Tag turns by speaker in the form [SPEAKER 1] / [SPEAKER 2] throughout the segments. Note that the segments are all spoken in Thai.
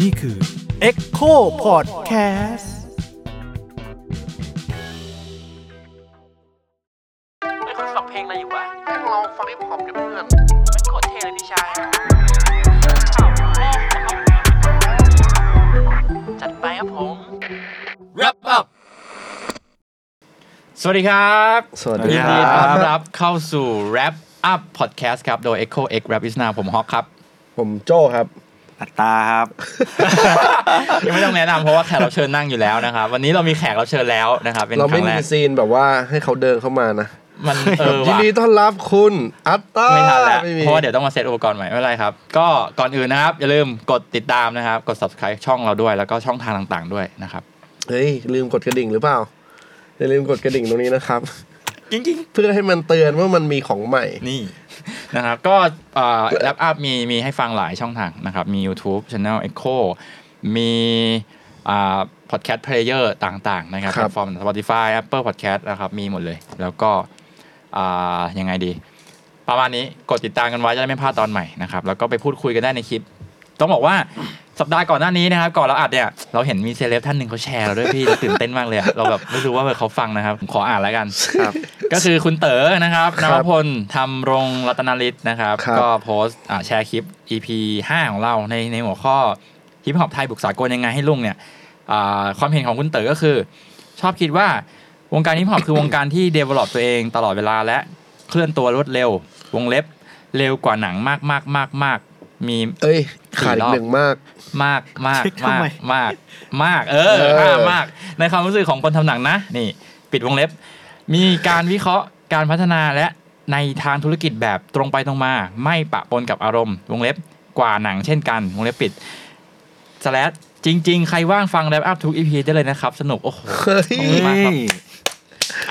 [SPEAKER 1] นี่คือ
[SPEAKER 2] Echo Podcast
[SPEAKER 3] ไม่คุณฟังเพลงอะไรอยู่วะ
[SPEAKER 4] แม่งลองฟังฮิปฮอปดิเพื่อน
[SPEAKER 3] ไม่โคตรเท่เลยพี่ชาย จัดไปครับผม
[SPEAKER 5] wrap up สวัสดีครับ
[SPEAKER 4] สวัสดี
[SPEAKER 5] ยิน
[SPEAKER 4] ค
[SPEAKER 5] ดี
[SPEAKER 4] รั
[SPEAKER 5] ต้อน
[SPEAKER 4] บ
[SPEAKER 5] รับเข้าสู่ wrap up podcast ครับ โดย Echo X Rap is now ผมฮอกครับ
[SPEAKER 4] ผมโจ้ครับ
[SPEAKER 2] อัตตาครับ
[SPEAKER 5] ยังไม่ต้องแนะนำเพราะว่าแขกรับเชิญนั่งอยู่แล้วนะครับ วันนี้เรามีแขกรับเชิญแล้วนะครับ เป็น
[SPEAKER 4] เรา
[SPEAKER 5] ค
[SPEAKER 4] ไม่
[SPEAKER 5] รั้งแรก
[SPEAKER 4] มีซีนแบบว่าให้เขาเดินเข้ามานะ
[SPEAKER 5] มันเออ
[SPEAKER 4] ยิน
[SPEAKER 5] ว่ะ
[SPEAKER 4] ดีต้อนรับคุณอัตตา
[SPEAKER 5] ไม่ทันแล้ว
[SPEAKER 4] ไม่มี
[SPEAKER 5] เพราะว่าเดี๋ยวต้องมาเซตอุปกรณ์ใหม่ไม่เป็นไรครับ ก็ก่อนอื่นนะครับ อย่าลืมกดติดตามนะครับ กด subscribe ช่องเราด้วยแล้วก็ช่องทางต่างๆด้วยนะครับ
[SPEAKER 4] เฮ้ย ลืมกดกระดิ่งหรือเปล่าอย่าลืมกดกระดิ่งตรงนี้นะครับ
[SPEAKER 5] จริง
[SPEAKER 4] เพื่อให้มันเตือนว่ามันมีของใหม่
[SPEAKER 5] ๆ นี่ นะครับ ก็แอปอัพมีมีให้ฟังหลายช่องทางนะครับ มี YouTube Channel Echo มีอ่า podcast player ต่างๆ นะครับ
[SPEAKER 4] ค
[SPEAKER 5] แพ
[SPEAKER 4] รับ
[SPEAKER 5] ลตฟอร์ม Spotify Apple Podcast นะครับมีหมดเลย แล้วก็อ่ายังไงดี ประมาณนี้กดติดตามกันไว้จะได้ไม่พลาดตอนใหม่นะครับแล้วก็ไปพูดคุยกันได้ในคลิป ต้องบอกว่าสัปดาห์ก่อนหน้านี้นะครับก่อนเราอัดเนี่ยเราเห็นมีเซเลบท่านหนึ่งเขาแชร์เราด้วยพี่ เราตื่นเต้นมากเลยอะเราแบบไม่รู้ว่าแบบเขาฟังนะครับผมขออ่านแล้วกัน
[SPEAKER 4] ครับ
[SPEAKER 5] ก็คือคุณเต๋อนะครับน
[SPEAKER 4] ครั
[SPEAKER 5] ว
[SPEAKER 4] บ
[SPEAKER 5] พลทำรงรัตนาฤทธิ์นะครับ
[SPEAKER 4] ครับ
[SPEAKER 5] ก็โพสต์อ่าแชร์คลิป EP 5 ของเราในในหัวข้อฮิปฮอปไทยบุกสากลยังไงให้ลุงเนี่ยอ่าความเห็นของคุณเต๋อก็คือ ชอบคิดว่าวงการฮิปฮ อปคือ วงการที่ develop ตัวเองตลอดเวลาและเคลื่อนตัวรวดเร็ว วงเล็บเร็วกว่าหนังมากมากมากมากมี
[SPEAKER 4] เอ้ย
[SPEAKER 5] สี่
[SPEAKER 4] ขาดอี
[SPEAKER 5] ร
[SPEAKER 4] ก
[SPEAKER 5] อบ
[SPEAKER 4] หนึ่งมาก
[SPEAKER 5] มากมาก
[SPEAKER 2] เช็คทำ
[SPEAKER 5] มาก
[SPEAKER 2] ไม
[SPEAKER 5] มากมาก เออ
[SPEAKER 4] เออ
[SPEAKER 5] มากมาก ในความรู้สึกของคนทำหนังนะ นี่ ปิดวงเล็บ มีการวิเคราะห์การพัฒนาและในทางธุรกิจแบบตรงไปตรงมา ไม่ปะปนกับอารมณ์ วงเล็บกว่าหนังเช่นกัน วงเล็บปิดสแลชจริง ๆ ใครว่างฟังแรปอัพทุกอีพีได้เลยนะครับ สนุก โอ้โห
[SPEAKER 4] เฮ้ย
[SPEAKER 5] ขอบคุณมากครับ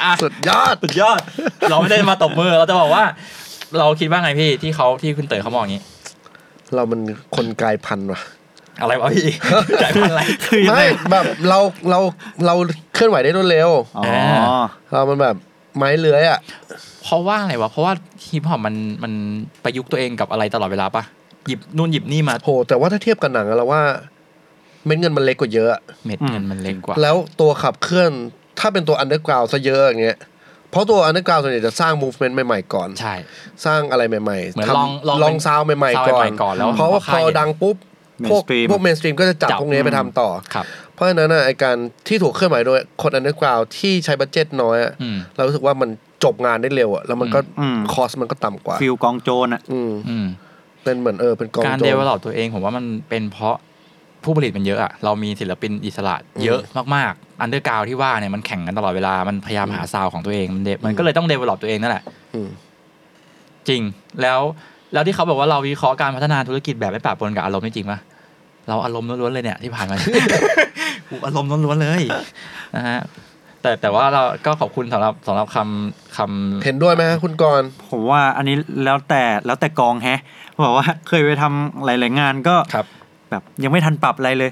[SPEAKER 5] อ่ะ
[SPEAKER 4] สุดยอด
[SPEAKER 5] สุดยอด เราไม่ได้มาตบมือ เราจะบอกว่า เราคิดว่าไงพี่ที่เขาที่คุณเต๋อเขามองอย่างนี้
[SPEAKER 4] เรามันคนกลายพันธุ์ว่ะ
[SPEAKER 5] อะไรวะ พี่ ใจพันอะไร
[SPEAKER 2] คือยังไง
[SPEAKER 4] ไม่แบบเราเราเราเคลื่อนไหวได้รวดเร็ว
[SPEAKER 2] อ๋อ
[SPEAKER 4] เรามันแบบไม้เลื้อยอ่ะ
[SPEAKER 5] เพราะว่าอะไรวะ เพราะว่าฮิปฮอปมันมันประยุกต์ตัวเองกับอะไรตลอดเวลาปะหยิบนู่นหยิบนี่มา
[SPEAKER 4] โห แต่ว่าถ้าเทียบกับหนังอะเราว่าเม็ดเงินมันเล็กกว่าเยอะอะ
[SPEAKER 5] เม็ด
[SPEAKER 2] อืม
[SPEAKER 5] เงินมันเล็กกว่า
[SPEAKER 4] แล้วตัวขับเคลื่อนถ้าเป็นตัวอันเดอร์กราวซะเยอะอย่างเงี้ย เพราะตัวอันเดอร์กราวส่วนใหญ่จะสร้างมูฟเมนต์ใหม่ๆก่อน
[SPEAKER 5] ใช่
[SPEAKER 4] สร้างอะไรใหม่
[SPEAKER 5] เหมือน
[SPEAKER 4] ทำ
[SPEAKER 5] ลองลอง
[SPEAKER 4] ลองซาวด์ใหม่
[SPEAKER 5] ซาวด์
[SPEAKER 4] ๆก่อ
[SPEAKER 5] ใหม่
[SPEAKER 4] น
[SPEAKER 5] ๆก่อนแล้ว
[SPEAKER 4] เพราะว่าพ
[SPEAKER 5] ค่อ
[SPEAKER 4] อย ดังปุ๊บ พวก
[SPEAKER 2] Mainstream
[SPEAKER 4] พวกเมนสตรีมก็จะจับ
[SPEAKER 5] จับ
[SPEAKER 4] พวกนี้ไปทำต่อ
[SPEAKER 5] ครับ
[SPEAKER 4] เพราะฉะนั้นอะไอการที่ถูกเคลื่อนไหวโดยคนอันเดอร์กราวที่ใช้บัตเจ็ตน้อยอะ
[SPEAKER 5] อืม
[SPEAKER 4] เรารู้สึกว่ามันจบงานได้เร็วอะแล้วมันก็
[SPEAKER 2] อืม
[SPEAKER 4] คอสมันก็ต่ำกว่า
[SPEAKER 2] ฟิลกองโจรอ่ะ
[SPEAKER 4] อืม
[SPEAKER 5] อืม
[SPEAKER 4] เป็นเหมือนเออเป็นกอง
[SPEAKER 5] การ
[SPEAKER 4] โจ
[SPEAKER 5] เด
[SPEAKER 4] ร
[SPEAKER 5] เวล p ตัวเองผมว่ามันเป็นเพราะผู้ผลิตมันเยอะอะเรามีศิลปินอิสระเยอะมากๆอันเดอร์กราวที่ว่าเนี่ยมันแข่งกันตลอดเวลา มันพยายามหาซาวของตัวเอง มัน de- มันก็เลยต้องเดเวล p ตัวเองนั่นแหละ
[SPEAKER 4] อืม
[SPEAKER 5] จริงแล้วแล้วที่เขาบอกว่าเราวิเคราะห์การพัฒนาธุรกิจแบบไม่ปะปนกับอารมณ์นี่จริงปะเราอารมณ์ล้วนๆเลยเนี่ยที่ผ่านมา กูอารมณ์ล้วนๆเลยนะฮะแต่แต่ว่าเราก็ขอบคุณสำหรับสำหรับคำคำ
[SPEAKER 4] เห็นด้วยไหมฮะคุณกรณ์
[SPEAKER 2] ผมว่าอันนี้แล้วแต่แล้วแต่กองแฮะบอกว่า เคยไปทำหลาย ๆ งานก็
[SPEAKER 5] ครับ
[SPEAKER 2] แบบยังไม่ทันปรับอะไรเลย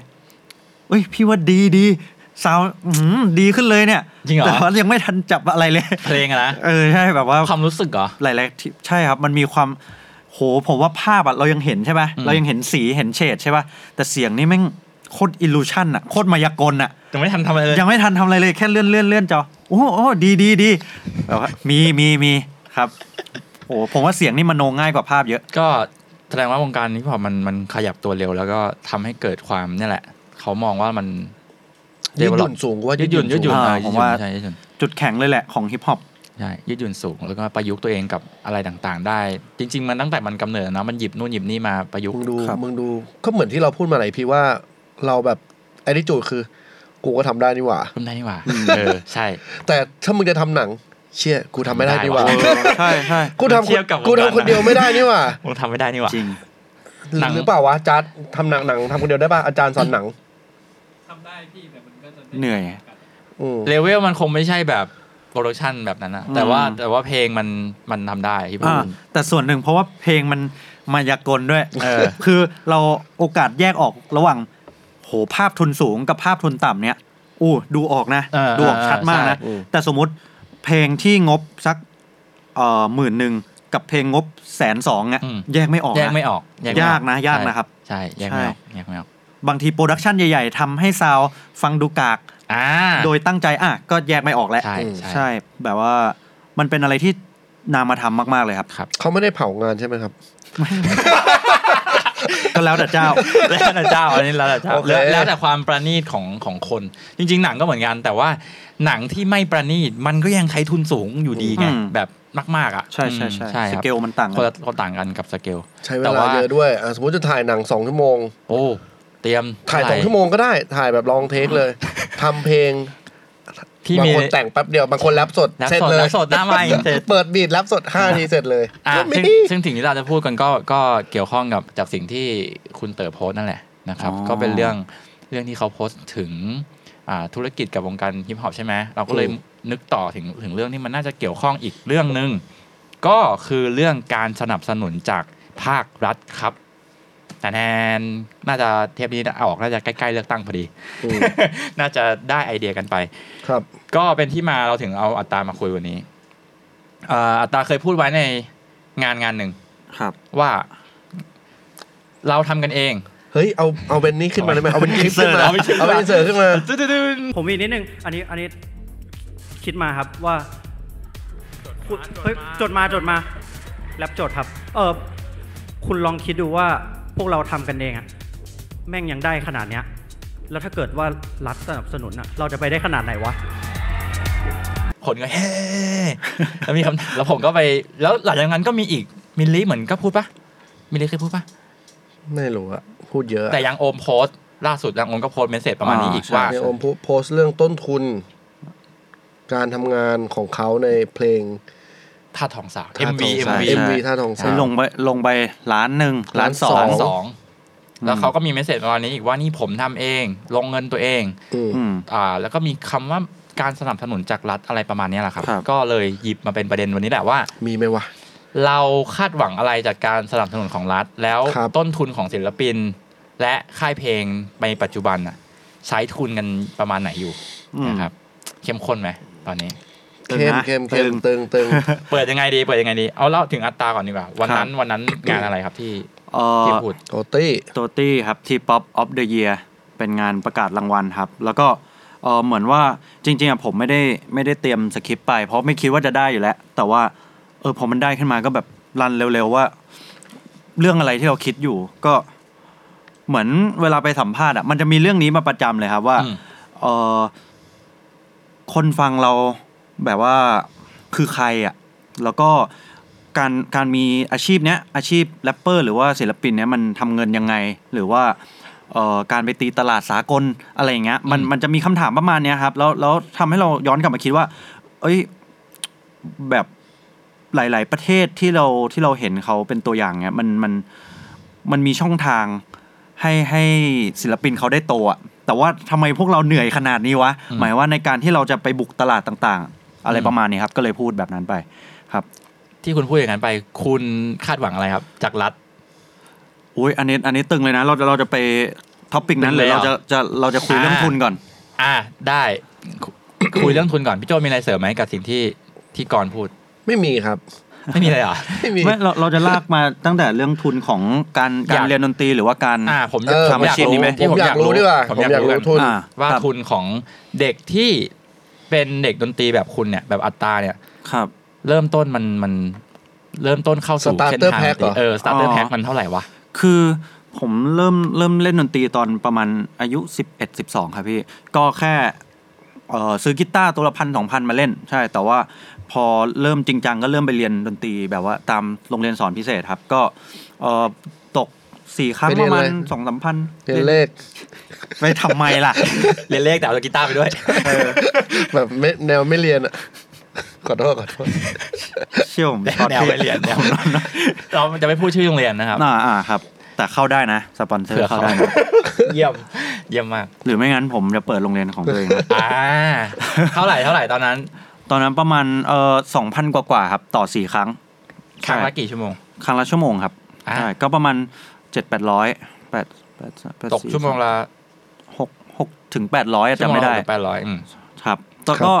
[SPEAKER 2] เอ้ย พี่ว่าดีดีซาวด์อื้อหือดีขึ้นเลยเนี่ย
[SPEAKER 5] จริงเหรอ
[SPEAKER 2] แต่ว่ายังไม่ทันจับอะไรเลย
[SPEAKER 5] เพลงอะนะ
[SPEAKER 2] เออใช่แบบว่า
[SPEAKER 5] ความรู้สึกเหรอ
[SPEAKER 2] หลายๆที่ใช่ครับมันมีความโหผมว่าภาพอะเรายังเห็นใช่ไหม
[SPEAKER 5] อืม
[SPEAKER 2] เรายังเห็นสีเห็นเฉดใช่ป่ะแต่เสียงนี่แม่งโคตรอิลูชันอะโคตรมายากลอะ
[SPEAKER 5] ยังไม่ทันทำอะไรเลย
[SPEAKER 2] ยังไม่ทันทำอะไรเลยแค่เลื่อนเลื่อนเลื่อนจอโอ้โหโอ้โหดีดีดีแบบว่ามีมีมีครับโอ้ผมว่าเสียงนี่มันโนง่ายกว่าภาพเยอะ
[SPEAKER 5] ก็แสดงว่าวงการนี้พอมันมันขยับตัวเร็ว แล้วก็ทำให้เกิดความเนี่ยแหละ เขามองว่ามัน
[SPEAKER 4] ยืดห
[SPEAKER 5] develop
[SPEAKER 4] ยุ่นสูงว่า
[SPEAKER 5] ยื
[SPEAKER 4] ยื
[SPEAKER 5] ดหยุ่นยืดหยุ่น
[SPEAKER 4] สูง
[SPEAKER 2] อ่า
[SPEAKER 5] อ่ะ
[SPEAKER 2] ผมว่า
[SPEAKER 5] ใช่ยืดหยุ่น
[SPEAKER 2] จุดแข็งเลยแหละของฮิปฮอป
[SPEAKER 5] ใช่ยืดหยุ่นสูงแล้วก็ประยุกต์ตัวเองกับอะไรต่างๆ ได้ จริง ๆ มันตั้งแต่มันกำเนิดนะมันหยิบนู่นหยิบนี่มาประยุกต์
[SPEAKER 4] มึงดูมึงดูก็เหมือนที่เราพูดมาไหนพี่ว่าเราแบบไอ้ที่จูดคือ กูก็ทำได้นี่หว่า
[SPEAKER 5] ทำได้นี่หว่าเออใช่
[SPEAKER 4] แต่ถ้ามึงจะทำหนัง เชี่ยกูทำไม่ได้นี่หว่า
[SPEAKER 5] ได้ว่ะ
[SPEAKER 2] ใช่ใช่
[SPEAKER 4] กูทำ
[SPEAKER 5] เทียบกับ
[SPEAKER 4] กู
[SPEAKER 5] วงการ
[SPEAKER 4] ทำคนเดียว
[SPEAKER 5] หนัง
[SPEAKER 4] ไม่ได้นี่หว่า
[SPEAKER 5] มึงทำไม่ได้นี่หว่า
[SPEAKER 2] จริง
[SPEAKER 5] หนัง
[SPEAKER 4] หรือเปล่าวะอาจัดทำหนังหนังทำคนเดียวได้ป่ะอาจารย์สอนหนัง
[SPEAKER 2] เหนื่อย
[SPEAKER 4] อืม
[SPEAKER 5] เลเวลมันคงไม่ใช่แบบโปรดักชันแบบนั้นนะแต่ว่า
[SPEAKER 2] อืม
[SPEAKER 5] แต่ว่าเพลงมันมันทำได้ที่พู
[SPEAKER 2] อ่า
[SPEAKER 5] ด
[SPEAKER 2] แต่ส่วนหนึ่งเพราะว่าเพลงมันมายากลด้วย
[SPEAKER 5] เออ
[SPEAKER 2] คือเราโอกาสแยกออกระหว่าง โหภาพทุนสูงกับภาพทุนต่ำเนี่ยอู้ดูออกนะ
[SPEAKER 5] เออ
[SPEAKER 2] ดูออกชัดมากนะ
[SPEAKER 5] เออใช่
[SPEAKER 2] แต่สมมติเพลงที่งบสักเอ่อหมื่นหนึ่ง กับเพลงงบแสนสองอ่ะ
[SPEAKER 5] อืม
[SPEAKER 2] แยกไม่ออกนะ
[SPEAKER 5] แยกไม่ออกแ
[SPEAKER 2] ยากนะยาก
[SPEAKER 5] ใช่
[SPEAKER 2] นะครับ
[SPEAKER 5] ใช่แยกไม่ออก
[SPEAKER 2] ใช่
[SPEAKER 5] แยกไม่ออก
[SPEAKER 2] บางทีโปรดักชันใหญ่ๆทำให้ซาวด์ฟังดูกาก
[SPEAKER 5] อ่า
[SPEAKER 2] โดยตั้งใจอ่ะก็แยกไม่ออกแล้ว
[SPEAKER 5] ใช่
[SPEAKER 4] อืม
[SPEAKER 5] ใช่
[SPEAKER 2] ใช่แบบว่ามันเป็นอะไรที่นามธรรมมาก ๆ เลยครับ
[SPEAKER 4] เขาไม่ได้เผางานใช่ไหมครับ
[SPEAKER 2] ก็แล้วแต่เจ้า
[SPEAKER 5] แล้วแต่เจ้าอันนี้แล้วแต่เจ้า
[SPEAKER 4] โอเค
[SPEAKER 5] แล้วแล้วแต่ความประณีตของของคน จริง ๆ หนังก็เหมือนกัน แต่ว่าหนังที่ไม่ประณีตมันก็ยังใช้ทุนสูงอยู่ดีไง
[SPEAKER 2] อืม
[SPEAKER 5] แบบมากๆอ่ะ
[SPEAKER 2] ใช่ใช่
[SPEAKER 5] อืม
[SPEAKER 2] ใช่
[SPEAKER 5] ใช่
[SPEAKER 2] ส
[SPEAKER 5] ครับ
[SPEAKER 2] เกลมันต่าง
[SPEAKER 5] คน
[SPEAKER 2] กั
[SPEAKER 5] ละ
[SPEAKER 2] น
[SPEAKER 5] คนต่างกันกับสเกล
[SPEAKER 4] ใช้เว
[SPEAKER 5] แต่
[SPEAKER 4] ลา
[SPEAKER 5] ว่า
[SPEAKER 4] เยอะด้วยอ่ะสมมติจะถ่ายหนังสองชั่วโมง
[SPEAKER 5] โอ้เตรียม
[SPEAKER 4] ถ่ายสองชั่วโมงก็ได้ถ่ายแบบลองเทคเลยทำเพลง
[SPEAKER 5] ที่
[SPEAKER 4] บาง
[SPEAKER 5] มี
[SPEAKER 4] คนแต่งแป๊บเดียวบางคนแรปสด
[SPEAKER 5] นัก
[SPEAKER 4] เสร็จ
[SPEAKER 5] สด
[SPEAKER 4] เลย
[SPEAKER 5] นักสดหน้าใหม่ เสร็จ
[SPEAKER 4] เปิดบีดแรปสดห้านาทีเสร็จเลย
[SPEAKER 5] อ่ะ
[SPEAKER 4] ก็มี
[SPEAKER 5] ซึ่งซึ่งสิ่งที่เราจะพูดกันก็ก็เกี่ยวข้องกับจากสิ่งที่คุณเต๋อโพสต์นั่นแหละนะครับ ก็เป็นเรื่องเรื่องที่เขาโพสต์ถึงอ่าธุรกิจกับวงการฮิปฮอปใช่ไหมเราก็เลย
[SPEAKER 4] อืม
[SPEAKER 5] นึกต่อถึงถึงเรื่องที่มันน่าจะเกี่ยวข้องอีกเรื่องหนึ่งก็คือเรื่องการสนับสนุนจากภาครัฐครับแต่แนนน่าจะเทปนี้ออกน่าจะใกล้ๆเลือกตั้งพอดี
[SPEAKER 4] อืม
[SPEAKER 5] น่าจะได้ไอเดียกันไป
[SPEAKER 4] ครับ
[SPEAKER 5] ก็เป็นที่มาเราถึงเอาอัตรามาคุยวันนี้อ่าอัตราเคยพูดไว้ในงานงานหนึ่ง
[SPEAKER 2] ครับ
[SPEAKER 5] ว่าเราทำกันเอง
[SPEAKER 4] เฮ้ยเอาเอาเป็นนี้ขึ้นมาได้ไหมเอาเป็นคลิปขึ้นมา
[SPEAKER 5] เอา
[SPEAKER 4] เอา
[SPEAKER 5] เป็นคลิป
[SPEAKER 4] เป็นอินเสิร์ตขึ้นมา
[SPEAKER 1] ผมมีอีกนิดนึง อันนี้ อันนี้คิดมาครับว่าคุณเฮ้ยจดมาจดมา แลบจดครับ เออคุณลองคิดดูว่าพวกเราทำกันเองอะแม่งยังได้ขนาดเนี้ย แล้วถ้าเกิดว่ารัฐสนับสนุนอะเราจะไปได้ขนาดไหนวะ
[SPEAKER 5] คนก็เฮ้ แล้วมีคำถามแล้วผมก็ไป แล้วหลังจากนั้นก็มีอีก มิลลี่เหมือนก็พูดปะมิลลี่เคยพูดปะ
[SPEAKER 4] ไม่รู้อะพูดเยอะ
[SPEAKER 5] แต่ยังโอมโพสต์ล่าสุดยังโอมก็โพสต์เมสเซจประมาณนี้อีก
[SPEAKER 2] อ่าใช่
[SPEAKER 5] ว่า
[SPEAKER 4] เนี่ยอมโพสต์เรื่องต้นทุน การทำงานของเขาในเพลง
[SPEAKER 5] ท่าทองสาว
[SPEAKER 4] ท่า
[SPEAKER 5] MV
[SPEAKER 4] ทองสา
[SPEAKER 5] MV
[SPEAKER 4] ว
[SPEAKER 2] ใช่
[SPEAKER 4] MV ท่าทอง
[SPEAKER 2] ใช่
[SPEAKER 4] สาว
[SPEAKER 2] ลงไปลงไปล้านหนึ่งล้านสอง
[SPEAKER 4] ล้า
[SPEAKER 5] ล้าน
[SPEAKER 4] น
[SPEAKER 5] สอง แล้วเขาก็มีเมสเซจประมาณนี้อีกว่านี่ผมทำเอง ลงเงินตัวเอง
[SPEAKER 4] อืม
[SPEAKER 2] อืม
[SPEAKER 5] อ่า แล้วก็มีคำว่าการสนับสนุนจากรัฐอะไรประมาณเนี้ยแหละครับ
[SPEAKER 2] ครับ
[SPEAKER 5] ก็เลยหยิบมาเป็นประเด็นวันนี้แหละว่า
[SPEAKER 4] มีไหมวะ
[SPEAKER 5] เราคาดหวังอะไรจากการสนับสนุนของรัฐ แล้ว
[SPEAKER 4] ครับ
[SPEAKER 5] ต้นทุนของศิลปิน และค่ายเพลงในปัจจุบันน่ะ ใช้ทุนกันประมาณไหนอยู่
[SPEAKER 2] อืม
[SPEAKER 5] นะครับ เข้มข้นไหมตอนนี้
[SPEAKER 2] ตึง
[SPEAKER 4] เข้ม
[SPEAKER 2] นะ
[SPEAKER 4] เข้มเข้มตึงตึง
[SPEAKER 5] เปิดยังไงดีเปิดยังไงดี เอาเล่าถึงอัตราก่อนดีกว่า วันนั้น
[SPEAKER 2] ครับ
[SPEAKER 5] วันนั้นงานอะไรครับที่
[SPEAKER 2] เอ่อ
[SPEAKER 5] ที่พูด
[SPEAKER 4] โอตี้
[SPEAKER 2] โตตี้ครับที่ Pop of the Year เป็นงานประกาศรางวัลครับ แล้วก็เออเหมือนว่าจริงๆอะผมไม่ได้ไม่ได้เตรียมสคริปต์ไป เพราะไม่คิดว่าจะได้อยู่แล้ว แต่ว่าเออพอมันได้ขึ้นมาก็แบบรันเร็วๆว่า เรื่องอะไรที่เราคิดอยู่ก็เหมือนเวลาไปสัมภาษณ์อ่ะมันจะมีเรื่องนี้มาประจำเลยครับว่า
[SPEAKER 5] อืม
[SPEAKER 2] เออคนฟังเราแบบว่าคือใครอ่ะ แล้วก็การการมีอาชีพเนี้ยอาชีพแรปเปอร์หรือว่าศิลปินเนี้ยมันทำเงินยังไง หรือว่าเอ่อการไปตีตลาดสากลอะไรอย่างเงี้ยมัน
[SPEAKER 5] อืม
[SPEAKER 2] มันจะมีคำถามประมาณเนี้ยครับ แล้วแล้วทำให้เราย้อนกลับมาคิดว่า เอ้ยแบบหลาย ๆ ประเทศที่เราที่เราเห็นเขาเป็นตัวอย่างเนี้ยมันมันมันมีช่องทางให้ให้ศิลปินเขาได้โตอะแต่ว่าทำไมพวกเราเหนื่อยขนาดนี้วะ หมายว่าในการที่เราจะไปบุกตลาดต่าง ๆ อะไรประมาณนี้ครับ ก็เลยพูดแบบนั้นไปครับ
[SPEAKER 5] ที่คุณพูดอย่างนั้นไป คุณคาดหวังอะไรครับ จากรัฐ
[SPEAKER 2] อุ้ยอันนี้อันนี้ตึงเลยนะ เราจะเราจะไปท็อปิกนั้น
[SPEAKER 5] ตึง
[SPEAKER 2] เล
[SPEAKER 5] เลย ยเหร
[SPEAKER 2] เรา
[SPEAKER 5] อ
[SPEAKER 2] จะจะเราจะคุย
[SPEAKER 5] อ่า
[SPEAKER 2] เรื่องทุนก่อน
[SPEAKER 5] อ่าได้คุคุยเรื่องทุนก่อนพี่โจมีอะไรเสริมไหมกับสิ่งที่ที่กรพูด
[SPEAKER 4] ไม่มีครับ
[SPEAKER 5] ไม่มีอะไรเหรอ
[SPEAKER 4] ไม่มี
[SPEAKER 2] ไม่เราเราจะลากมาตั้งแต่เรื่องทุนของการกา
[SPEAKER 5] อ
[SPEAKER 2] ร
[SPEAKER 5] ยาก
[SPEAKER 2] เรียนดนตรีหรือว่าการ
[SPEAKER 5] อ่าผม
[SPEAKER 4] เออ
[SPEAKER 5] อยาก
[SPEAKER 4] ผมอ
[SPEAKER 5] รู้
[SPEAKER 4] ยากรู้
[SPEAKER 5] ที่
[SPEAKER 4] ผมอยากรู้ดีกว่า
[SPEAKER 5] ผมอยาก
[SPEAKER 4] ผมอยากรู้
[SPEAKER 5] รู้
[SPEAKER 4] ทุ
[SPEAKER 5] ทุ
[SPEAKER 4] น
[SPEAKER 5] น
[SPEAKER 2] อ่า
[SPEAKER 5] ว่า
[SPEAKER 2] ครับ
[SPEAKER 5] ทุนของเด็กที่เป็นเด็กดนตรีแบบคุณเนี่ย แบบอัตราเนี่ย
[SPEAKER 2] ครับ
[SPEAKER 5] เริ่มต้นมันมันเริ่มต้นเข้าสู่
[SPEAKER 4] Starter
[SPEAKER 5] เส้นทางดนต
[SPEAKER 4] pack
[SPEAKER 5] รี
[SPEAKER 4] เหรอ
[SPEAKER 5] เออสตาร์เตอ
[SPEAKER 2] อ๋
[SPEAKER 5] ร์
[SPEAKER 2] อ
[SPEAKER 5] แพ็คมันเท่าไหร่วะ
[SPEAKER 2] คือผมเริ่มเริ่มเล่นดนตรีตอนประมาณอายุ 11 12 ครับพี่ ก็แค่เอ่อซื้อกีตาร์ตัวละพันสองพันมาเล่น ใช่ แต่ว่าพอเริ่มจริงจังก็เริ่มไปเรียนดนตรีแบบว่าตามโรงเรียนสอนพิเศษครับ ก็เอ่อตกสี่ครั้ง
[SPEAKER 4] ไป
[SPEAKER 2] ป
[SPEAKER 4] เรียน
[SPEAKER 2] ระมาณ
[SPEAKER 4] อะไร
[SPEAKER 2] สองสามพัน
[SPEAKER 4] เรียนเลข
[SPEAKER 2] ไปทำไมล่ะ
[SPEAKER 5] เรียนเลขแต่เอากีตาร์ไปด้วย
[SPEAKER 4] แบบไม่แนวไม่เรียนอะขอโทษขอโทษ
[SPEAKER 2] เชี่ยวผมชอบ
[SPEAKER 5] แนวไปเรียนแนวเราจะไม่พูดชื่อโรงเรียนนะครับ
[SPEAKER 2] อ่าอ่าครับ แต่เข้าได้นะ สปอนเซอ
[SPEAKER 5] เผื่
[SPEAKER 2] ร์
[SPEAKER 5] อ
[SPEAKER 2] เข้า
[SPEAKER 5] เขา
[SPEAKER 2] ได้นะ
[SPEAKER 5] เยี่ยมเยี่ยมมาก
[SPEAKER 2] หรือไม่งั้นผมจะเปิดโรงเรียนของตัวเองนะ
[SPEAKER 5] อ่า เท่าไหร่เท่าไหร่ตอนนั้น
[SPEAKER 2] ตอนนั้นประมาณเอ่อสองพันกว่าๆครับ ต่อสี่ครั้ง
[SPEAKER 5] ครั้งละกี่ชั่วโมง
[SPEAKER 2] ครั้งละชั่วโมงครับ
[SPEAKER 5] อ่ะ
[SPEAKER 2] ใช่ก็ประมาณเจ็ดแปดร้อยแปดแปด
[SPEAKER 5] ตกชั่วโมงละ
[SPEAKER 2] หกหกถึงแปดร้อย
[SPEAKER 5] ชั่ว
[SPEAKER 2] จำ
[SPEAKER 5] โง
[SPEAKER 2] ไม่
[SPEAKER 5] ละ
[SPEAKER 2] ได้
[SPEAKER 5] แปดร้อยอืม
[SPEAKER 2] ครับแต่ก็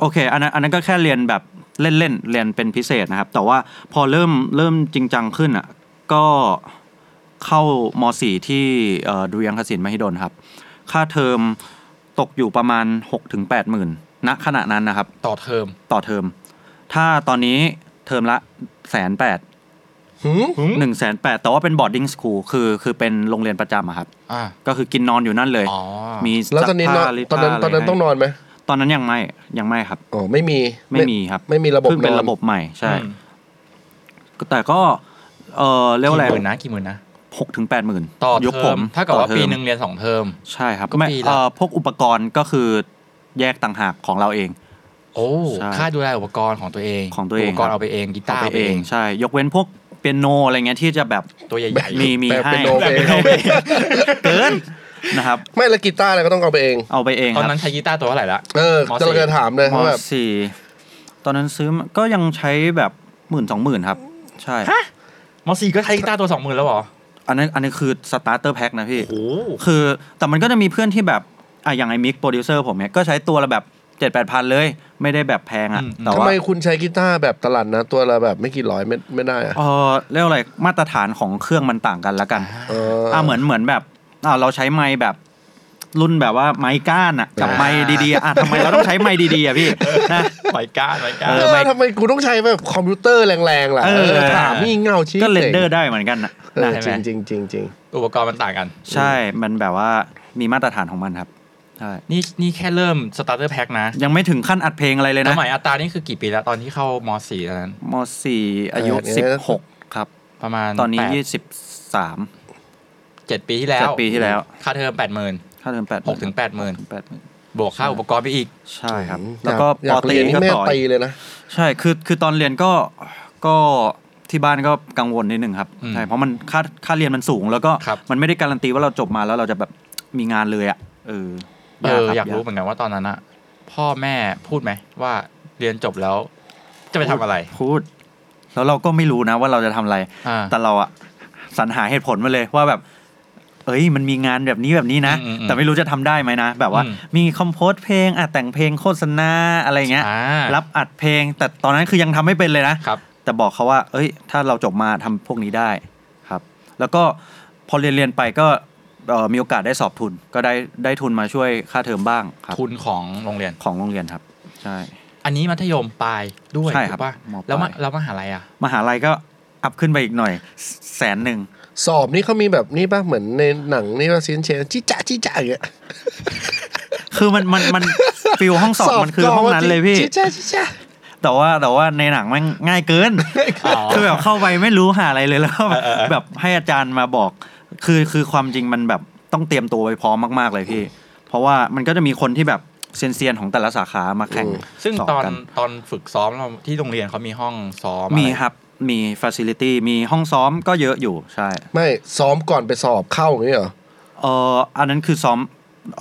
[SPEAKER 2] โอเค อันนั้นอันนั้นก็แค่เรียนแบบ เล่นๆเรียนเป็นพิเศษนะครับ แต่ว่าพอเริ่มเริ่มจริงจังขึ้นอ่ะก็เข้ามสี่ที่เอ่อดุริยางคศิลป์มหิดลครับ ค่าเทอมตกอยู่ประมาณ 6-8ถึง8หมื่นณขณะนั้นนะครับ
[SPEAKER 5] ต่อเทอม
[SPEAKER 2] ต่อเทอม ถ้าตอนนี้เทอมละแสนแปด
[SPEAKER 4] หืม
[SPEAKER 2] หนึ่งแสนแปดแต่ว่าเป็น boarding school คือคือเป็นโรงเรียนประจำอะครับ
[SPEAKER 5] อ่า
[SPEAKER 2] ก็คือกินนอนอยู่นั่นเลย
[SPEAKER 5] อ๋อ
[SPEAKER 2] มี
[SPEAKER 4] แล้ว
[SPEAKER 2] ซัก
[SPEAKER 4] ตอนนี้น
[SPEAKER 2] ผ้า
[SPEAKER 4] อน
[SPEAKER 2] รีด
[SPEAKER 4] ตอนนั้น
[SPEAKER 2] ผ้า
[SPEAKER 4] ตอนนั้นะต้อง
[SPEAKER 2] ไร
[SPEAKER 4] นอนไหม
[SPEAKER 2] ให้ตอนนั้นยังไม่ยังไม่ครับ
[SPEAKER 4] อ๋อไม่มี
[SPEAKER 2] ไม่มีครับ
[SPEAKER 4] ไม่มีระบบ
[SPEAKER 2] เพิ่งเป็น
[SPEAKER 4] อ
[SPEAKER 2] ระบบใหม่ใช่
[SPEAKER 5] อืม
[SPEAKER 2] แต่ก็เออเรียกว่าอะไร
[SPEAKER 5] กี่หมื่นนะกี่หมื่นนะ
[SPEAKER 2] หกถึงแปดหมื่น
[SPEAKER 5] ต่อ
[SPEAKER 2] ยุค
[SPEAKER 5] เท
[SPEAKER 2] ผ
[SPEAKER 5] อม
[SPEAKER 2] ม
[SPEAKER 5] ถ้าเกับ
[SPEAKER 2] ต่อ
[SPEAKER 5] ว่า
[SPEAKER 2] เทอม
[SPEAKER 5] ปีหนึ่งเรียนสองเทอม
[SPEAKER 2] ใช่ครับ
[SPEAKER 5] ก็
[SPEAKER 2] ไม่
[SPEAKER 5] ปีละ
[SPEAKER 2] เอ่อพวกอุปกรณ์ก็คือแยกต่างหากของเราเอง
[SPEAKER 5] โอ้
[SPEAKER 2] ใช่
[SPEAKER 5] ค่าดูแลอุปกรณ์ของตัวเอง
[SPEAKER 2] ของตัวเอง
[SPEAKER 5] ป
[SPEAKER 2] ค
[SPEAKER 5] กร
[SPEAKER 2] รั
[SPEAKER 5] ณ์
[SPEAKER 2] บ
[SPEAKER 5] เอาไปเองกีตา
[SPEAKER 2] เอา
[SPEAKER 5] ร์
[SPEAKER 2] ไป
[SPEAKER 5] เอาไป
[SPEAKER 2] เอ
[SPEAKER 5] เองง
[SPEAKER 2] ใช่ ยกเว้นพวกเปียโนอะไรเงี้ยที่จะแบบ
[SPEAKER 5] ตัวใหญ่ๆ
[SPEAKER 2] มีมี
[SPEAKER 4] แบบ
[SPEAKER 2] ให้
[SPEAKER 4] เป็นโน
[SPEAKER 5] แบบ
[SPEAKER 4] เอ
[SPEAKER 5] เป็
[SPEAKER 4] ง
[SPEAKER 5] นโน
[SPEAKER 2] เอง เกินนะครับ
[SPEAKER 4] ไม่และกีตาร์อะไรก็ต้องเอาไปเอง
[SPEAKER 2] เอาไปเอง
[SPEAKER 5] ตอน
[SPEAKER 2] ครั
[SPEAKER 5] นั้
[SPEAKER 2] บ
[SPEAKER 5] นใช้กีตาร์ตัวเท่าไหร่ละ
[SPEAKER 4] เออ
[SPEAKER 5] มสี่
[SPEAKER 4] กำลังจะถามเลย
[SPEAKER 2] ม
[SPEAKER 4] ว่าแบบ
[SPEAKER 2] สี่ตอนนั้นซื้อมาก็ยังใช้แบบหมื่นสองหมื่นครับ ใช่
[SPEAKER 5] มสี่ก็ใช้กีตาร์ตัวสองหมื่นแล้วเหรอ
[SPEAKER 2] อันนั้นอันนี้คือสตาร์เตอร์แพ็คนะพี่
[SPEAKER 5] โอ้
[SPEAKER 2] คือแต่มันก็จะมีเพื่อนที่แบบอ่ะอย่างไอ้มิกโปรดิวเซอร์ผมเนี่ยก็ใช้ตัวละแบบเจ็ดแปดพันเลย ไม่ได้แบบแพงอะแต่
[SPEAKER 4] ทำ
[SPEAKER 2] ว่า
[SPEAKER 4] ไมคุณใช้กีตาร์แบบตลาดนะ ตัวละแบบไม่กี่ร้อยไม่ไม่ได้อะ
[SPEAKER 2] เออเรียกว่าอะไรมาตรฐานของเครื่องมันต่างกันละกัน
[SPEAKER 4] เอออ
[SPEAKER 2] อ่าเหมือนเหมือนแบบอ่าเราใช้ไม้แบบรุ่นแบบว่าไม้ก้านอะกับไม้ดีๆอะอ่ะทำไมเราต้องใช้ไม้ดีๆอะพี่นะ
[SPEAKER 5] ไหวก้านไหวก้า
[SPEAKER 2] เอ
[SPEAKER 5] น
[SPEAKER 4] เออทำไมกูต้องใช้แบบคอมพิวเตอร์แรงๆล่ะ
[SPEAKER 2] เออ
[SPEAKER 4] เออถามนี่เงาชี้
[SPEAKER 2] ก็เรนเดอร์ได้เหมือนกันอะ
[SPEAKER 4] เออ
[SPEAKER 2] นะ
[SPEAKER 5] ใช่ไหม
[SPEAKER 4] จริงจริงจริงจริง
[SPEAKER 5] อุปกรณ์มันต่างกัน
[SPEAKER 2] ใช่มันแบบว่ามีมาตรฐานของมันครับใช่
[SPEAKER 5] นี่นี่แค่เริ่มสตาร์เตอร์แพ็คนะ
[SPEAKER 2] ยังไม่ถึงขั้นอัดเพลงอะไรเลย
[SPEAKER 5] ส
[SPEAKER 2] นะ
[SPEAKER 5] มัยอัตรานี่คือกี่ปีแล้วตอนที่เข้ามสี่ตอนนั้น
[SPEAKER 2] มสี่อายุสิบหกครับ
[SPEAKER 5] ประมาณ
[SPEAKER 2] ตอนนี้
[SPEAKER 5] แปด
[SPEAKER 2] ยี่สิบสาม
[SPEAKER 5] เจ็ดปีที่แล้ว
[SPEAKER 2] เจ็ดปีที่แล้ว
[SPEAKER 5] ค่าเทอมแปดหมื่น
[SPEAKER 2] ค่าเทอมแปด
[SPEAKER 5] หกถึงแปดหมื่น
[SPEAKER 2] แปดหมื่น
[SPEAKER 5] บวกค่าอุปกรณ์ไปอีก
[SPEAKER 2] ใช่ครับ
[SPEAKER 4] อืม
[SPEAKER 2] แล้วก็
[SPEAKER 4] อ
[SPEAKER 2] ป
[SPEAKER 4] ยาอยา
[SPEAKER 2] อก ตี
[SPEAKER 4] เรียนนี่
[SPEAKER 2] ก็
[SPEAKER 4] แม่
[SPEAKER 2] ต่อย
[SPEAKER 4] ตีเลยนะ
[SPEAKER 2] ใช่คือคือตอนเรียนก็ก็ที่บ้านก็กังวลนิดนึงครับ
[SPEAKER 5] อืม
[SPEAKER 2] ใช่เพราะมันค่าค่าเรียนมันสูง แล้วก็
[SPEAKER 5] ครับ
[SPEAKER 2] มันไม่ได้การันตีว่าเราจบมาแล้วเราจะแบบมีงานเลยอ่ะเออ
[SPEAKER 5] เอออยาก
[SPEAKER 2] ค
[SPEAKER 5] รู้เหมือนกันว่าตอนนั้นอะพ่อแม่พูดไหมว่าเรียนจบแล้ว จะไปทำอะไร
[SPEAKER 2] พูด แล้วเราก็ไม่รู้นะว่าเราจะทำอะไร
[SPEAKER 5] อ่า
[SPEAKER 2] แต่เราอะสรรหาเหตุผลมาเลยว่าแบบ เอ้ยมันมีงานแบบนี้แบบนี้นะ
[SPEAKER 5] อืมอืม
[SPEAKER 2] แต่ไม่รู้จะทำได้ไหมนะ แบบว่า
[SPEAKER 5] อืม
[SPEAKER 2] มีคอมโพสเพลงอ่ะแต่งเพลงโฆษณาอะไรเงี้ย
[SPEAKER 5] อ่า
[SPEAKER 2] รับอัดเพลง แต่ตอนนั้นคือยังทำไม่เป็นเลยนะ
[SPEAKER 5] ครับ
[SPEAKER 2] แต่บอกเขาว่า เอ้ย ถ้าเราจบมาทำพวกนี้ได้ครับ แล้วก็พอเรียนเรียนๆไปก็เอ่อมีโอกาสได้สอบทุน ก็ได้ได้ทุนมาช่วยค่าเทอมบ้างครับ
[SPEAKER 5] ทุนของโรงเรียน
[SPEAKER 2] ของโรงเรียนครับ ใช่
[SPEAKER 5] อันนี้มัธยมปลายด้วย
[SPEAKER 2] ใช่ครับ
[SPEAKER 5] ถูกป่ะ
[SPEAKER 2] มปลาย
[SPEAKER 5] แล้วมาแล้วมหาลัยอ่ะ
[SPEAKER 2] มหาลัยก็อัพขึ้นไปอีกหน่อยแสนหนึ่ง
[SPEAKER 4] สอบนี่เขามีแบบนี่ป่ะ เหมือนในหนังนี่ว่าซีนเชนจิจ๊ะจิจ๊ะอย่างเงี้ย
[SPEAKER 2] คือมันมัน มันฟิลห้องสอบมันคือห้องนั้นเลยพี่
[SPEAKER 4] จิจ๊ะจิจ๊ะ
[SPEAKER 2] แต่ว่าแต่ว่าในหนังมันง่ายเกิน คือแบบเข้าไปไม่รู้หาอะไรเลยแล้วก็แบบ
[SPEAKER 5] เออเออ
[SPEAKER 2] แบบให้อาจารย์มาบอก คือคือความจริงมันแบบต้องเตรียมตัวไปพร้อมมาก ๆ เลยพี่ เพราะว่ามันก็จะมีคนที่แบบเซียนๆของแต่ละสาขามาแข่ง
[SPEAKER 5] ซึ่ง
[SPEAKER 2] สบ
[SPEAKER 5] ตอน
[SPEAKER 2] กัน
[SPEAKER 5] ตอนฝึกซ้อมเราที่โรงเรียนเขามีห้องซ้อมอะไ
[SPEAKER 2] มีครับมีฟ a ซิลิตี้มีห้องซ้อมก็เยอะอยู่ใช่
[SPEAKER 4] ไม่ซ้อมก่อนไปสอบเข้าอย่างเงี้ยเหรอ
[SPEAKER 2] เอออันนั้นคือซ้อม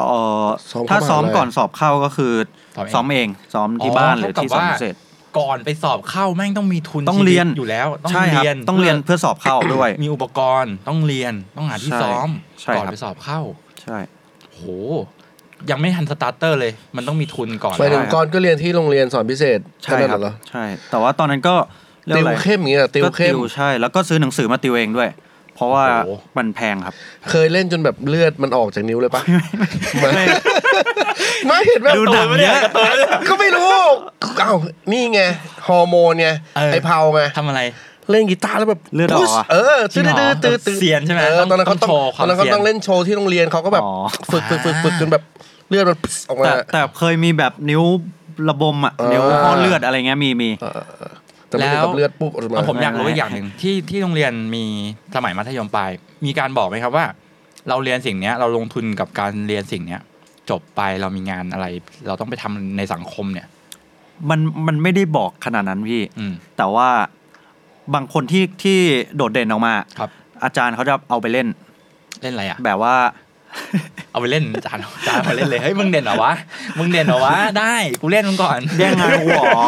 [SPEAKER 2] เออ
[SPEAKER 4] ซ้อมเข้า
[SPEAKER 2] ถ้าซ้อม
[SPEAKER 4] มหาลัย
[SPEAKER 2] ก่อนสอบเข้าก็คือ
[SPEAKER 5] ซ้
[SPEAKER 2] ซ้
[SPEAKER 5] อ
[SPEAKER 2] อ
[SPEAKER 5] ม
[SPEAKER 2] ม
[SPEAKER 5] เอ
[SPEAKER 2] เอง งซ้อมที่
[SPEAKER 5] อ๋อ
[SPEAKER 2] บ้านห
[SPEAKER 5] เท่า
[SPEAKER 2] รือ
[SPEAKER 5] กับ
[SPEAKER 2] ที่ซ้อม
[SPEAKER 5] ว่า
[SPEAKER 2] พิเศษ
[SPEAKER 5] ก่อนไปสอบเข้าแม่งต้องมีทุน
[SPEAKER 2] ต้อง
[SPEAKER 5] ชีวิ
[SPEAKER 2] เรียน
[SPEAKER 5] อยู่แล้ว ต้อง
[SPEAKER 2] ใช่ครับ
[SPEAKER 5] เรียน
[SPEAKER 2] ต้องเรียนเพื่อสอบเข้าด้วย
[SPEAKER 5] มีอุปกรณ์ต้องเรียนต้องหาที่
[SPEAKER 2] ใช่
[SPEAKER 5] ซ้อม
[SPEAKER 2] ใช่
[SPEAKER 5] ก่อน
[SPEAKER 2] ครับ
[SPEAKER 5] ไปสอบเข้า
[SPEAKER 2] ใช่
[SPEAKER 5] โหยังไม่ทันสตาร์เตอร์เลย มันต้องมีทุนก่อน
[SPEAKER 4] หมายถึง
[SPEAKER 2] ใช่
[SPEAKER 4] ก่อนก็เรียนที่โรงเรียนสอนพิเศษ
[SPEAKER 2] ใช่
[SPEAKER 4] แนั้น
[SPEAKER 2] ครับ
[SPEAKER 4] เหรอ
[SPEAKER 2] ใช่ แต่ว่าตอนนั้นก็เรียก
[SPEAKER 4] ติว
[SPEAKER 2] อะไร
[SPEAKER 4] เข้มอย่างเงี้ยเหรอติว
[SPEAKER 2] ก็
[SPEAKER 4] เข้ม
[SPEAKER 2] ใช่แล้วก็ซื้อหนังสือมาติวเองด้วย เพราะว่ามันแพงครับ
[SPEAKER 4] เคยเล่นจนแบบเลือดมันออกจากนิ้วเลยปะ ไม่ไม่เห็นแบบ
[SPEAKER 2] ดูหนังเยอะ
[SPEAKER 4] ก็ไม่รู้ เอ้า นี่ไง ฮอร์โมนไง ไอเผาไง
[SPEAKER 5] ทำอะไร
[SPEAKER 4] เล่นกีตาร์แล้วแบบ
[SPEAKER 2] เลือดออกอะ
[SPEAKER 4] เออ
[SPEAKER 5] จริ
[SPEAKER 4] ตื้
[SPEAKER 5] ง
[SPEAKER 4] อ
[SPEAKER 5] เหรอ
[SPEAKER 4] ตื้อตื้อตื้อ
[SPEAKER 5] เสียนใช่ไหม
[SPEAKER 4] เออ
[SPEAKER 5] ต้อง
[SPEAKER 4] ตอนนั้นเขาต้อง
[SPEAKER 5] ต้องโชว์ค
[SPEAKER 4] ต
[SPEAKER 5] วาม
[SPEAKER 4] อนนั้นเขา
[SPEAKER 5] เสียน
[SPEAKER 4] ต้องเล่นโชว์ที่โรงเรียนเขาก็แบบ
[SPEAKER 2] อ๋อ
[SPEAKER 4] ฝึกฝึกฝึกฝึกจนแบบเลือดมัน ออกมา
[SPEAKER 2] แต่แต่เคยมีแบบนิ้วระบมอ่ะ
[SPEAKER 4] เออ
[SPEAKER 2] นิ้วห้อเลือดอะไรเงี้ยมีมี
[SPEAKER 4] เออเออแต่ไม่ถึงกับเลือดปุ๊บออกมา
[SPEAKER 5] เอาผมอยากรู้
[SPEAKER 2] ไม่
[SPEAKER 5] อีกอย่างหนึ่งที่ที่โรงเรียนมีสมัยมัธยมปลายมีการบอกไหมครับว่า เราเรียนสิ่งเนี้ย เราลงทุนกับการเรียนสิ่งเนี้ย จบไปเรามีงานอะไร เราต้องไปทำในสังคมเนี่ย
[SPEAKER 2] มันมันไม่ได้บอกขนาดนั้นพี่
[SPEAKER 5] อืม
[SPEAKER 2] แต่ว่าบางคนที่ที่โดดเด่นออกมา
[SPEAKER 5] ครับ
[SPEAKER 2] อาจารย์เขาจะเอาไปเล่น
[SPEAKER 5] เล่นอะไรอ่ะ
[SPEAKER 2] แบบว่า
[SPEAKER 5] เอาไปเล่นจานจานมาเล่นเลยเฮ้ยมึงเด่นเหรอวะมึงเด่นเหรอวะได้กูเล่นมึงก่อน
[SPEAKER 2] แย่งงานกูหรอ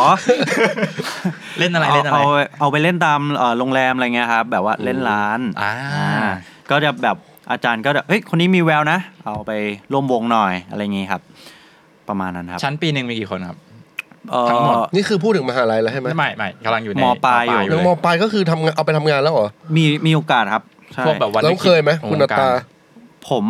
[SPEAKER 5] เล่นอะไร
[SPEAKER 2] เอา
[SPEAKER 5] เล่นอะไร
[SPEAKER 2] เอาเอาไปเล่นตามเอ่อโรงแรมอะไรเงี้ยครับแบบว่าเล่นร้าน
[SPEAKER 5] อ่า
[SPEAKER 2] ก็จะแบบอาจารย์ก็จะเฮ้ยคนนี้มีแววนะ เอาไปร่วมวงหน่อยอะไรเงี้ยครับ ประมาณนั้นครับ
[SPEAKER 5] ชั้นปีหนึ่งมีกี่คนครับ
[SPEAKER 2] เอ่อ
[SPEAKER 5] ทั้งหมด
[SPEAKER 4] นี่คือพูดถึงมหาลัยแล้วใช่ไหม
[SPEAKER 5] ไม่ไม่ไม่กำลังอยู่ใน
[SPEAKER 2] มปลายอยู่
[SPEAKER 4] ยังมปลายก็คือทำงานเอาไปทำงานแล้วเหรอ
[SPEAKER 2] มีมีโอกาสครับใช่
[SPEAKER 5] พวกแบบวัน
[SPEAKER 4] แล้วเคยไหม
[SPEAKER 5] ของ
[SPEAKER 4] คุณ
[SPEAKER 5] ว
[SPEAKER 4] อั
[SPEAKER 5] ง
[SPEAKER 4] ต
[SPEAKER 5] กา
[SPEAKER 4] ตา
[SPEAKER 5] ร
[SPEAKER 2] ผม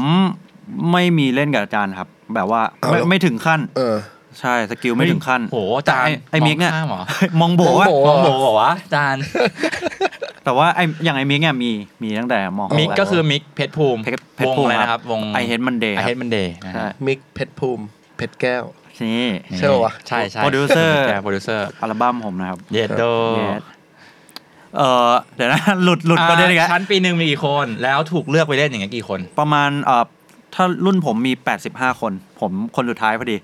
[SPEAKER 2] ไม่มีเล่นกับอาจารย์ครับ แบบว่า
[SPEAKER 4] เอา
[SPEAKER 2] ไม่
[SPEAKER 4] แล้ว
[SPEAKER 2] ไม่ถึงขั้น
[SPEAKER 4] เออ
[SPEAKER 2] ใช่สกิลไม่ถึงขั้น
[SPEAKER 5] โหอา
[SPEAKER 2] แต่
[SPEAKER 5] จาร
[SPEAKER 2] ไอ้
[SPEAKER 5] ย์
[SPEAKER 2] ไอ้มิกเนี่ย
[SPEAKER 5] มองข้ามเหรอ
[SPEAKER 2] มองโบ
[SPEAKER 4] มอง
[SPEAKER 2] ว่า
[SPEAKER 4] โบ
[SPEAKER 5] มองโบบอกว่าจาน
[SPEAKER 2] แต่ว่าไอ้อย่างไอ้มิกเนี่ยมีมีตั้งแต่มอง
[SPEAKER 5] มิกก็คือมิกเพชรภูมิ
[SPEAKER 2] เพชรเพช
[SPEAKER 5] ว
[SPEAKER 2] รง ภูมิ
[SPEAKER 5] อะไรนะครับวง
[SPEAKER 2] ไอเฮดมันเดย์
[SPEAKER 5] ไอเฮดมันเดย์
[SPEAKER 2] ใช่
[SPEAKER 4] มิกเพชรภูมิเพชรแก้ว
[SPEAKER 2] นี่
[SPEAKER 4] ใช่ปะวะ
[SPEAKER 5] ใช่ใช่
[SPEAKER 2] Producer
[SPEAKER 5] โปรดิวเซอร์
[SPEAKER 2] อัลบั้มผมนะครับ
[SPEAKER 5] เยดโด
[SPEAKER 2] Yes เออเดี๋ยวนะ หลุดหลุด
[SPEAKER 5] อ่า
[SPEAKER 2] ประเด็นอีกแล้ว
[SPEAKER 5] ชั้นปีหนึ่งมีกี่คน แล้วถูกเลือกไปเล่นอย่างเงี้ยกี่คน
[SPEAKER 2] ประมาณเอ่อถ้ารุ่นผมมี 85 คน ผมคนสุดท้ายพอดี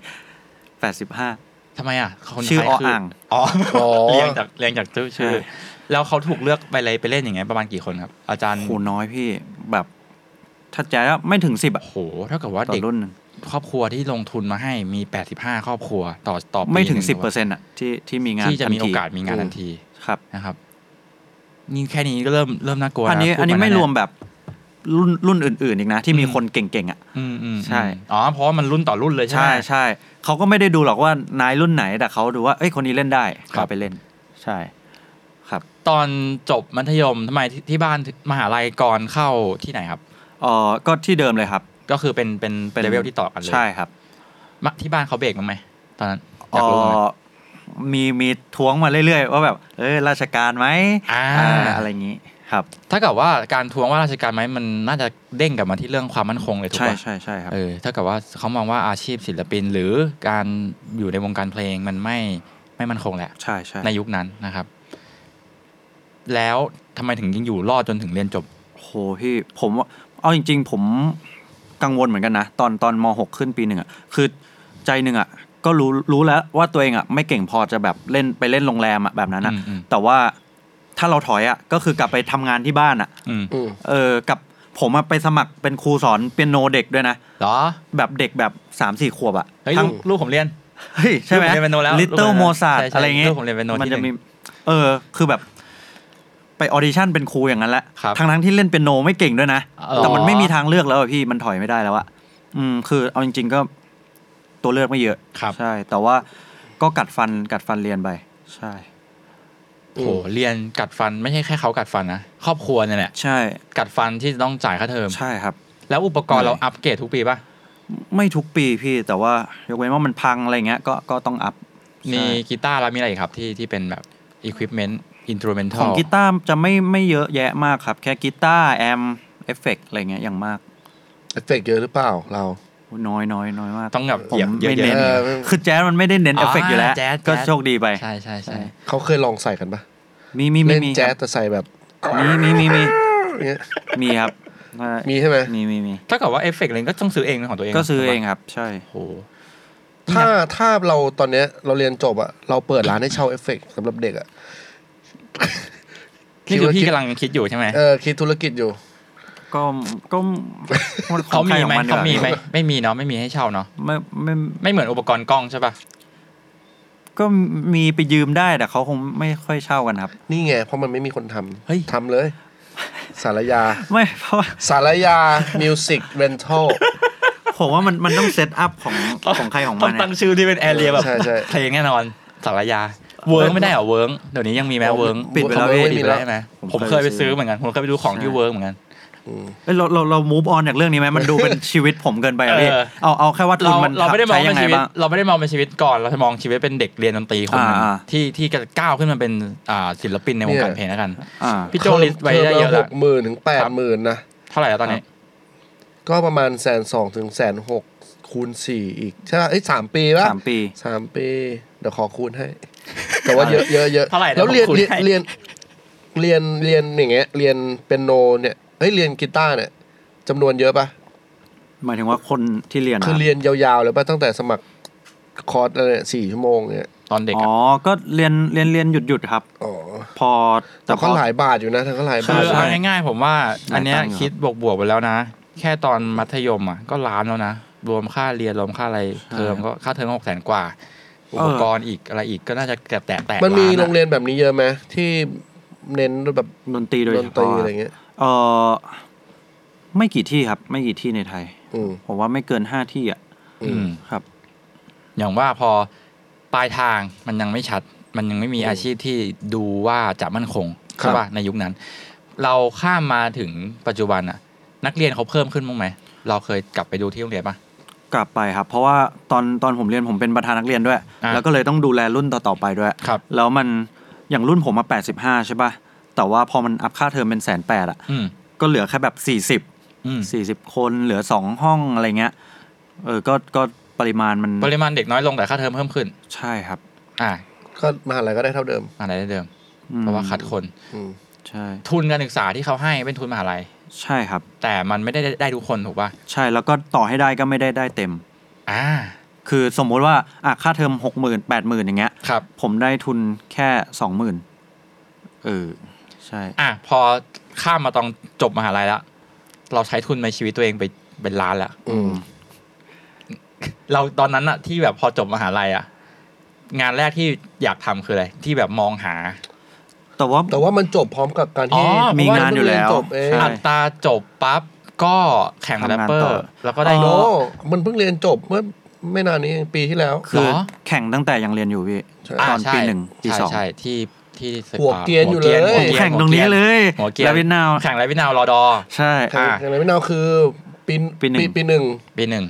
[SPEAKER 2] 85
[SPEAKER 5] ทำไมอ่ะคน
[SPEAKER 2] ชื่อ
[SPEAKER 5] ไทย
[SPEAKER 2] อ
[SPEAKER 5] คื
[SPEAKER 2] อ่าง
[SPEAKER 5] อ๋อ
[SPEAKER 4] อ๋อ
[SPEAKER 5] เรียงจากเรียงจากชื่อชื่อ
[SPEAKER 2] ใช่
[SPEAKER 5] แล้วเขาถูกเลือกไปเลยไปเล่นอย่างเงี้ยประมาณกี่คนครับ อาจารย์
[SPEAKER 2] โหน้อยพี่แบบถ้าใจแล้วไม่ถึงสิบอะ
[SPEAKER 5] โหเท่ากับว่า
[SPEAKER 2] ต่
[SPEAKER 5] เด็
[SPEAKER 2] อก รุ่นหนึ่ง
[SPEAKER 5] ครอบครัวที่ลงทุนมาให้มี 85 ครอบครัวต่อต่อปี
[SPEAKER 2] ไม่ถึง
[SPEAKER 5] ห
[SPEAKER 2] สิบ
[SPEAKER 5] ง
[SPEAKER 2] เปอร์เซ็นต์อะที่ที่มีงาน
[SPEAKER 5] ที่จะมี
[SPEAKER 2] ทั
[SPEAKER 5] โอน
[SPEAKER 2] ที
[SPEAKER 5] กาสมีงานทันที
[SPEAKER 2] ครับ
[SPEAKER 5] นะครับนี่แค่นี้ก็เริ่มเริ่มน่ากลัว
[SPEAKER 2] อันนี้
[SPEAKER 5] ะพู
[SPEAKER 2] อันนี้
[SPEAKER 5] ดา
[SPEAKER 2] ไม่
[SPEAKER 5] เย
[SPEAKER 2] รวมแบบรุ่นรุ่นอื่นๆอีกนะ ที่มี
[SPEAKER 5] อืม
[SPEAKER 2] คนเก่งๆอ่ะ
[SPEAKER 5] อืมอืม
[SPEAKER 2] ใช่
[SPEAKER 5] อืมอ๋อเพราะว่ามันรุ่นต่อรุ่นเลยใช่ไห
[SPEAKER 2] ใช่
[SPEAKER 5] ม
[SPEAKER 2] ใช่เขาก็ไม่ได้ดูหรอกว่านายรุ่นไหนแต่เขาดูว่าเอ้ยคนนี้เล่นได้
[SPEAKER 5] ครับ
[SPEAKER 2] เขาไปเล่น ใช่ ครับ
[SPEAKER 5] ตอนจบมัธยมทำไมที่ที่บ้านถึงมหาลัยก่อนเข้าที่ไหนครับ
[SPEAKER 2] เออก็ที่เดิมเลยครับ
[SPEAKER 5] ก็คือเป็นเป็นเลเวลที่ต่อกันเลย
[SPEAKER 2] ใช่ครับ
[SPEAKER 5] มะที่บ้านเขาเบรกมั้างไหมตอนนั้นอ
[SPEAKER 2] เอย
[SPEAKER 5] ากรู้เหมือนกัน
[SPEAKER 2] อมีมีท้วงมาเรื่อยๆว่าแบบเอยราชการไหม
[SPEAKER 5] อ่า
[SPEAKER 2] อ่าอะไรอย่างนี้ครับ
[SPEAKER 5] ถ้าเกิดว่าการทวงว่าราชการไหมมันน่าจะเด้งกลับมาที่เรื่องความมั่นคงเลยถูก
[SPEAKER 2] ใช่
[SPEAKER 5] ปะ
[SPEAKER 2] ใช่ใช่ครับ
[SPEAKER 5] เออถ้าเกิดว่าเขามองว่าอาชีพศิลปิน หรือการอยู่ในวงการเพลงมันไม่ไม่มั่นคงแหละ
[SPEAKER 2] ใช่ใช่
[SPEAKER 5] ในยุคนั้นนะครับ แล้วทำไมถึงยังอยู่รอดจนถึงเรียนจบ
[SPEAKER 2] โหพี่ผมว่าเอาจริง ๆ ผมกังวลเหมือนกันนะ ตอนตอนมหกขึ้นปีหนึ่งอ่ะคือใจหนึ่งอ่ะ ก็รู้รู้แล้วว่าตัวเองอ่ะ ไม่เก่งพอจะแบบเล่นไปเล่นโรงแรมอ่ะแบบนั้นอ่ะ
[SPEAKER 5] อืมอืม
[SPEAKER 2] แต่ว่าถ้าเราถอยอ่ะ ก็คือกลับไปทำงานที่บ้านอ่ะ
[SPEAKER 5] อืม
[SPEAKER 4] อืม
[SPEAKER 2] เออกับผมอ่ะไปสมัครเป็นครูสอนเปียโนเด็กด้วยนะ
[SPEAKER 5] เหรอ
[SPEAKER 2] แบบเด็กแบบสามสี่ขวบอ่ะ
[SPEAKER 5] เฮ้ย
[SPEAKER 2] ทั้ง
[SPEAKER 5] ลูกลูกผมเรียน
[SPEAKER 2] เฮ้ยใช่ไหม
[SPEAKER 5] ลูกผมเรียนเปียโนแล้ว
[SPEAKER 2] ลิตเติ้ล
[SPEAKER 5] ลูกผมเรียน
[SPEAKER 2] โมซาร์
[SPEAKER 5] ใช่ใช่
[SPEAKER 2] อะไรเงี้
[SPEAKER 5] ลูกผมเรียนเปียโน
[SPEAKER 2] มั
[SPEAKER 5] ที่
[SPEAKER 2] จะ
[SPEAKER 5] หนึ่
[SPEAKER 2] มี
[SPEAKER 5] ง
[SPEAKER 2] เออคือแบบ ไปออดิชั่นเป็นครูอย่างนั้นแหละ
[SPEAKER 5] ครับ
[SPEAKER 2] ทั้งทั้งๆที่เล่นเปียโนไม่เก่งด้วยนะ
[SPEAKER 5] เออ
[SPEAKER 2] แต่มันไม่มีทางเลือกแล้วอะพี่มันถอยไม่ได้แล้วอะอืม คือเอาจริง ๆ ก็ตัวเลือกไม่เยอะ
[SPEAKER 5] ครับ
[SPEAKER 2] ใช่ แต่ว่าก็กัดฟันกัดฟันเรียนไป ใช่
[SPEAKER 5] โหเรียนกัดฟันไม่ใช่แค่เขากัดฟันนะครอบครัวเนี่ยแหละ
[SPEAKER 2] ใช่
[SPEAKER 5] กัดฟันที่จะต้องจ่ายค่าเทอม
[SPEAKER 2] ใช่ครับ
[SPEAKER 5] แล้วอุปกรณ์
[SPEAKER 2] ใช่
[SPEAKER 5] เราอัปเกรดทุกปีป่ะ
[SPEAKER 2] ไม่ทุกปีพี่แต่ว่ายกเว้นว่ามันพังอะไรเงี้ยก็ก็ต้องอัพ
[SPEAKER 5] มี
[SPEAKER 2] ใช่
[SPEAKER 5] กีตาร์แล้วมีอะไรอีกครับที่ที่เป็นแบบ equipment instrumental
[SPEAKER 2] ของกีตาร์จะไม่ไม่เยอะแยะมากครับ แค่กีตาร์แอมเอฟเฟกอะไรเงี้ยอย่างมาก
[SPEAKER 4] เอฟเฟกต์เยอะหรือเปล่าเรา
[SPEAKER 2] น้อยน้อยน้อยมาก
[SPEAKER 5] ต้องแบบ
[SPEAKER 2] ผม
[SPEAKER 5] เหยียบเย
[SPEAKER 2] ไม่เน้
[SPEAKER 5] อะ
[SPEAKER 2] น
[SPEAKER 5] ๆ
[SPEAKER 2] คือแจ๊สมันไม่ได้เน้น
[SPEAKER 5] อ่า
[SPEAKER 2] เอฟเฟกอยู่แล้ว
[SPEAKER 5] แจ๊ส
[SPEAKER 2] ก็
[SPEAKER 5] แจ๊ส
[SPEAKER 2] โชคดีไป
[SPEAKER 5] ใช่ใช่ใช่
[SPEAKER 4] เขาเคยลองใส่กันปะ
[SPEAKER 2] มีมีมี
[SPEAKER 4] เล่น
[SPEAKER 2] มี
[SPEAKER 4] แจ๊สแต่ใส่แบบ
[SPEAKER 2] มีมีมีมี
[SPEAKER 4] อย่างเงี้ย
[SPEAKER 2] มีครับ
[SPEAKER 4] มีใช่ไหม
[SPEAKER 2] มีมีมี
[SPEAKER 5] ถ้าเกิดว่าเอฟเฟกต์อะไรก็ต้องซื้อเองเป็นของตัวเอง
[SPEAKER 2] ก็ซื้อเอง
[SPEAKER 5] ถูปะ
[SPEAKER 2] ครับ ใช่
[SPEAKER 5] โห
[SPEAKER 4] ถ้าถ้าเราตอนเนี้ยเราเรียนจบอะเราเปิดร้านให้เช่าเอฟเฟกต์สำหรับเด็กอะ
[SPEAKER 5] นี่คือพี่กำลังคิดอยู่ใช่ไหม
[SPEAKER 4] เออคิดธุรกิจอยู่
[SPEAKER 2] ก็ก็
[SPEAKER 5] เขามีไหม
[SPEAKER 2] ดีก
[SPEAKER 5] เขา
[SPEAKER 2] ว่
[SPEAKER 5] มีไหมไม่มี เนาะไม่มีให้เช่าเนาะ
[SPEAKER 2] ไม่ไม่
[SPEAKER 5] ไม่เหมือนอุปกรณ์กล้องใช่ป่ะ
[SPEAKER 2] ก็มีไปยืมได้แต่เขาคงไม่ค่อยเช่ากันครับ
[SPEAKER 4] นี่ไง เพราะมันไม่มีคนท
[SPEAKER 5] เฮ้ย
[SPEAKER 4] ำทำเลย สารยา
[SPEAKER 2] ไม่เพราะว่า
[SPEAKER 4] สารยา มิวสิกเรน ทัล
[SPEAKER 2] ผมว่ามันมันต้องเซตอัพของของใครของ
[SPEAKER 5] ต้
[SPEAKER 2] มั
[SPEAKER 5] อน ง
[SPEAKER 2] เนี่ย
[SPEAKER 5] ตั้งชื่อที่เป็นแอเรียแบบ
[SPEAKER 4] ใช่ใช่
[SPEAKER 5] เพลงแน่นอนสารยาเวิร์กไม่ได้เหรอเวิร์กเดี๋ยวนี้ยังมีไหมเวิร์ก
[SPEAKER 2] ปิดไปแล้ว
[SPEAKER 5] ปิดไปแล้วใช่ไหมผ
[SPEAKER 2] ผม ม
[SPEAKER 5] เค
[SPEAKER 2] เค
[SPEAKER 5] ย
[SPEAKER 2] ย
[SPEAKER 5] ไป
[SPEAKER 2] ไปซื้
[SPEAKER 5] ซื้อ
[SPEAKER 2] อ
[SPEAKER 5] เหมือนกันผมเคยไปดูของที่เวิร์กเหมือนกัน
[SPEAKER 2] เอ้ยเราเราเรา move on จากเรื่องนี้ไหมมันดูเป็นชีวิตผมเกินไปอะพี่
[SPEAKER 5] เออ
[SPEAKER 2] เอาเอาแค่ว่าทุ
[SPEAKER 5] เรา
[SPEAKER 2] นมัน
[SPEAKER 5] เราไม่ได้มอง
[SPEAKER 2] ใช้
[SPEAKER 5] เป็
[SPEAKER 2] ยัง
[SPEAKER 5] น
[SPEAKER 2] ไง
[SPEAKER 5] ชีวิต
[SPEAKER 2] บ้าง
[SPEAKER 5] เราไม่ได้มองเป็นชีวิตก่อนเราจะมองชีวิตเป็นเด็กเรียนดนตรีคนหนึง
[SPEAKER 2] อ่า
[SPEAKER 5] ที่ที่จะก้าวขึ้นมาเป็นอ่าศิลปินในวงการเพลงแล้วกัน
[SPEAKER 2] อ่า
[SPEAKER 5] พี่โจลิสต์ไว้ได้เยอะ
[SPEAKER 4] ห
[SPEAKER 5] ละ
[SPEAKER 4] กหมื่นถึงแปดหมื่นนะ
[SPEAKER 5] เท่าไหร่แล้วตอนนี้
[SPEAKER 4] ก็ประมาณแสนสองถึงแสนหกคูณสี่อีก ใช่ป่ะเอ้ยสามปีป่ะ
[SPEAKER 2] สามปี
[SPEAKER 4] สามปี เดี๋ยวขอคูณให้ แต่ว่าเยอะเยอะเยอะ
[SPEAKER 5] เท่าไหร่นะ
[SPEAKER 4] แล้วเรียน
[SPEAKER 5] ผมคูณ
[SPEAKER 4] เรียน
[SPEAKER 5] ให้
[SPEAKER 4] เรียนเรียนเรียนอย่างเงี้ยเรียนเป็นโนเนี่ยเอ้ยเรียนกีตาร์เนี่ยจำนวนเยอะป่ะ
[SPEAKER 2] หมายถึงว่าคนที่เรียนอะ
[SPEAKER 4] คือเรียนยาวๆเลยป่ะตั้งแต่สมัครคอร์สอะไรสี่ย4ชั่วโมงเนี่ย
[SPEAKER 5] ตอนเด็ก
[SPEAKER 2] อ๋
[SPEAKER 5] อะ
[SPEAKER 2] อ ก็เรียนเรียนเรียนหยุดหยุดครับ
[SPEAKER 4] อ๋อ
[SPEAKER 2] พอ
[SPEAKER 4] แต่
[SPEAKER 2] พอ
[SPEAKER 4] ก็หลายบาทอยู่นะทั้งก็หลาย
[SPEAKER 5] คื
[SPEAKER 4] บา
[SPEAKER 5] อ
[SPEAKER 4] ท
[SPEAKER 2] ใช่
[SPEAKER 5] เอาง่ายๆ ผมว่า อันเนี้ย
[SPEAKER 2] ได้ตังค์อยู่
[SPEAKER 5] คิดบวกๆไปแล้วนะ แค่ตอนมัธยมอ่ะก็ล้านแล้วนะ รวมค่าเรียนรวมค่าอะไรเทอมก็ค่าเทอมหกแสนกว่า อุปกรณ์อีกอะไรอีกก็น่าจะเกือบแตะแตะ
[SPEAKER 4] มันมี
[SPEAKER 5] ล้าอะ
[SPEAKER 4] โรงเรียนแบบนี้เยอะไหมที่เน้นแบบ
[SPEAKER 2] ดนตรีโดย
[SPEAKER 4] ด
[SPEAKER 2] เฉ
[SPEAKER 4] นตรี
[SPEAKER 2] พาะ
[SPEAKER 4] อะไรเงี้ย
[SPEAKER 2] เออไม่กี่ที่ครับ ไม่กี่ที่ในไทย
[SPEAKER 4] อืม
[SPEAKER 2] ผมว่าไม่เกินห้าที่อ่ะ
[SPEAKER 5] อืม
[SPEAKER 2] ครับ
[SPEAKER 5] อย่างว่าพอ ปลายทางมันยังไม่ชัด มันยังไม่มีอาชีพที่ดูว่าจะมั่นคง
[SPEAKER 4] ครับ
[SPEAKER 5] ใช่ป่ะในยุคนั้น เราข้ามมาถึงปัจจุบันอะนักเรียนเขาเพิ่มขึ้นบ้างไหมเราเคยกลับไปดูที่โรงเรียนป่ะ
[SPEAKER 2] กลับไปครับ เพราะว่าตอนตอนผมเรียนผมเป็นประธานนักเรียนด้วย
[SPEAKER 5] อ่ะ
[SPEAKER 2] แล้วก็เลยต้องดูแลรุ่นต่อๆไปด้วย
[SPEAKER 5] ครับ
[SPEAKER 2] แล้วมันอย่างรุ่นผมมา85 ใช่ป่ะ แต่ว่าพอมันอัพค่าเทอมเป็นแสนแปดอ่ะ
[SPEAKER 5] อืม
[SPEAKER 2] ก็เหลือแค่แบบ 40
[SPEAKER 5] อืม
[SPEAKER 2] 40 คนเหลือ 2 ห้องอะไรเงี้ย เออ ก็ก็ปริมาณมัน
[SPEAKER 5] ปริมาณเด็กน้อยลงแต่ค่าเทอมเพิ่มขึ้น
[SPEAKER 2] ใช่ครับ
[SPEAKER 5] อ่า
[SPEAKER 4] ก็มหาลัยก็ได้เท่าเดิม
[SPEAKER 5] อะไรได้เดิม
[SPEAKER 2] อืม
[SPEAKER 5] เพราะว่าขาดคน
[SPEAKER 4] อืม
[SPEAKER 2] ใช่
[SPEAKER 5] ทุนการศึกษาที่เขาให้เป็นทุนมหาลัย
[SPEAKER 2] ใช่ครับ
[SPEAKER 5] แต่มันไม่ได้ได้ทุกคนถูกป่ะ
[SPEAKER 2] ใช่แล้วก็ต่อให้ได้ก็ไม่ได้ได้เต็ม
[SPEAKER 5] อ่า
[SPEAKER 2] คือสมมุติว่าอ่ะค่าเทอม 6 0 0 0 0 8 0,000อย่างเงี้ย
[SPEAKER 5] ครับ
[SPEAKER 2] ผมได้ทุนแค่ 20,000เออ ใช่
[SPEAKER 5] อ่ะพอข้ามมาตอนจบมหาลัยแล้ว เราใช้ทุนในชีวิตตัวเองไปเป็นล้านแล้ว
[SPEAKER 4] อืม
[SPEAKER 5] เราตอนนั้นอะที่แบบพอจบมหาลัยอะงานแรกที่อยากทำคืออะไร ที่แบบมองหา
[SPEAKER 2] แต่ว่า
[SPEAKER 4] แต่ว่ามันจบพร้อมกับการ
[SPEAKER 5] อ๋
[SPEAKER 4] ที่
[SPEAKER 5] อ
[SPEAKER 2] มีงานอยู่แล้ว
[SPEAKER 4] จบเอง
[SPEAKER 2] ใช่
[SPEAKER 5] อัตราจบปั๊บก็แข่ง
[SPEAKER 2] ทำ
[SPEAKER 5] แรป
[SPEAKER 2] งาน
[SPEAKER 5] เปอ
[SPEAKER 2] ต่อ
[SPEAKER 5] ร์ แล้วก็ได้
[SPEAKER 4] โน
[SPEAKER 5] เงิน
[SPEAKER 4] มันเพิ่งเรียนจบเมื่อไม่นานนี้เองปีที่แล้ว
[SPEAKER 2] คือ
[SPEAKER 5] เหรอ
[SPEAKER 2] แข่งตั้งแต่ยังเรียนอยู่พี่
[SPEAKER 4] ใช่
[SPEAKER 5] อ่า
[SPEAKER 2] ตอน
[SPEAKER 5] ใช่
[SPEAKER 2] ปีหนึ่งปี
[SPEAKER 5] ใช่
[SPEAKER 2] สอง
[SPEAKER 5] ใช่ที่ที่ศึ
[SPEAKER 4] หัวเกรียนอยู่เลย
[SPEAKER 5] หัว
[SPEAKER 2] ผม
[SPEAKER 5] เกย
[SPEAKER 2] แข่งตรงนี้เลย
[SPEAKER 5] หัวเกรียน
[SPEAKER 2] แล้วเวียดนาม
[SPEAKER 5] แข่งไรวินาวรอดอ
[SPEAKER 2] ใช่
[SPEAKER 4] แต่
[SPEAKER 5] อ่ะ
[SPEAKER 4] อย่างไรไม่นาวคือปี
[SPEAKER 2] ปีหนึ่ง
[SPEAKER 4] ปีหนึ่ง
[SPEAKER 5] ปีหนึ่ง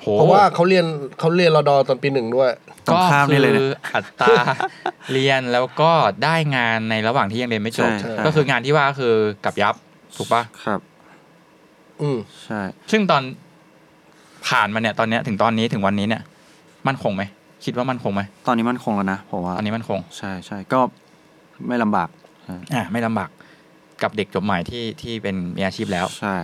[SPEAKER 5] โห
[SPEAKER 4] เพราะว่าเขาเรียนเขาเรียนรอดอตอนปีหนึ่งด้วย
[SPEAKER 2] ตร
[SPEAKER 5] ก็
[SPEAKER 2] งข้าม
[SPEAKER 5] คื
[SPEAKER 2] นี่เลย
[SPEAKER 5] อ
[SPEAKER 2] เนี่ย
[SPEAKER 5] อัตรา เรียนแล้วก็ได้งานในระหว่างที่ยังเรียนไม่จบ
[SPEAKER 2] ใช่
[SPEAKER 5] ก็คืองานที่ว่าคือกับยับถูกปะ
[SPEAKER 2] ครับ
[SPEAKER 4] อืม
[SPEAKER 2] ใช่
[SPEAKER 5] ซึ่งตอนผ่านมาเนี่ยตอนเนี้ยถึงตอนนี้ถึงวันนี้เนี่ย มันคงไหมคิดว่ามันคงไหม
[SPEAKER 2] ตอนนี้มันคงแล้วนะผมว่า
[SPEAKER 5] อันนี้มันคง
[SPEAKER 2] ใช่ใช่ก็ไม่ลำบากใช่
[SPEAKER 5] อ่าไม่ลำบากกับเด็กจบใหม่ที่ที่เป็นมีอาชีพแล้ว
[SPEAKER 2] ใช่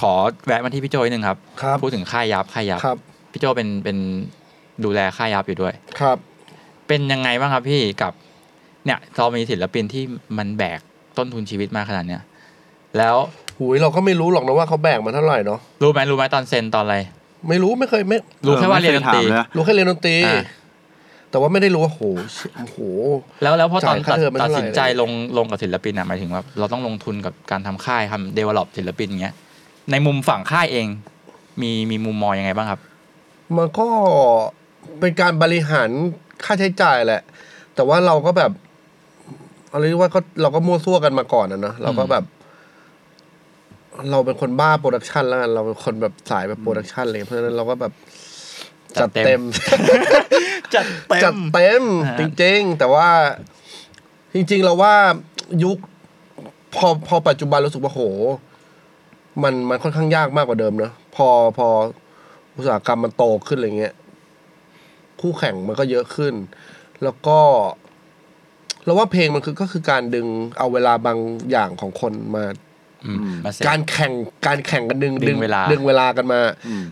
[SPEAKER 5] ขอแวะมาที่พี่โจนิดนึงครับ
[SPEAKER 4] ครับ
[SPEAKER 5] พูดถึงค่ายยับค่ายยับ
[SPEAKER 4] ครับ
[SPEAKER 5] พี่โจเป็นเป็นดูแลค่ายยับอยู่ด้วย
[SPEAKER 4] ครับ
[SPEAKER 5] เป็นยังไงบ้างครับพี่กับ เนี่ยเรามีศิลปินที่มันแบกต้นทุนชีวิตมาขนาดเนี้ยแล้ว
[SPEAKER 4] หูยเราก็ไม่รู้หรอกนะว่าเขาแบ่งมาเท่าไหร่เนาะ
[SPEAKER 5] รู้ไหมรู้ไหมตอนเซ็นตอนอะไร
[SPEAKER 4] ไม่รู้ไม่เคยไม่
[SPEAKER 5] รู้แค่ว่าเรียนด
[SPEAKER 2] ไม่
[SPEAKER 5] น
[SPEAKER 2] คถ
[SPEAKER 5] ตรี
[SPEAKER 2] มลอะ
[SPEAKER 4] รู้แค่เรียนดนตรี
[SPEAKER 5] อ่า
[SPEAKER 4] แต่ว่าไม่ได้รู้ว่าโหเชี่ยโห
[SPEAKER 5] แล้วแล้วพอตอน
[SPEAKER 4] จ่ายค่าเทอมมัน
[SPEAKER 5] ตัด
[SPEAKER 4] เท่าไหร่
[SPEAKER 5] สินใจลงลงกับศิลปินอะหมายถึงว่าเราต้องลงทุนกับการทำค่ายทำเดเวล็อปศิลปินอย่างเงี้ยในมุมฝั่งค่ายเอง มีมีมุมมองยังไงบ้างครับ
[SPEAKER 4] มันก็เป็นการบริหารค่าใช้จ่ายแหละ แต่ว่าเราก็แบบอะไรยกว่าก็เราก็มั่วซั่วกันมาก่อนนะเนอะเราก็แบบ เราเป็นคนบ้าโปรดักชันแล้วกันเราเป็นคนแบบสายแบบโปรดักชันเลยเพราะฉะนั้นเราก็แบบ
[SPEAKER 5] จั
[SPEAKER 4] จั
[SPEAKER 5] ด
[SPEAKER 4] ด
[SPEAKER 5] เต็
[SPEAKER 4] เต็
[SPEAKER 5] ม
[SPEAKER 4] ม
[SPEAKER 5] จัด
[SPEAKER 4] จัดเต็ม
[SPEAKER 5] ฮะ
[SPEAKER 4] จริงๆ แต่ว่าจริง ๆ เราว่ายุคพอพอปัจจุบันรู้สึกว่าโห มันมันค่อนข้างยากมากกว่าเดิมเนอะพอพออุตสาหกรรมมันโตขึ้นอะไรเงี้ย คู่แข่งมันก็เยอะขึ้น แล้วก็ เราว่าเพลงมันคือก็คือการดึงเอาเวลาบางอย่างของคนมา
[SPEAKER 5] มาเซ็น
[SPEAKER 4] การแข่งการแข่งกันดึง
[SPEAKER 5] ดึงเวลา
[SPEAKER 4] ดึงเวลากันมา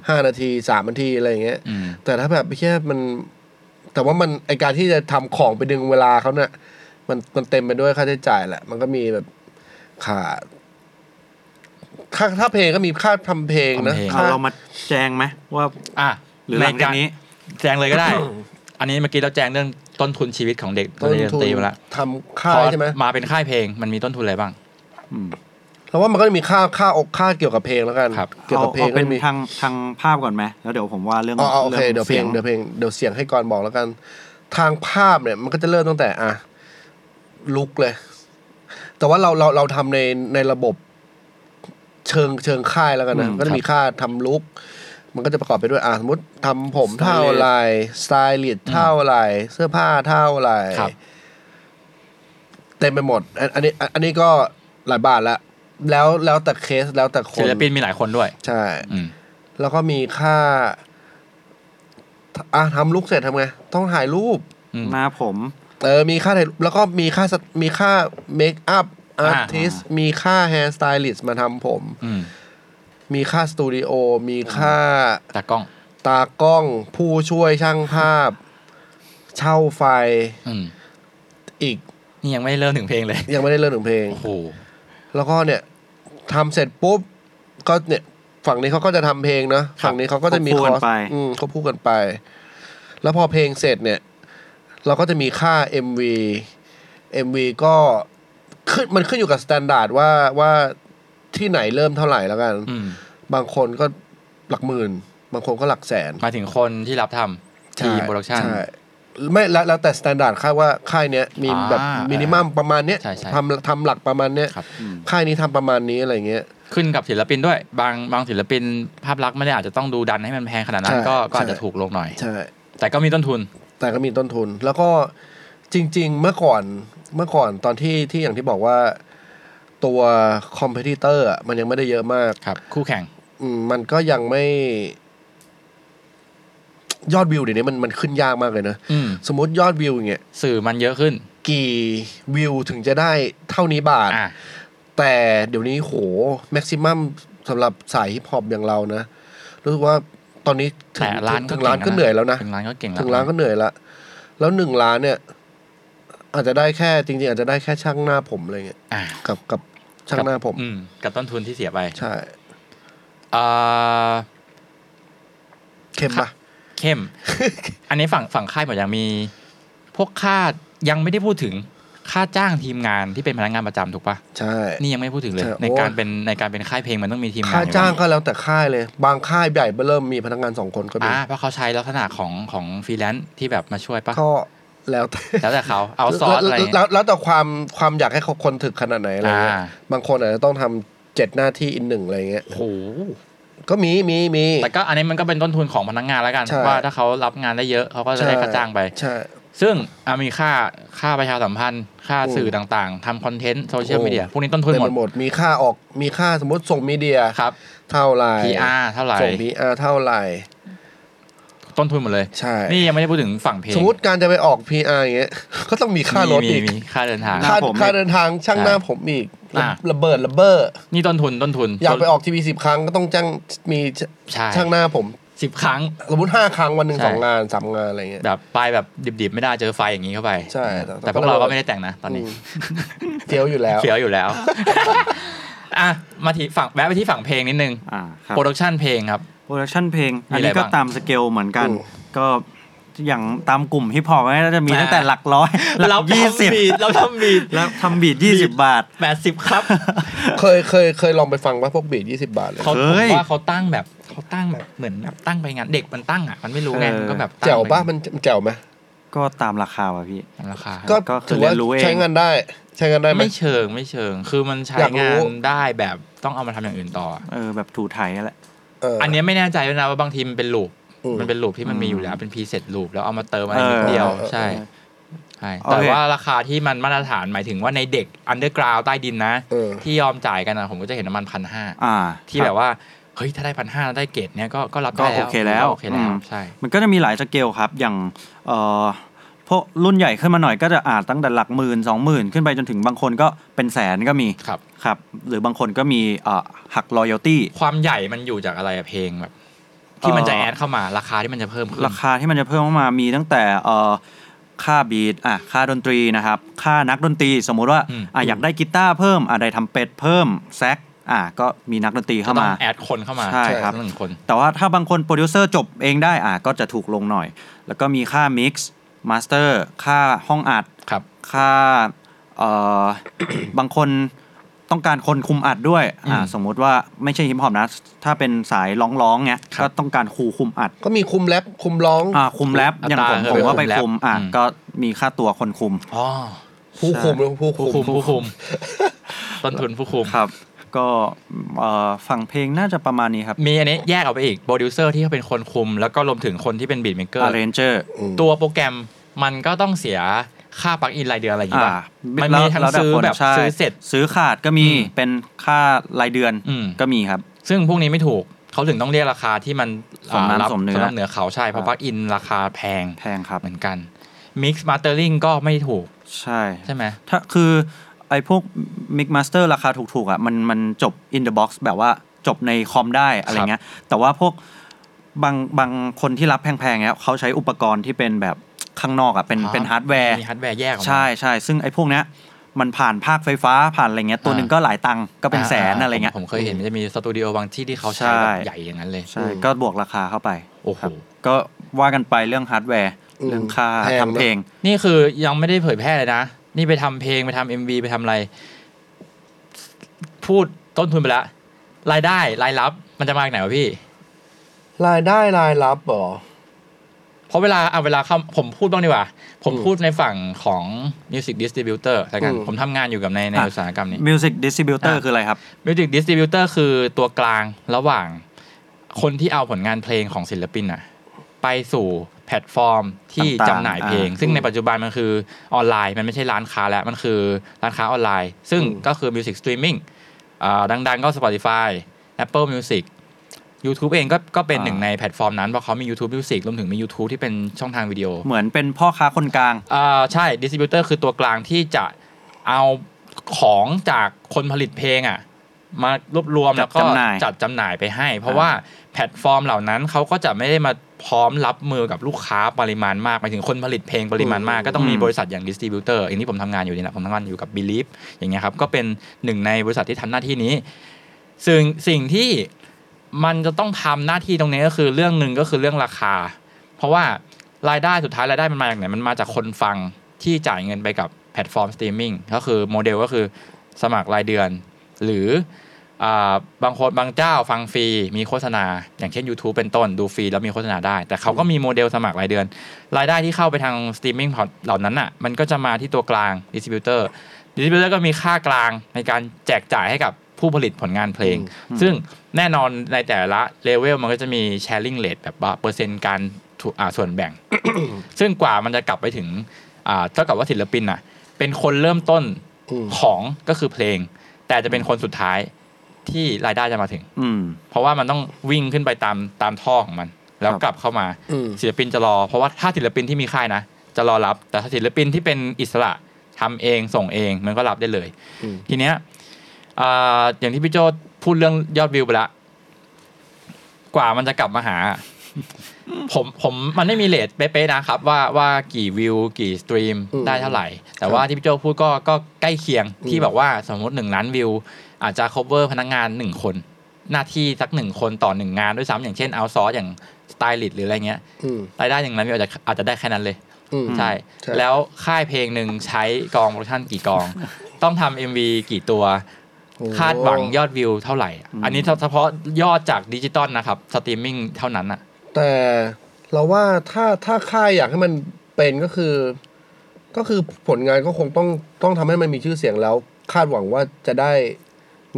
[SPEAKER 4] ห้านาทีสามนาทีอะไรอย่างเงี้ย
[SPEAKER 5] อืม
[SPEAKER 4] แต่ถ้าแบบไม่ใช่มัน แต่ว่ามันไอการที่จะทำของไปดึงเวลาเขาเนี่ยมันมันเต็มไปด้วยค่าใช้จ่ายแหละ มันก็มีแบบค่าค่าถ้าเพลงก็มีค่าทำเพลงนะ
[SPEAKER 2] เอา
[SPEAKER 4] ค่า
[SPEAKER 2] เรามาแจงไหมว่า
[SPEAKER 5] อ่ะ
[SPEAKER 2] หรือหลังจากนี้
[SPEAKER 5] แจงเลยก็ได้ อันนี้เมื่อกี้เราแจงเรื่องต้นทุนชีวิตของเด็ก
[SPEAKER 4] ต้น
[SPEAKER 5] เรียนดน
[SPEAKER 4] ทุน
[SPEAKER 5] ตรีไปละ
[SPEAKER 4] ทำค่ายใช่ไหม
[SPEAKER 5] พอมาเป็นค่ายเพลงมันมีต้นทุนอะไรบ้าง
[SPEAKER 4] เราว่ามันก็มีค่าค่าอกค่าเกี่ยวกับเพลงแล้วกัน
[SPEAKER 5] ครับ
[SPEAKER 4] เกี่ยวกับเพลง
[SPEAKER 2] อา
[SPEAKER 4] ก็
[SPEAKER 2] เป็น
[SPEAKER 4] มี
[SPEAKER 2] ทางทางภาพก่อนไหมแล้วเดี๋ยวผมว่าเรื่อง
[SPEAKER 4] อ๋ออ๋อโอเคเดี๋ยวเพล
[SPEAKER 2] สี
[SPEAKER 4] งเดี๋ยวเพลงเดี๋ยวเสียงให้ก่อนบอกแล้วกัน ทางภาพเนี่ย มันก็จะเริ่มตั้งแต่ อ่ะลุกเลย แต่ว่าเราเราเราทำในในระบบ เชิงเชิงค่ายแล้วกันนะ
[SPEAKER 5] อืม
[SPEAKER 4] ก็จะมี
[SPEAKER 5] ครับ
[SPEAKER 4] ค่าทำลุก มันก็จะประกอบไปด้วยอ่าสมมติทำผมเท่าไหรสไตลิสต์เท่าไหรเสื้อผ้าเท่าไหร
[SPEAKER 5] ครับ
[SPEAKER 4] เต็มไปหมดอันอันนี้อันอันนี้ก็หลายบาทละแล้วแล้วแต่เคสแล้วแต่ค
[SPEAKER 5] ศิ
[SPEAKER 4] น
[SPEAKER 5] ลปินมีหลายคนด้วย
[SPEAKER 4] ใช่
[SPEAKER 5] อืม
[SPEAKER 4] แล้วก็มีค่าอ่ะทำลุกเสร็จทำไง ต้องถ่ายรูป
[SPEAKER 5] อืม
[SPEAKER 2] หน้าผม
[SPEAKER 4] เออ มีค่าถ่ายรูปแล้วก็มีค่าสมีค่าเมคอัพอาร์ติสมีค่าแฮร์สไตลิสต์มาทำผม
[SPEAKER 5] อืม
[SPEAKER 4] มีค่าสตูดิโอ มีค่า
[SPEAKER 5] ตากล้อง
[SPEAKER 4] ตากล้อง ผู้ช่วยช่างภาพ เช่าไฟ
[SPEAKER 5] อืม
[SPEAKER 4] อีก
[SPEAKER 5] นี่ยังไม่ได้เริ่มถึงเพลงเลย
[SPEAKER 4] ยังไม่ได้เริ่มถึงเพลง
[SPEAKER 5] โอ้โห
[SPEAKER 4] แล้วก็เนี่ยทำเสร็จปุ๊บ ก็เนี่ยฝั่งนี้เขาก็จะทำเพลงเนอะฝั่งนี้เขาก็จะมี
[SPEAKER 2] ควบคู่
[SPEAKER 4] คอ
[SPEAKER 2] กันไป
[SPEAKER 4] อืมเขาพูดกันไป แล้วพอเพลงเสร็จเนี่ย เราก็จะมีค่า MV MV ก็ขึ้นมันขึ้นอยู่กับสแตนดาร์ดว่าว่าที่ไหนเริ่มเท่าไหร่แล้วกัน
[SPEAKER 5] อืม
[SPEAKER 4] บางคนก็หลักหมื่น บางคนก็หลักแสน
[SPEAKER 5] มาถึงคนที่รับทำ ทีมโปรดักชัน
[SPEAKER 4] ใช่ไม่แล้วแล้วแต่สแตนดาร์ดค่ายว่าค่ายเนี้ยมี
[SPEAKER 5] อ่า
[SPEAKER 4] แบบมินิมัมประมาณเนี้ย
[SPEAKER 5] ใช่ใช่
[SPEAKER 4] ทำทำหลักประมาณเนี้ย
[SPEAKER 5] ครับ
[SPEAKER 4] ค่ายนี้ทำประมาณนี้อะไรเงี้ย
[SPEAKER 5] ขึ้นกับศิลปินด้วย บางบางศิลปินภาพลักษณ์ไม่ได้อาจจะต้องดูดันให้มันแพงขนาดนั้น
[SPEAKER 4] ใช่
[SPEAKER 5] ก็ก็อาจ
[SPEAKER 4] ใช่
[SPEAKER 5] จะถูกลงหน่อย
[SPEAKER 4] ใช่
[SPEAKER 5] แต่ก็มีต้นทุน
[SPEAKER 4] แต่ก็มีต้นทุน แล้วก็จริง ๆ เมื่อก่อนเมื่อก่อนตอนที่ที่อย่างที่บอกว่าตัวคอมเพติเตอร์มันยังไม่ได้เยอะมาก
[SPEAKER 5] ครับ คู่แข่ง
[SPEAKER 4] อืมมันก็ยังไม่ ยอดวิวเดี๋ยวนี้มันมันขึ้นยากมากเลยเนอะ
[SPEAKER 5] อืม
[SPEAKER 4] สมมติยอดวิวอย่างเงี้ย
[SPEAKER 5] สื่อมันเยอะขึ้น
[SPEAKER 4] กี่วิวถึงจะได้เท่านี้บาท
[SPEAKER 5] อ่ะ
[SPEAKER 4] แต่เดี๋ยวนี้โหแม็กซิมัมสำหรับสายฮิปฮอปอย่างเรานะรู้สึกว่าตอนนี้ถึ
[SPEAKER 5] แต่
[SPEAKER 4] ง
[SPEAKER 5] ร้าน
[SPEAKER 4] ถึงร้าน
[SPEAKER 5] งะ
[SPEAKER 4] ก็เหนื่อยแล้วนะ
[SPEAKER 5] ถึงร้านก็เก่งแล้ว
[SPEAKER 4] ถึงร้านก็เหนื่อยละแล้วหนึ่งร้านเนี่ย อาจจะได้แค่จริง ๆ อาจจะได้แค่ช่างหน้าผมอะไรเงี้ย
[SPEAKER 5] อ่ะ
[SPEAKER 4] กับกับช่างหน้าผม
[SPEAKER 5] อืม กับต้นทุนที่เสียไป
[SPEAKER 4] ใช่
[SPEAKER 5] อ่า
[SPEAKER 4] เข้มปะ
[SPEAKER 5] เข้ม อันนี้ฝั่งฝั่งค่ายหมดยังมี พวกค่ายังไม่ได้พูดถึงค่าจ้างทีมงานที่เป็นพนักงานประจำถูกปะ
[SPEAKER 4] ใช่
[SPEAKER 5] นี่ยังไม่พูดถึงเลย
[SPEAKER 4] ใช่
[SPEAKER 5] ใน
[SPEAKER 4] โอ้
[SPEAKER 5] การเป็นในการเป็นค่ายเพลงมันต้องมีทีมงาน
[SPEAKER 4] ค่า
[SPEAKER 5] อยู่
[SPEAKER 4] จ้างก็แล้วแต่ค่ายเลย บางค่ายใหญ่เบ้อเริ่มมีพนักงานสองคนก็มี
[SPEAKER 5] อ่าเพราะเขาใช้ลักษณะของของฟรีแลนซ์ที่แบบมาช่วยปะ
[SPEAKER 4] ก็แล้วแต่
[SPEAKER 5] แล้วแต่เขาเอาซอสอะไร
[SPEAKER 4] แล้ว
[SPEAKER 5] เงี้ย
[SPEAKER 4] แล้วแล้วแต่ความความอยากให้เขาคนถึกขนาดไหนอะไรเงี้ย
[SPEAKER 5] อ่า
[SPEAKER 4] บางคนอาจจะต้องทำเจ็ดหน้าที่อินหนึ่งอะไรเงี้ย
[SPEAKER 5] โอ้โห
[SPEAKER 4] ก็มีมีมี
[SPEAKER 5] แต่ก็อันนี้มันก็เป็นต้นทุนของพนักงานแล้วกัน
[SPEAKER 4] ใช่
[SPEAKER 5] ว่าถ้าเขารับงานได้เยอะเขาก็จะได้ค่าจ้างไป
[SPEAKER 4] ใช่
[SPEAKER 5] ซึ่งอ่ะมีค่าค่าประชาสัมพันธ์ ค่า
[SPEAKER 4] โอ้
[SPEAKER 5] สื่อต่างๆทำคอนเทนต์โซเชียล
[SPEAKER 4] โอ้
[SPEAKER 5] มีเดียพวกนี้ต้นทุน
[SPEAKER 4] เต็ม
[SPEAKER 5] หม
[SPEAKER 4] ไป
[SPEAKER 5] ด
[SPEAKER 4] หมดมีค่าออกมีค่าสมมติส่งมีเดีย
[SPEAKER 5] ครับ
[SPEAKER 4] เท่าไหร่
[SPEAKER 5] PR เท่าไหร่
[SPEAKER 4] ส่งพีอาร์เท่าไหร่
[SPEAKER 5] ต้นทุนหมดเลย
[SPEAKER 4] ใช่
[SPEAKER 5] นี่ยังไม่ได้พูดถึงฝั่งเพลง
[SPEAKER 4] สมมติการจะไปออก PR อย่างเงี้ ย ก็ต้องมีค่ารถ
[SPEAKER 5] มี
[SPEAKER 4] อีก
[SPEAKER 5] มีมีค่าเดินทาง
[SPEAKER 2] หน้
[SPEAKER 4] ค่า
[SPEAKER 2] ผมอีก
[SPEAKER 4] ค่าเดินทางช่างหน้าผมอีก
[SPEAKER 5] อ่า
[SPEAKER 4] ระเบิดระเบ้อ
[SPEAKER 5] นี่ต้นทุนต้นทุน
[SPEAKER 4] อยากไปออกทีวีสิบครั้งก็ต้องจ้างมี
[SPEAKER 5] ใช่
[SPEAKER 4] ช่างหน้าผม
[SPEAKER 5] สิบครั้ง
[SPEAKER 4] สมมติห้าครั้งวันหนึ่ง
[SPEAKER 5] ใช่
[SPEAKER 4] สองงานสามงานอะไรเงี้ย
[SPEAKER 5] แบบไปแบบดิบๆ ไม่ได้เจอไฟอย่างนี้เข้าไป
[SPEAKER 4] ใช่แต่
[SPEAKER 5] แต่พวกเราก็ไม่ได้แต่งนะ ตอนนี้
[SPEAKER 4] อืม เฟี้ยวอยู่แล้ว
[SPEAKER 5] เสียวอยู่แล้ว อ่ะมาที่ฝั่งแวะไปที่ฝั่งเพลงนิดนึง
[SPEAKER 2] อ่าครับ
[SPEAKER 5] โปรดักชันเพลงครับ
[SPEAKER 2] โปรดักชันเพลง อัน
[SPEAKER 5] มี
[SPEAKER 2] นี้
[SPEAKER 5] อะไร
[SPEAKER 2] ก็
[SPEAKER 5] บ้าง
[SPEAKER 2] ตามสเกลเหมือนกัน
[SPEAKER 4] อืม
[SPEAKER 2] ก็อย่างตามกลุ่มฮิปฮอปก็จะมี
[SPEAKER 5] อ่า
[SPEAKER 2] ตั้งแต่หลักร้อยหลัก
[SPEAKER 5] ทำ
[SPEAKER 2] ยี่สิบ
[SPEAKER 5] บีทเราทำบีด
[SPEAKER 2] แล้วทำบีดยี่สิบบาท
[SPEAKER 5] แปดสิบครับ
[SPEAKER 4] เคยเคยเคยลองไปฟังว่าพวกบีทยี่สิบาทเลย
[SPEAKER 5] เขา
[SPEAKER 2] เฮ้
[SPEAKER 5] ผม
[SPEAKER 2] ย
[SPEAKER 5] ว่าเขาตั้งแบบเขาตั้งแบบเหมือนแบบตั้งไปงานเด็กมันตั้งอ่ะมันไม่รู้ไง
[SPEAKER 2] เออ
[SPEAKER 5] มันก็แบบตั้ง
[SPEAKER 4] แจ๋วปะ
[SPEAKER 5] ไ
[SPEAKER 4] มันแจ๋วไหม
[SPEAKER 2] ก็ตามราคาว่ะพี่
[SPEAKER 5] ตามราคา
[SPEAKER 4] ก็
[SPEAKER 2] ก็คือ
[SPEAKER 4] ถือว่า
[SPEAKER 2] เรียนรู้เอง
[SPEAKER 4] ใช้งานได้ ใช้งานได้ไหม
[SPEAKER 5] ไม่เชิงไม่เชิง คือมันใช้
[SPEAKER 4] อยากรู้
[SPEAKER 5] งานได้แบบต้องเอามาทำอย่างอื่นต่อ
[SPEAKER 2] เออแบบถูไถนั่นแหละ
[SPEAKER 4] เ
[SPEAKER 5] อันเนี้ยไม่แน่ใจด้วยนะว่าบางทีมันเป็นลูป
[SPEAKER 4] อืม
[SPEAKER 5] มันเป็นลูปที่มันมีอยู่แล้วเป็นพรีเซ็ตลูปแล้วเอามาเติมอะไรนิดเดียว
[SPEAKER 4] เออ
[SPEAKER 5] ใช่ใช่
[SPEAKER 2] โอเค
[SPEAKER 5] แต่ว่าราคาที่มันมาตรฐานหมายถึงว่าในเด็กอันเดอร์กราวใต้ดินนะ
[SPEAKER 4] เออ
[SPEAKER 5] ที่ยอมจ่ายกันนะผมก็จะเห็นประมาณพันห้า
[SPEAKER 2] อ่า
[SPEAKER 5] ที่
[SPEAKER 2] ค
[SPEAKER 5] แบ
[SPEAKER 2] รับ
[SPEAKER 5] บว่า เฮ้ย ถ้าได้พันห้าได้เกรดเนี้ยก็ก็รับได้
[SPEAKER 2] ก็โอเคแล้ว
[SPEAKER 5] ก็โอเคแล้ว
[SPEAKER 2] อืม
[SPEAKER 5] ใช่
[SPEAKER 2] มันก็จะมีหลายสเกลครับ อย่างเอ่อพวกรุ่นใหญ่ขึ้นมาหน่อยก็จะอาจตั้งแต่หลักหมื่นสองหมื่นขึ้นไปจนถึงบางคนก็เป็นแสนก็มี
[SPEAKER 5] ครับ
[SPEAKER 2] ครับ หรือบางคนก็มีเอ่อหักรอยัลตี้
[SPEAKER 5] ความใหญ่มันอยู่จากอะไรอะเพลงแบบ ที่มันจะ
[SPEAKER 2] เอ่อ
[SPEAKER 5] แอดเข้ามาราคาที่มันจะเพิ่มขึ้น
[SPEAKER 2] ราคาที่มันจะเพิ่มเข้ามามีตั้งแต่เอ่อค่าบีทอ่ะค่าดนตรีนะครับ ค่านักดนตรีสมมุติว่า
[SPEAKER 5] อืม
[SPEAKER 2] อ่ะอยากได้กีตาร์เพิ่มอ่ะได้ทำเป็ดเพิ่มแซกอ่ะก็มีนักดนตรี
[SPEAKER 5] จะ
[SPEAKER 2] เข้า
[SPEAKER 5] ต้อ
[SPEAKER 2] มา
[SPEAKER 5] งแอดคนเข้ามา
[SPEAKER 2] ใช่ครับ
[SPEAKER 5] หนึ่งคน
[SPEAKER 2] แต่ว่าถ้าบางคนโปรดิวเซอร์จบเองได้อ่ะก็จะถูกลงหน่อย แล้วก็มีค่ามิกซ์มาสเตอร์ค่าห้องอัด
[SPEAKER 5] ครับ
[SPEAKER 2] ค่าเอ่อ บางคนต้องการคนคุมอัดด้วยอ่า
[SPEAKER 5] อืม
[SPEAKER 2] สมมุติว่าไม่ใช่ฮิปฮอปนะ ถ้าเป็นสายร้องๆเงี้ยก็ต้องการครูคุมอัด
[SPEAKER 4] ก็มีคุมแรปคุมร้อง
[SPEAKER 2] อ่าคุมแรป
[SPEAKER 5] อัตรา
[SPEAKER 2] อย่างผม
[SPEAKER 5] เออ
[SPEAKER 2] ผมก็ไป
[SPEAKER 5] คุมแรป
[SPEAKER 2] คุมอ่ะ
[SPEAKER 5] อืม
[SPEAKER 2] ก็มีค่าตัวคนคุม
[SPEAKER 5] อ๋อ
[SPEAKER 4] ผู้คุมหรือผู้
[SPEAKER 5] ผู้
[SPEAKER 4] คุ
[SPEAKER 5] คุ
[SPEAKER 4] ม
[SPEAKER 5] มผู้คุ มต้นทุนผู้คุม
[SPEAKER 2] ครับ ก็เอ่อฝั่งเพลงน่าจะประมาณนี้ครับ
[SPEAKER 5] มีอันนี้แยกออกไปอีกโปรดิวเซอร์ที่เขาเป็นคนคุม แล้วก็รวมถึงคนที่เป็นบีทเมกเกอร์
[SPEAKER 2] อาร์เรนเจอร์
[SPEAKER 4] อืม
[SPEAKER 5] ตัวโปรแกรมมันก็ต้องเสียค่าปลั๊กอินรายเดือนอะไรอย่างงี้ป่ะมันมีทั้ง
[SPEAKER 2] แล้ว
[SPEAKER 5] ซื้อ
[SPEAKER 2] คน
[SPEAKER 5] แบบ
[SPEAKER 2] ใช่
[SPEAKER 5] ซื้อเสร็จ
[SPEAKER 2] ซื้อขาดก็มี
[SPEAKER 5] อืม
[SPEAKER 2] เป็นค่ารายเดือน
[SPEAKER 5] อืม
[SPEAKER 2] ก็มีครับ
[SPEAKER 5] ซึ่งพวกนี้ไม่ถูกเขาถึงต้องเรียกราคาที่มัน
[SPEAKER 2] สมน้ำ
[SPEAKER 5] อ่ารับ
[SPEAKER 2] สมเนื้อ
[SPEAKER 5] สมน้ำเหนือเขาใช่เพราะปลั๊กอินราคาแพง
[SPEAKER 2] แพงครับ
[SPEAKER 5] เหมือนกันมิกซ์มาสเตอร์ลิงก็ไม่ถูก
[SPEAKER 2] ใช่
[SPEAKER 5] ใช่ไหม
[SPEAKER 2] ถ้าคือไอ้พวก Mix Master ราคาถูกๆอ่ะมันมันจบ in the box แบบว่าจบในคอมได้อะไรเงี้ยแต่ว่าพวกบางบางคนที่รับแพงๆเนี้ยเขาใช้อุปกรณ์ที่เป็นแบบข้างนอกอ่ะเป็น
[SPEAKER 5] อ๋อ
[SPEAKER 2] เป็นฮาร์ดแวร์
[SPEAKER 5] มีฮาร์ดแวร์แยกออกมา
[SPEAKER 2] ใช่ใช่ซึ่งไอ้พวกเนี้ยมันผ่านภาคไฟฟ้าผ่านอะไรเงี้ยตัวหนึ่งก็หลายตังค์ก็เป็นแสนอะไรเงี้ย
[SPEAKER 5] ผมผมเคยเห็นมันจะมีสตูดิโอบางที่ที่เขาใช้
[SPEAKER 2] ใช่
[SPEAKER 5] แบบใหญ่อย่างนั้นเลย
[SPEAKER 2] ใช่ก็บวกราคาเข้าไป
[SPEAKER 5] โอ้โห
[SPEAKER 2] ครับก็ว่ากันไปเรื่องฮาร์ดแวร์
[SPEAKER 4] อืม
[SPEAKER 2] เรื่องค่า
[SPEAKER 4] แพง
[SPEAKER 2] ทำ
[SPEAKER 4] เนอะ
[SPEAKER 2] เพลง
[SPEAKER 5] นี่คือยังไม่ได้เผยแพร่เลยนะ นี่ไปทำเพลงไปทำเอ็มวีไปทำอะไร พูดต้นทุนไปละรายได้รายรับมันจะมาจากไหนวะพี่
[SPEAKER 4] รายได้รายรับเหรอ
[SPEAKER 5] เพราะเวลาเอาเวลาเข้าผมพูดบ้างดีกว่า ผม
[SPEAKER 4] อืม
[SPEAKER 5] พูดในฝั่งของ Music Distributor แล้วกัน
[SPEAKER 4] อืม
[SPEAKER 5] ผมทำงานอยู่กับในใน
[SPEAKER 2] อ่ะ
[SPEAKER 5] อุตสาหกรรมนี้
[SPEAKER 2] มิวสิกดิสติบิวเตอร์
[SPEAKER 5] อ่ะ
[SPEAKER 2] คืออะไรครับ
[SPEAKER 5] Music Distributor คือตัวกลางระหว่างคนที่เอาผลงานเพลงของศิลปินอะไปสู่แพลตฟอร์มที่
[SPEAKER 2] ต่างๆ
[SPEAKER 5] จำหน่ายเพลง
[SPEAKER 2] อ่า
[SPEAKER 5] ซึ่งในปัจจุบันมันคือออนไลน์ มันไม่ใช่ร้านค้าแล้ว มันคือร้านค้าออนไลน์ ซึ่ง
[SPEAKER 4] อืม
[SPEAKER 5] ก็คือ Music Streaming อ่าดังๆก็ Spotify Apple Music YouTube เองก็ก็เป็นหนึ่งในแพลตฟอร์มนั้น เพราะเขามี YouTube Music รวมถึงมี YouTube ที่เป็นช่องทางวิดีโอ
[SPEAKER 2] เหมือนเป็นพ่อค้าคนกลาง
[SPEAKER 5] อ่าใช่ดิสติบิวเตอร์คือตัวกลางที่จะเอาของจากคนผลิตเพลงอ่ะมารวบรวม
[SPEAKER 2] จั
[SPEAKER 5] แล้
[SPEAKER 2] ด
[SPEAKER 5] วก็
[SPEAKER 2] จำหน่าย
[SPEAKER 5] จัดจำหน่ายไปให้ เพราะ
[SPEAKER 2] อ่า
[SPEAKER 5] ว่าแพลตฟอร์มเหล่านั้นเขาก็จะไม่ได้มาพร้อมรับมือกับลูกค้าปริมาณมากหมายถึงคนผลิตเพลงปริมาณมาก ก็ต้องมีบริษัทอย่างดิสติบิวเตอร์อย่างที่ผมทำงานอยู่นี่แหละผมทำงานอยู่กับ b e l i e v อย่างเงี้ยครับก็เป็นหนึ่งในบริษัทที่ทำหน้าที่นี้ ซึ่งสิ่งที่มันจะต้องทำหน้าที่ตรงนี้ก็คือเรื่องหนึ่งก็คือเรื่องราคา เพราะว่ารายได้สุดท้ายรายได้มันมาจากไหนมันมาจากคนฟังที่จ่ายเงินไปกับแพลตฟอร์มสตรีมมิ่งก็คือโมเดลก็คือสมัครรายเดือน หรืออ่าบางคนบางเจ้าฟังฟรีมีโฆษณา อย่างเช่น YouTube เป็นต้นดูฟรีแล้วมีโฆษณาได้ แต่เขาก็มีโมเดลสมัครรายเดือน รายได้ที่เข้าไปทางสตรีมมิ่งเหล่านั้นอ่ะมันก็จะมาที่ตัวกลางดิสติบิวเตอร์ดิสติบิวเตอร์ก็มีค่ากลางในการแจกจ่ายให้กับผู้ผลิตผลงานเพลง ซึ่งแน่นอนในแต่ละเลเวลมันก็จะมีแชร์ลิงเลทแบบว่าเปอร์เซ็นต์การถูกอ่าส่วนแบ่ง ซึ่งกว่ามันจะกลับไปถึงอ่าเท่ากับว่าศิลปินอ่ะเป็นคนเริ่มต้น
[SPEAKER 4] อืม
[SPEAKER 5] ของก็คือเพลง แต่จะเป็นคนสุดท้ายที่รายได้จะมาถึง
[SPEAKER 2] อืม
[SPEAKER 5] เพราะว่ามันต้องวิ่งขึ้นไปตามตามท่อของมัน แล้ว
[SPEAKER 2] ครับ
[SPEAKER 5] กลับเข้ามา
[SPEAKER 4] อืม
[SPEAKER 5] ศิลปินจะรอ เพราะว่าถ้าศิลปินที่มีค่ายนะ จะรอรับ แต่ถ้าศิลปินที่เป็นอิสระทำเองส่งเองมันก็รับได้เลย
[SPEAKER 4] อืม
[SPEAKER 5] ทีเนี้ยอ่าอย่างที่พี่โจพูดเรื่องยอดวิวไปละ กว่ามันจะ กลับมาหา ผมผมมันไม่มีเลทเป๊ะๆนะครับ ว่าว่ากี่วิว กี่สตรีม
[SPEAKER 4] อืม
[SPEAKER 5] ได้เท่าไหร่ แต่ว่าที่พี่โจพูดก็ก็ใกล้เคียงที่
[SPEAKER 4] อืม
[SPEAKER 5] แบบว่าสมมติหนึ่งล้านวิว อาจจะ cover พนักงานหนึ่งคน หน้าที่สักหนึ่งคนต่อหนึ่งงานด้วยซ้ำอย่างเช่นเอาซอร์อย่างสไตลิสหรืออะไรเงี้ย
[SPEAKER 4] อืม
[SPEAKER 5] รายได้อย่างนั้นอาจจะอาจจะได้แค่นั้นเลย
[SPEAKER 4] อืม
[SPEAKER 5] ใช่
[SPEAKER 4] ใช่
[SPEAKER 5] แล้วค่ายเพลงหนึ่งใช้กองโปรดักชั่นกี่กอง ต้องทำ MV กี่ตัว
[SPEAKER 4] โอ้
[SPEAKER 5] คาดหวังยอดวิวเท่าไหร่ อันนี้เฉพาะยอดจากดิจิตอลนะครับ สตรีมมิ่งเท่านั้นอ่ะ
[SPEAKER 4] แต่เราว่าถ้าถ้าค่ายอยากให้มันเป็นก็คือ ก็คือผลงานก็คงต้องต้องทำให้มันมีชื่อเสียงแล้ว คาดหวังว่าจะได้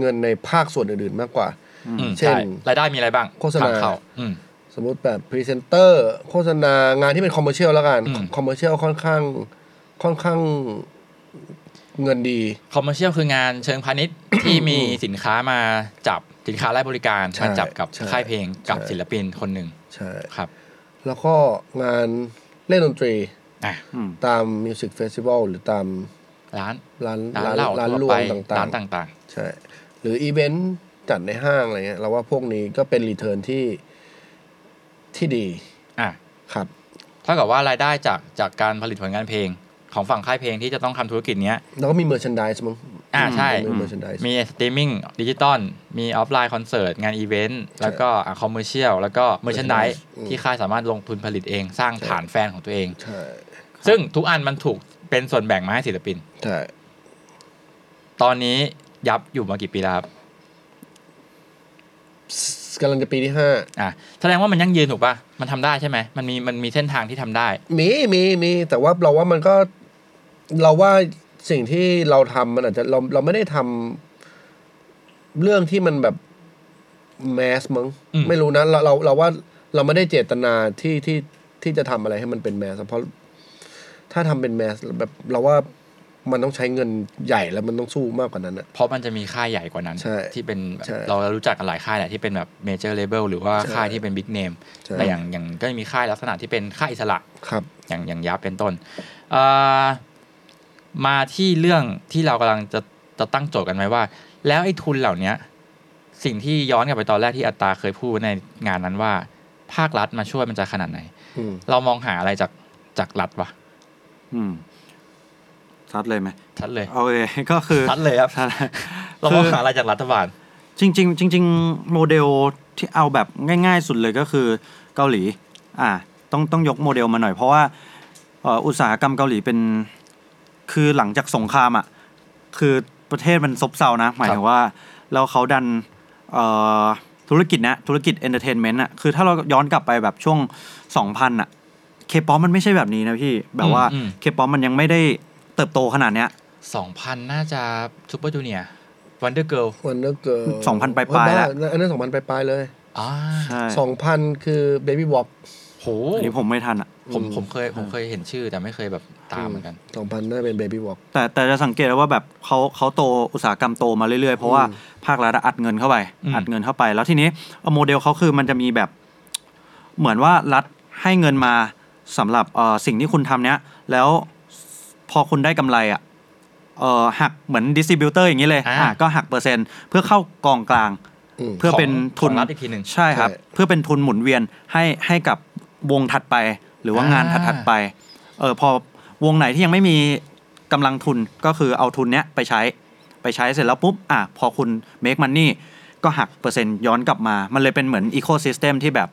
[SPEAKER 4] เงินในภาคส่วนอื่นๆมากกว่า
[SPEAKER 5] อืม
[SPEAKER 4] เช่น
[SPEAKER 5] ใช่ รายได้มีอะไรบ้าง
[SPEAKER 4] โฆษณา
[SPEAKER 5] ทงเข้าอืม
[SPEAKER 4] สมมติแบบพรีเซนเตอร์โฆษณางานที่เป็นคอมเมอร์เชียลแล้วกัน
[SPEAKER 5] อืม
[SPEAKER 4] คอมเมอร์เชียลค่อนข้างค่อนข้างเงินดี
[SPEAKER 5] คอมเมอร์เชียลคืองานเชิงพาณิชย์ ที่มีสินค้ามาจับสินค้าและบริการ
[SPEAKER 4] ใช่
[SPEAKER 5] มาจับกับ
[SPEAKER 4] ใช่
[SPEAKER 5] ค่ายเพลงกับ
[SPEAKER 4] ใช่
[SPEAKER 5] ศิลปินคนหนึ่ง
[SPEAKER 4] ใช่
[SPEAKER 5] ครับ
[SPEAKER 4] แล้วก็งานเล่นดนตรี
[SPEAKER 5] อ่ะ
[SPEAKER 2] อืม
[SPEAKER 4] ตามมิวสิกเฟสติวัลหรือตาม
[SPEAKER 5] ร้าน
[SPEAKER 4] ร้าน
[SPEAKER 5] ร้าน
[SPEAKER 4] ร้าน
[SPEAKER 5] เหล้า
[SPEAKER 4] ร้าน
[SPEAKER 5] ทั่
[SPEAKER 4] ร
[SPEAKER 5] ว
[SPEAKER 4] ว
[SPEAKER 5] ไป
[SPEAKER 4] มต่า
[SPEAKER 5] ร้าง น
[SPEAKER 4] ๆ
[SPEAKER 5] ต่าง
[SPEAKER 4] ใช่ หรืออีเวนต์จัดในห้างอะไรเงี้ยเราว่าพวกนี้ก็เป็นรีเทิร์นที่ที่ดี
[SPEAKER 5] ๆ อ่ะ
[SPEAKER 4] ครับ
[SPEAKER 5] เท่ากับว่ารายได้จากจากการผลิตผลงานเพลงของฝั่งค่ายเพลงที่จะต้องทำธุรกิจเนี้ย
[SPEAKER 4] แล้วก็มีเมอร์ชันดิสมั้ง
[SPEAKER 5] อ่าใช่
[SPEAKER 4] มีเมอร์ชันดิส
[SPEAKER 5] มีสตรีมมิ่งดิจิตอลมีออฟไลน์คอนเสิร์ตงานอีเวนต์แล้วก็คอมเมอร์เชียลแล้วก็เมอร์ชันด
[SPEAKER 4] merchandise อืม
[SPEAKER 5] ที่ค่ายสามารถลงทุนผลิตเองสร้างฐานแฟนของตัวเอง
[SPEAKER 4] ใช่
[SPEAKER 5] ซึ่งทุกอันมันถูกเป็นส่วนแบ่งมาให้ศิลปิน
[SPEAKER 4] ใช่
[SPEAKER 5] ตอนนี้ยับอยู่มากี่ปีแล้วครับ
[SPEAKER 4] กำลังจะปีที่ห้า
[SPEAKER 5] อ่ะแสดงว่ามันยั่งยืนถูกปะมันทำได้ใช่ไหมมันมีมันมีเส้นทางที่ทำได้
[SPEAKER 4] มีมีมี แต่ว่าเราว่ามันก็ เราว่าสิ่งที่เราทำมันอาจจะเราเราไม่ได้ทำเรื่องที่มันแบบแมสมั้ง
[SPEAKER 5] อืม
[SPEAKER 4] ไม่รู้นะเราเราเราว่าเราไม่ได้เจตนาที่ที่ที่จะทำอะไรให้มันเป็นแมสเพราะ ถ้าทำเป็นแมสแบบเราว่ามันต้องใช้เงินใหญ่แล้วมันต้องสู้มากกว่านั้นอะ
[SPEAKER 5] เพราะมันจะมีค่ายใหญ่กว่านั้น
[SPEAKER 4] ใช่
[SPEAKER 5] ที่เป็นแบบ
[SPEAKER 4] ใช่
[SPEAKER 5] เรารู้จักกันหลายค่ายแหละที่เป็นแบบเมเจอร์เลเบลหรือว่า
[SPEAKER 4] ใช่
[SPEAKER 5] ค่ายที่เป็นบิ๊กเนม
[SPEAKER 4] ใช่
[SPEAKER 5] แต่อย่างอย่างก็มีค่ายลักษณะที่เป็นค่ายอิสระ
[SPEAKER 4] ครับ
[SPEAKER 5] อย่างอย่างยับเป็นต้นเอ่อมาที่เรื่องที่เรากำลังจะจะตั้งโจทย์กันไว้ว่า แล้วไอ้ทุนเหล่าเนี้ย สิ่งที่ย้อนกลับไปตอนแรกที่อัตตาเคยพูดในงานนั้นว่า ภาครัฐมาช่วยมันจะขนาดไหน
[SPEAKER 4] อืม
[SPEAKER 5] เรามองหาอะไรจากจากรัฐวะ
[SPEAKER 2] อืมชัดเลยไหม
[SPEAKER 5] ชัดเลย
[SPEAKER 2] โอเค ก็คือ
[SPEAKER 5] ชัดเลยครับ
[SPEAKER 2] ชัด
[SPEAKER 5] เรามองหาอะไรจากรัฐบาล
[SPEAKER 2] จริงๆจริงๆโมเดลที่เอาแบบง่าย ๆ สุดเลยก็คือเกาหลี อ่า ต้องต้องยกโมเดลมาหน่อยเพราะว่าเอ่ออุตสาหกรรมเกาหลีเป็น คือหลังจากสงครามอ่ะคือประเทศมันซบเซานะ หมายถึงว่า แล้วเขาดันเอ่อธุรกิจนะธุรกิจเอนเตอร์เทนเมนต์อ่ะคือถ้าเราย้อนกลับไปแบบช่วง 2000อ่ะ เคป๊อปมันไม่ใช่แบบนี้นะพี่ แบบว่า
[SPEAKER 5] อืมอืม
[SPEAKER 2] เคป๊อปมันยังไม่ได้เติบโตขนาดเนี้ย
[SPEAKER 5] สองพันน่าจะซูเปอร์จูเนียร์วันเดอร์เกิล
[SPEAKER 4] วันเดอร์เกิร์
[SPEAKER 2] 2,000ปลายๆแล้ว
[SPEAKER 4] อันนั้นสองพันปลายๆเลย
[SPEAKER 5] อ่า
[SPEAKER 2] ใช่
[SPEAKER 4] สองพันคือเบบี้วอป
[SPEAKER 5] โห
[SPEAKER 2] อันนี้ผมไม่ทันอะ
[SPEAKER 5] ผม
[SPEAKER 4] อืม
[SPEAKER 5] ผมเคยผมเคยเห็นชื่อแต่ไม่เคยแบบตามเหมือนกัน
[SPEAKER 4] สองพันน่าจะเป็นเบบี้วอป
[SPEAKER 2] แต่แต่จะสังเกตได้ว่าแบบเขาเขาโตอุตสาหกรรมโตมาเรื่อยๆ เพราะว่า
[SPEAKER 4] อืม
[SPEAKER 2] ภาครัฐอะอัดเงินเข้าไป
[SPEAKER 5] อืม
[SPEAKER 2] อัดเงินเข้าไป แล้วทีนี้โมเดลเขาคือมันจะมีแบบเหมือนว่ารัฐให้เงินมาสำหรับเอ่อสิ่งที่คุณทำเนี้ยแล้วพอคุณได้กำไรอ่ะเอ่อหักเหมือนดิสติบิวเตอร์อย่างนี้เลยอ่ะก็หักเปอร์เซ็นต์เพื่อเข้ากองกลาง เพื่อเป็น
[SPEAKER 5] ของ
[SPEAKER 2] ทุน
[SPEAKER 5] ของรัฐอีกทีหนึ่ง
[SPEAKER 2] ใช่ครับ
[SPEAKER 4] ใช่
[SPEAKER 2] เพื่อเป็นทุนหมุนเวียนให้ให้กับวงถัดไป หรือว่า
[SPEAKER 5] อ่าง
[SPEAKER 2] งานถัดๆไปเออพอวงไหนที่ยังไม่มีกำลังทุนก็คือเอาทุนเนี้ยไปใช้ไปใช้เสร็จแล้วปุ๊บอ่ะพอคุณ make money ก็หักเปอร์เซ็นต์ย้อนกลับมา มันเลยเป็นเหมือน ecosystem ที่แบบ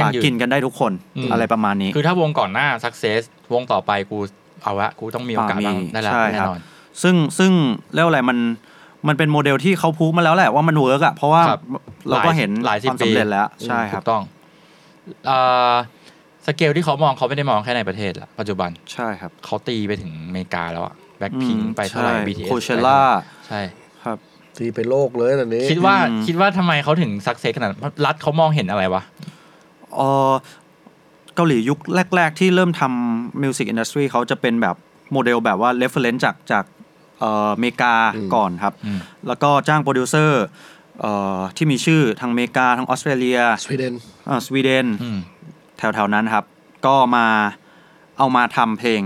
[SPEAKER 5] ยั่ง
[SPEAKER 2] อ่ะ
[SPEAKER 5] ยืน
[SPEAKER 2] กินกันได้ทุกคน
[SPEAKER 5] อืม
[SPEAKER 2] อะไรประมาณนี้
[SPEAKER 5] คือถ้าวงก่อนหน้าสักเซสวงต่อไปกูเอาละกูต้องมีโอกาส
[SPEAKER 2] อ่ามี
[SPEAKER 5] บ้างได้ละ
[SPEAKER 2] ใช่ครับ
[SPEAKER 5] แน่นอน
[SPEAKER 2] ซึ่งซึ่งเรียกว่าอะไรมันมันเป็นโมเดลที่เขาพูดมาแล้วแหละว่ามันเวิร์กอ่ะเพราะว่า
[SPEAKER 5] ครับ
[SPEAKER 2] เราก็เห็น
[SPEAKER 5] หลายสิบ
[SPEAKER 2] ความสำเร็จ
[SPEAKER 5] ปี
[SPEAKER 2] แล้วใช่ครับ
[SPEAKER 5] ถูกต้องเอ่อสเกลที่เขามองเขาไม่ได้มองแค่ในประเทศละปัจจุบัน
[SPEAKER 2] ใช่ครับ
[SPEAKER 5] เขาตีไปถึงอเมริกาแล้วอะแบ็คพิงไปเท่าไหร่ BTS
[SPEAKER 2] โคเชล่า
[SPEAKER 5] ใช่
[SPEAKER 2] ครับ
[SPEAKER 4] ตีเป็นโลกเลยตอนนี้
[SPEAKER 5] คิดว่า
[SPEAKER 2] อืม
[SPEAKER 5] คิดว่าทำไมเขาถึงสักเซสขนาดนั้นรัฐเขามองเห็นอะไรวะ
[SPEAKER 2] เออเกาหลียุคแรก ๆ ที่เริ่มทำมิวสิกอินดัสทรีเขาจะเป็นแบบโมเดลแบบว่าเรฟเฟอเรนซ์จากจากเอ่ออเมริกา
[SPEAKER 4] อืม
[SPEAKER 2] ก่อนครับ
[SPEAKER 5] อืม
[SPEAKER 2] แล้วก็จ้างโปรดิวเซอร์เอ่อที่มีชื่อทางอเมริกาทางออสเตรเลีย
[SPEAKER 4] สวีเดน
[SPEAKER 2] เอ่อสวีเดน
[SPEAKER 5] อืม
[SPEAKER 2] แถวๆนั้นครับ ก็มาเอามาทำเพลง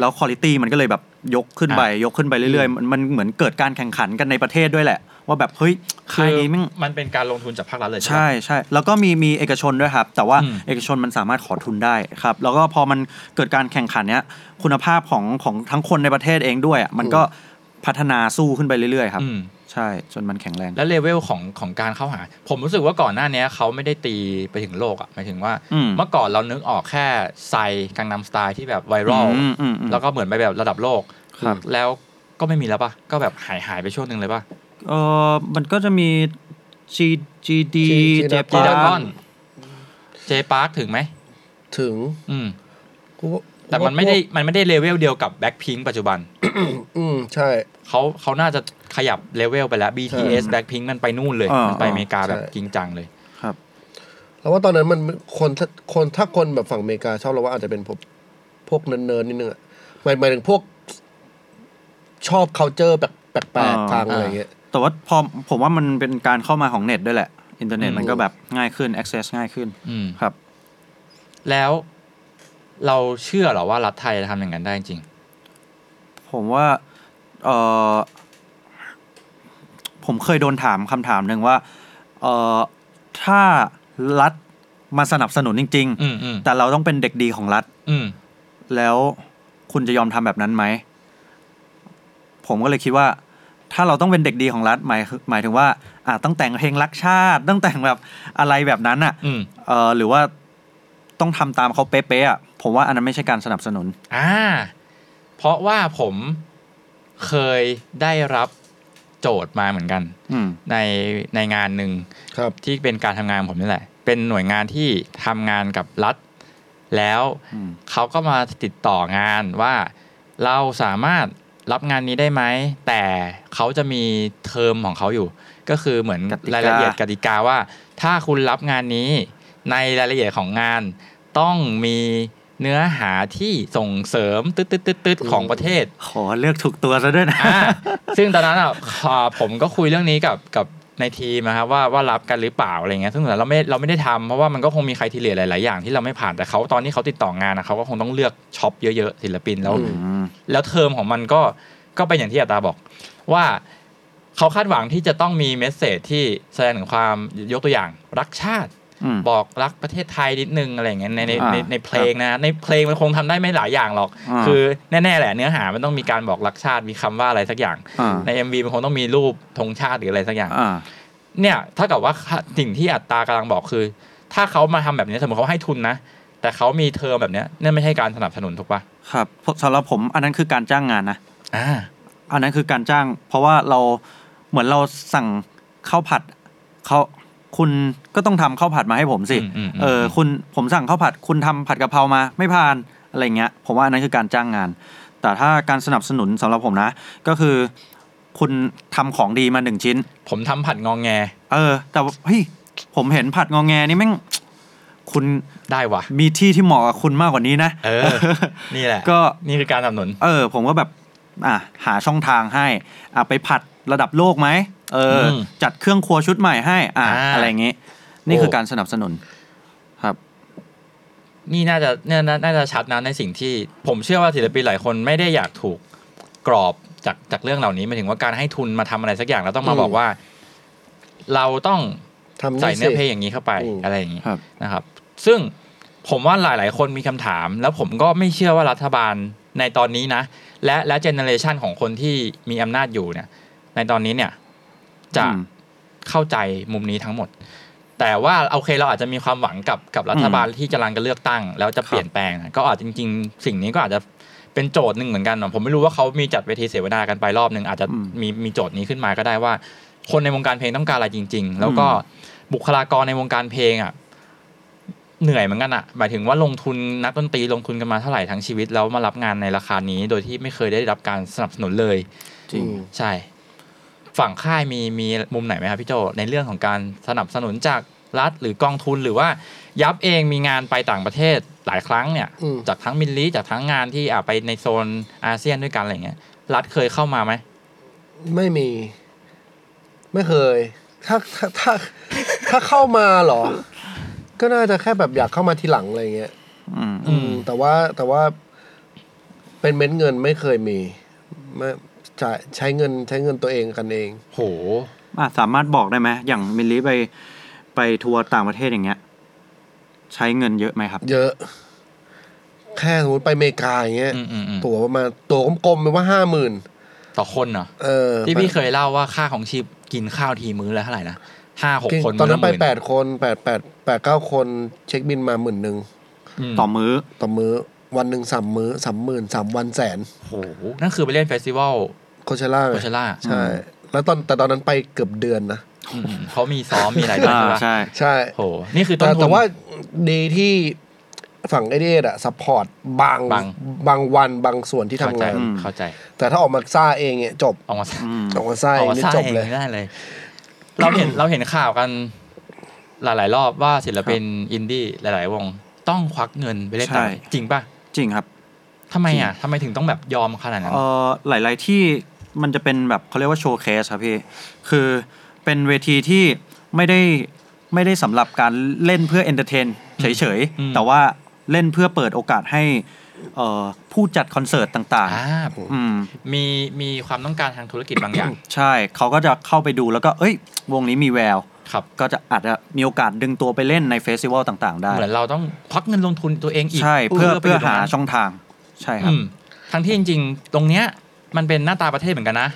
[SPEAKER 2] แล้วคุณภาพมันก็เลยแบบยกขึ้นไปยกขึ้นไปเรื่อยๆมันมันเหมือนเกิดการแข่งขันกันในประเทศด้วยแหละ ว่าแบบเฮ้ย
[SPEAKER 5] คื
[SPEAKER 2] ค่าย
[SPEAKER 5] อ
[SPEAKER 2] นี้แมัน
[SPEAKER 5] มันเป็นการลงทุนจากภาครัฐเลยใช่
[SPEAKER 2] ใช่
[SPEAKER 5] ปะ
[SPEAKER 2] ใช่แล้วก็มีมีเอกชนด้วยครับ แต่ว่า
[SPEAKER 5] อืม
[SPEAKER 2] เอกชนมันสามารถขอทุนได้ครับ แล้วก็พอมันเกิดการแข่งขันเนี้ยคุณภาพของของทั้งคนในประเทศเองด้วยอะมันก็พัฒนาสู้ขึ้นไปเรื่อยๆครับ
[SPEAKER 5] อืม
[SPEAKER 2] ใช่จนมันแข็งแรง
[SPEAKER 5] แล้วเลเวลของของการเข้าหา ผมรู้สึกว่าก่อนหน้าเนี้ยเขาไม่ได้ตีไปถึงโลกอะหมายถึงว่า
[SPEAKER 2] อืม
[SPEAKER 5] เมื่อก่อนเรานึกออกแค่ไซกังนำสไตล์ที่แบบไวรัล
[SPEAKER 2] อืมอืมอืม
[SPEAKER 5] แล้วก็เหมือนไปแบบระดับโลก
[SPEAKER 2] ครับ
[SPEAKER 5] แล้วก็ไม่มีแล้วป่ะ ก็แบบหายหายไปช่วงหนึ่งเลยป่ะ
[SPEAKER 2] เออมันก็จะมี G G D
[SPEAKER 4] G-
[SPEAKER 2] เจ
[SPEAKER 4] G-Dragon
[SPEAKER 5] จี
[SPEAKER 2] ปา
[SPEAKER 5] ดากอน
[SPEAKER 2] น
[SPEAKER 5] เจปาร์คถึงไหม
[SPEAKER 4] ถึง
[SPEAKER 5] อืม
[SPEAKER 4] กูว่า
[SPEAKER 5] แต่มันไม่ได้ มันไม่ได้เลเวลเดียวกับแบ็คพิงปัจจุบัน
[SPEAKER 4] อืมใช่
[SPEAKER 5] เขาเขาน่าจะขยับเลเวลไปแล้ว BTS
[SPEAKER 4] ใช่
[SPEAKER 5] Blackpink มันไปนู่นเลย มันไปอเมริกาแบบจริงจังเลย
[SPEAKER 4] แล้วว่าตอนนั้นมันคนคนถ้าคนแบบฝั่งอเมริกาชอบเราว่าอาจจะเป็นพวกพวกเนิร์นๆนิดนึงอะหมายหมายถึงพวกชอบ c u เจอร์แบบแปลกๆฟังอะไรเงี้ย
[SPEAKER 2] แต่ว่าพอผมว่ามันเป็นการเข้ามาของเน็ตด้วยแหละ อินเทอร์เน็ต
[SPEAKER 4] อืม
[SPEAKER 2] มันก็แบบง่ายขึ้น access ง่ายขึ้น
[SPEAKER 5] อืม
[SPEAKER 2] ครับ
[SPEAKER 5] แล้วเราเชื่อเหรอว่ารัฐไทยจะทำอย่างนั้นได้จริง
[SPEAKER 2] ผมว่าเออผมเคยโดนถามคำถามหนึ่งว่าเออถ้ารัฐมาสนับสนุนจริง
[SPEAKER 5] อืมอืม
[SPEAKER 2] ๆ แต่เราต้องเป็นเด็กดีของรัฐ
[SPEAKER 5] อืม
[SPEAKER 2] แล้วคุณจะยอมทำแบบนั้นไหม ผมก็เลยคิดว่า ถ้าเราต้องเป็นเด็กดีของรัฐหมายหมายถึงว่าอ่ะต้องแต่งเพลงรักชาติ ต้องแต่งแบบอะไรแบบนั้นอ่ะ
[SPEAKER 5] อืม
[SPEAKER 2] เออหรือว่าต้องทำตามเขาเป๊ะๆอ่ะผมว่าอันนั้นไม่ใช่การสนับสนุน
[SPEAKER 5] อ่า เพราะว่าผมเคยได้รับโจทย์มาเหมือนกัน
[SPEAKER 2] อืม
[SPEAKER 5] ในในงานหนึ่ง
[SPEAKER 4] ครับ
[SPEAKER 5] ที่เป็นการทำงานของผมนี่แหละ เป็นหน่วยงานที่ทำงานกับรัฐ แล้ว
[SPEAKER 2] อืม
[SPEAKER 5] เขาก็มาติดต่องานว่าเราสามารถรับงานนี้ได้ไหม แต่เขาจะมีเทอมของเขาอยู่ ก็คือเหมือน
[SPEAKER 2] กติกา
[SPEAKER 5] รายละเอียดกติกาว่า ถ้าคุณรับงานนี้ในรายละเอียดของงาน ต้องมีเนื้อหาที่ส่งเสริมตึ๊ดๆๆๆของประเทศ
[SPEAKER 2] ขอเลือกถูกตัวซะด้วยนะ
[SPEAKER 5] อ่าซึ่งตอนนั้นอ่ะอ่าผมก็คุยเรื่องนี้กับกับในทีมนะครับว่าว่ารับกันหรือเปล่าอะไรเงี้ยซึ่งตอนนั้นเราไม่เราไม่ได้ทำเพราะว่ามันก็คงมีใครทีเลียหลาย ๆ อย่างที่เราไม่ผ่านแต่เขาตอนนี้เขาติดต่องานนะเขาก็คงต้องเลือกช็อปเยอะ ๆ ศิลปินแล้ว
[SPEAKER 4] อืม
[SPEAKER 2] อืม
[SPEAKER 5] แล้วเทอมของมันก็ก็เป็นอย่างที่อาตาบอก ว่าเขาคาดหวังที่จะต้องมีเมสเซจที่แสดงถึงความยกตัวอย่างรักชาติ
[SPEAKER 2] อืม
[SPEAKER 5] บอกรักประเทศไทยนิดนึงอะไรอย่างเงี้ยในใน
[SPEAKER 2] อ่า
[SPEAKER 5] ในในเพลงนะ ในเพลงมันคงทำได้ไม่หลายอย่างหรอก
[SPEAKER 2] อ่า
[SPEAKER 5] คือแน่ ๆ แหละเนื้อหามันต้องมีการบอกรักชาติมีคำว่าอะไรสักอย่าง
[SPEAKER 2] อ่า
[SPEAKER 5] ใน MV มันคงต้องมีรูปธงชาติหรืออะไรสักอย่าง
[SPEAKER 2] อ่า
[SPEAKER 5] เนี่ยเท่ากับว่าสิ่งที่อัตตากำลังบอกคือ ถ้าเขามาทำแบบนี้สมมติเขาให้ทุนนะ แต่เขามีเทอมแบบเนี้ยนั่นไม่ใช่การสนับสนุนถูกป่ะ
[SPEAKER 2] ครับสำหรับผมอันนั้นคือการจ้างงานนะ
[SPEAKER 5] อ่า
[SPEAKER 2] อันนั้นคือการจ้าง เพราะว่าเราเหมือนเราสั่งข้าวผัดเขา คุณก็ต้องทำข้าวผัดมาให้ผมสิ
[SPEAKER 5] อืมอืมอืม
[SPEAKER 2] เออคุณผมสั่งข้าวผัดคุณทำผัดกะเพรามาไม่ผ่านอะไรเงี้ยผมว่าอันนั้นคือการจ้างงาน แต่ถ้าการสนับสนุนสำหรับผมนะ ก็คือคุณทำของดีมาหนึ่งชิ้น
[SPEAKER 5] ผมทำผัดงองแง
[SPEAKER 2] เออ แต่ว่าเฮ้ยผมเห็นผัดงองแงนี่แม่ง คุณ
[SPEAKER 5] ได้ว่ะ
[SPEAKER 2] มีที่ที่เหมาะกับคุณมากกว่านี้นะ
[SPEAKER 5] เออ นี่แหละ
[SPEAKER 2] ก็
[SPEAKER 5] นี่คือการสนับสนุน
[SPEAKER 2] เออ ผมก็แบบ อ่ะหาช่องทางให้ อ่ะไปผัดระดับโลกไหมเอออ
[SPEAKER 5] ม
[SPEAKER 2] จัดเครื่องครัวชุดใหม่ให้ อ่ะ
[SPEAKER 5] อ่า
[SPEAKER 2] อะไรอย่างงี้ นี่คือการสนับสนุน ครับ
[SPEAKER 5] นี่น่าจะน่าน่าน่าจะชัดนะในสิ่งที่ ผมเชื่อว่าศิลปินหลายคนไม่ได้อยากถูกกรอบจากจากเรื่องเหล่านี้หมายถึงว่าการให้ทุนมาทำอะไรสักอย่างแล้วต้องมา
[SPEAKER 4] อืม
[SPEAKER 5] บอกว่า เราต้อง
[SPEAKER 4] ทำ
[SPEAKER 5] ใส่
[SPEAKER 4] นี่
[SPEAKER 5] เนื้อเพล
[SPEAKER 4] สิ
[SPEAKER 5] งอย่างนี้เข้าไป
[SPEAKER 4] อืม
[SPEAKER 5] อะไรอย่างนี้
[SPEAKER 2] ครับ
[SPEAKER 5] นะครับ ซึ่งผมว่าหลาย ๆ คนมีคำถาม แล้วผมก็ไม่เชื่อว่ารัฐบาลในตอนนี้นะ และและเจเนอเรชันของคนที่มีอำนาจอยู่เนี่ย ในตอนนี้เนี่ยจะ
[SPEAKER 2] อืม
[SPEAKER 5] เข้าใจมุมนี้ทั้งหมด แต่ว่าโอเคเราอาจจะมีความหวังกับกับรัฐบาลที่กำลังจะเลือกตั้ง แล้วจะเปลี่ยนแปลงนะก็อาจจริง ๆ สิ่งนี้ก็อาจจะเป็นโจทย์หนึ่งเหมือนกันนะผมไม่รู้ว่าเขามีจัดเวทีเสวนากันไปรอบหนึ่งอาจจะ
[SPEAKER 2] อืม
[SPEAKER 5] มีมีโจทย์นี้ขึ้นมาก็ได้ว่า คนในวงการเพลงต้องการอะไรจริง ๆ แล้วก็
[SPEAKER 2] อื
[SPEAKER 5] บุคลากรในวงการเพลงอ่ะเหนื่อยเหมือนกันอ่ะหมายถึงว่าลงทุนนักดนตรีลงทุนกันมาเท่าไหร่ทั้งชีวิตแล้วมารับงานในราคานี้ โดยที่ไม่เคยได้รับการสนับสนุนเลย
[SPEAKER 2] จริง
[SPEAKER 4] อืม
[SPEAKER 5] ใช่ ฝั่งค่ายมีมีมุมไหนไหมครับพี่โจในเรื่องของการสนับสนุนจากรัฐหรือกองทุนหรือว่ายับเองมีงานไปต่างประเทศหลายครั้งเนี่ย
[SPEAKER 4] อืม
[SPEAKER 5] จากทั้งมิลลีจากทั้งงานที่อ่ะไปในโซนอาเซียนด้วยกันอะไรเงี้ยรัฐเคยเข้ามาไหม
[SPEAKER 4] ไม่มี ไม่เคย ถ้าถ้าถ้าถ้าเข้ามาเหรอ ก็น่าจะแค่แบบอยากเข้ามาทีหลังอะไรเงี้ย
[SPEAKER 2] อืม
[SPEAKER 5] อืม
[SPEAKER 4] แต่ว่าแต่ว่า เป็นเม็ดเงินไม่เคยมีไม่จ่ายใช้เงินใช้เงินตัวเองกันเอง
[SPEAKER 5] โห
[SPEAKER 2] อ่ะสามารถบอกได้ไหมอย่างมิลลีไปไปทัวร์ต่างประเทศอย่างเงี้ย ใช้เงินเยอะไหมครับ
[SPEAKER 4] เยอะ แค่สมมติไปอเมริกาอย่างเงี้ย
[SPEAKER 5] อืมอืมอืม
[SPEAKER 4] ตั๋วประมาณตั๋วกลมๆไปว่าห้าหมื่น
[SPEAKER 5] ต่อคนเนาะ
[SPEAKER 4] เออ
[SPEAKER 5] ที่พี่เคยเล่าว่าค่าของชีพกินข้าวทีมื้อละเท่าไหร่นะห้าหก
[SPEAKER 4] กิน
[SPEAKER 5] คน
[SPEAKER 4] ตอนนั้นไป
[SPEAKER 5] มื้ละหมื่
[SPEAKER 4] แปดคนแปดแปดแปดเก้าคนเช็คบินมาหมื่นหนึ่ง
[SPEAKER 5] ม
[SPEAKER 2] ต่อมื้อ
[SPEAKER 4] ต่อมื้อวันหนึ่งสามมื้อสามหมื่นสามวันแสน
[SPEAKER 5] โหนั่นคือไปเล่นเฟสติวัล
[SPEAKER 4] โคเชล่า
[SPEAKER 5] โคเชล่า
[SPEAKER 4] ใช่ แล้วตอนแต่ตอนนั้นไปเกือบเดือนนะ
[SPEAKER 5] เขามีซ้อมมีอะไรด้วย
[SPEAKER 2] อ่า
[SPEAKER 5] ใช่ปะ
[SPEAKER 2] ใช่
[SPEAKER 4] ใช่
[SPEAKER 5] โหนี่คือต้
[SPEAKER 4] แต่
[SPEAKER 5] นทุน
[SPEAKER 4] แต่ว่าดีที่ฝั่งไอเดียอะซัพพอร์ตบาง
[SPEAKER 5] บาง
[SPEAKER 4] บางวันบางส่วนที่ทำ
[SPEAKER 5] เข้าใจ
[SPEAKER 4] งาน
[SPEAKER 2] อืม
[SPEAKER 5] เข้าใจ
[SPEAKER 4] แต่ถ้าออกมาซ่าเองเนี่ยจบ
[SPEAKER 5] ออกมา
[SPEAKER 2] อืม
[SPEAKER 4] ออกมาซ่า
[SPEAKER 5] อ
[SPEAKER 4] เอ
[SPEAKER 5] อก
[SPEAKER 4] ง
[SPEAKER 5] มา
[SPEAKER 4] นี่
[SPEAKER 5] สร้าง
[SPEAKER 4] จบ
[SPEAKER 5] เอง
[SPEAKER 4] เลย
[SPEAKER 5] ไม่ได้เลย เรา เห็นเราเห็นข่าวกันหลาย ๆ รอบว่าศิลปินอินดี้หลาย ๆ วง ต้องควักเงินไปเล่น
[SPEAKER 2] ใช่
[SPEAKER 5] ต่างจริงป่ะ
[SPEAKER 2] จริงครับ
[SPEAKER 5] ทำไมอ่ะทำไมถึงต้องแบบยอมขนาดนั้น
[SPEAKER 2] เอ่อหลาย ๆ ที่มันจะเป็นแบบเขาเรียกว่าโชว์เคสครับพี่ คือเป็นเวทีที่ไม่ได้ไม่ได้สำหรับการเล่นเพื่อเอนเตอร์เทนเฉย
[SPEAKER 5] อืม
[SPEAKER 2] ๆ แต่ว่าเล่นเพื่อเปิดโอกาสให้เอ่อผู้จัดคอนเสิร์ตต่าง
[SPEAKER 5] อ่า
[SPEAKER 2] ๆ อืม
[SPEAKER 5] มีมีความต้องการทางธุรกิจบาง อย่าง
[SPEAKER 2] ใช่เขาก็จะเข้าไปดูแล้วก็ เอ้ย วงนี้มีแวว
[SPEAKER 5] ครับ
[SPEAKER 2] ก็จะอาจจะมีโอกาสดึงตัวไปเล่นในเฟสติวัลต่าง ๆ ได้
[SPEAKER 5] เหมือนเราต้องควักเงินลงทุนตัวเองอีก
[SPEAKER 2] ใช่เพื่อ
[SPEAKER 5] ไป
[SPEAKER 2] เพื่อยู่
[SPEAKER 5] ตร
[SPEAKER 2] หาง
[SPEAKER 5] นั้น
[SPEAKER 2] ช่องทาง ใช่ครับ
[SPEAKER 5] อืมทั้งที่จริง ๆ ตรงเนี้ย มันเป็นหน้าตาประเทศเหมือนกันนะ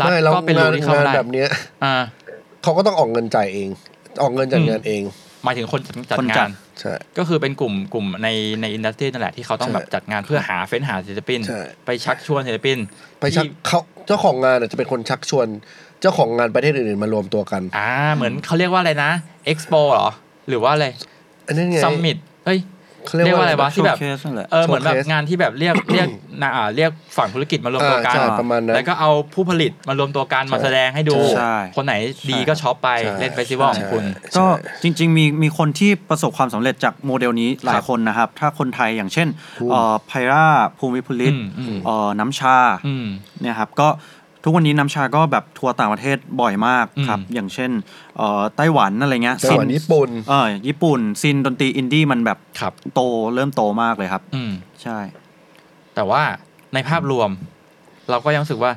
[SPEAKER 5] รัฐ
[SPEAKER 4] ไม่แล้ว
[SPEAKER 5] ก็เป็น
[SPEAKER 4] งา
[SPEAKER 5] รู
[SPEAKER 4] น
[SPEAKER 5] ที่เข้าง
[SPEAKER 4] าน
[SPEAKER 5] ได้
[SPEAKER 4] แบบเนี้ย
[SPEAKER 5] อ่า
[SPEAKER 4] เขาก็ต้องออกเงินจ่ายเอง ออกเงินจัด
[SPEAKER 5] อืม
[SPEAKER 4] งานเอง
[SPEAKER 5] หมายถึงคนจัด
[SPEAKER 2] คนจั
[SPEAKER 5] งา
[SPEAKER 2] ด
[SPEAKER 5] น
[SPEAKER 4] ใช่
[SPEAKER 5] ก็คือเป็นกลุ่มกลุ่มในในอินดัสทรีนั่นแหละที่เขาต้อง
[SPEAKER 4] ใช่
[SPEAKER 5] แบบจัดงานเพื่อหาเฟ้นหาศิลปิน
[SPEAKER 4] ใช่
[SPEAKER 5] ไปชักชวนศิลปิน
[SPEAKER 4] ไปชัก
[SPEAKER 5] ที่
[SPEAKER 4] เขาเจ้าของงานอะจะเป็นคนชักชวน เจ้าของงานประเทศอื่นๆมารวมตัวกัน
[SPEAKER 5] อ่าเหมือนเขาเรียกว่าอะไรนะเอ็กซ์โปหรอ หรือว่าอะไร
[SPEAKER 4] อันนั้นไง
[SPEAKER 5] ซัมมิตเอ้ย
[SPEAKER 4] เขาเรียกว่า
[SPEAKER 5] เรียกว่าอะไรวะ
[SPEAKER 2] โชว์เคสนั่นแหละ
[SPEAKER 5] เออเหมือนแบบงานที่แบบเรียก เรียกนะอ่าเรียกฝั่งธุรกิจมารวมตัวกัน
[SPEAKER 4] อ่าใช่ประมาณนั้น
[SPEAKER 5] แล้วก็เอาผู้ผลิตมารวมตัวกันมา
[SPEAKER 4] ใช่
[SPEAKER 5] แสดงให้ดู
[SPEAKER 2] ใช่
[SPEAKER 5] คนไหนดี
[SPEAKER 2] ใช่
[SPEAKER 5] ก็ช็อปไป
[SPEAKER 4] ใช่
[SPEAKER 5] เล่นเฟสติวัลของคุณ
[SPEAKER 4] ใช่
[SPEAKER 2] ก็จริงๆมีมีคนที่ประสบความสำเร็จจากโมเดลนี้หลายคนนะครับ ถ้าคนไทยอย่างเช่น
[SPEAKER 4] ภูมิ
[SPEAKER 2] เอ่อไพราภูมิพลิต
[SPEAKER 5] อืมอืม
[SPEAKER 2] เอ่อน้ำชา
[SPEAKER 5] อืม
[SPEAKER 2] เนี่ยครับก็ทุกวันนี้น้ำชาก็แบบทัวร์ต่างประเทศบ่อยมากครับ
[SPEAKER 5] อืม
[SPEAKER 2] อย่างเช่นเอ่อไต้หวันอะไรเงี้ย
[SPEAKER 4] ไต้หวัน
[SPEAKER 2] ซี
[SPEAKER 4] ญี่ปุ่น
[SPEAKER 2] เออญี่ปุ่นซีนดนตรีอินดี้มันแบบ
[SPEAKER 5] ครับ
[SPEAKER 2] โตเริ่มโตมากเลยครับ
[SPEAKER 5] อืม
[SPEAKER 2] ใช่
[SPEAKER 5] แต่ว่าในภาพรวม เราก็ยังรู้สึกว่า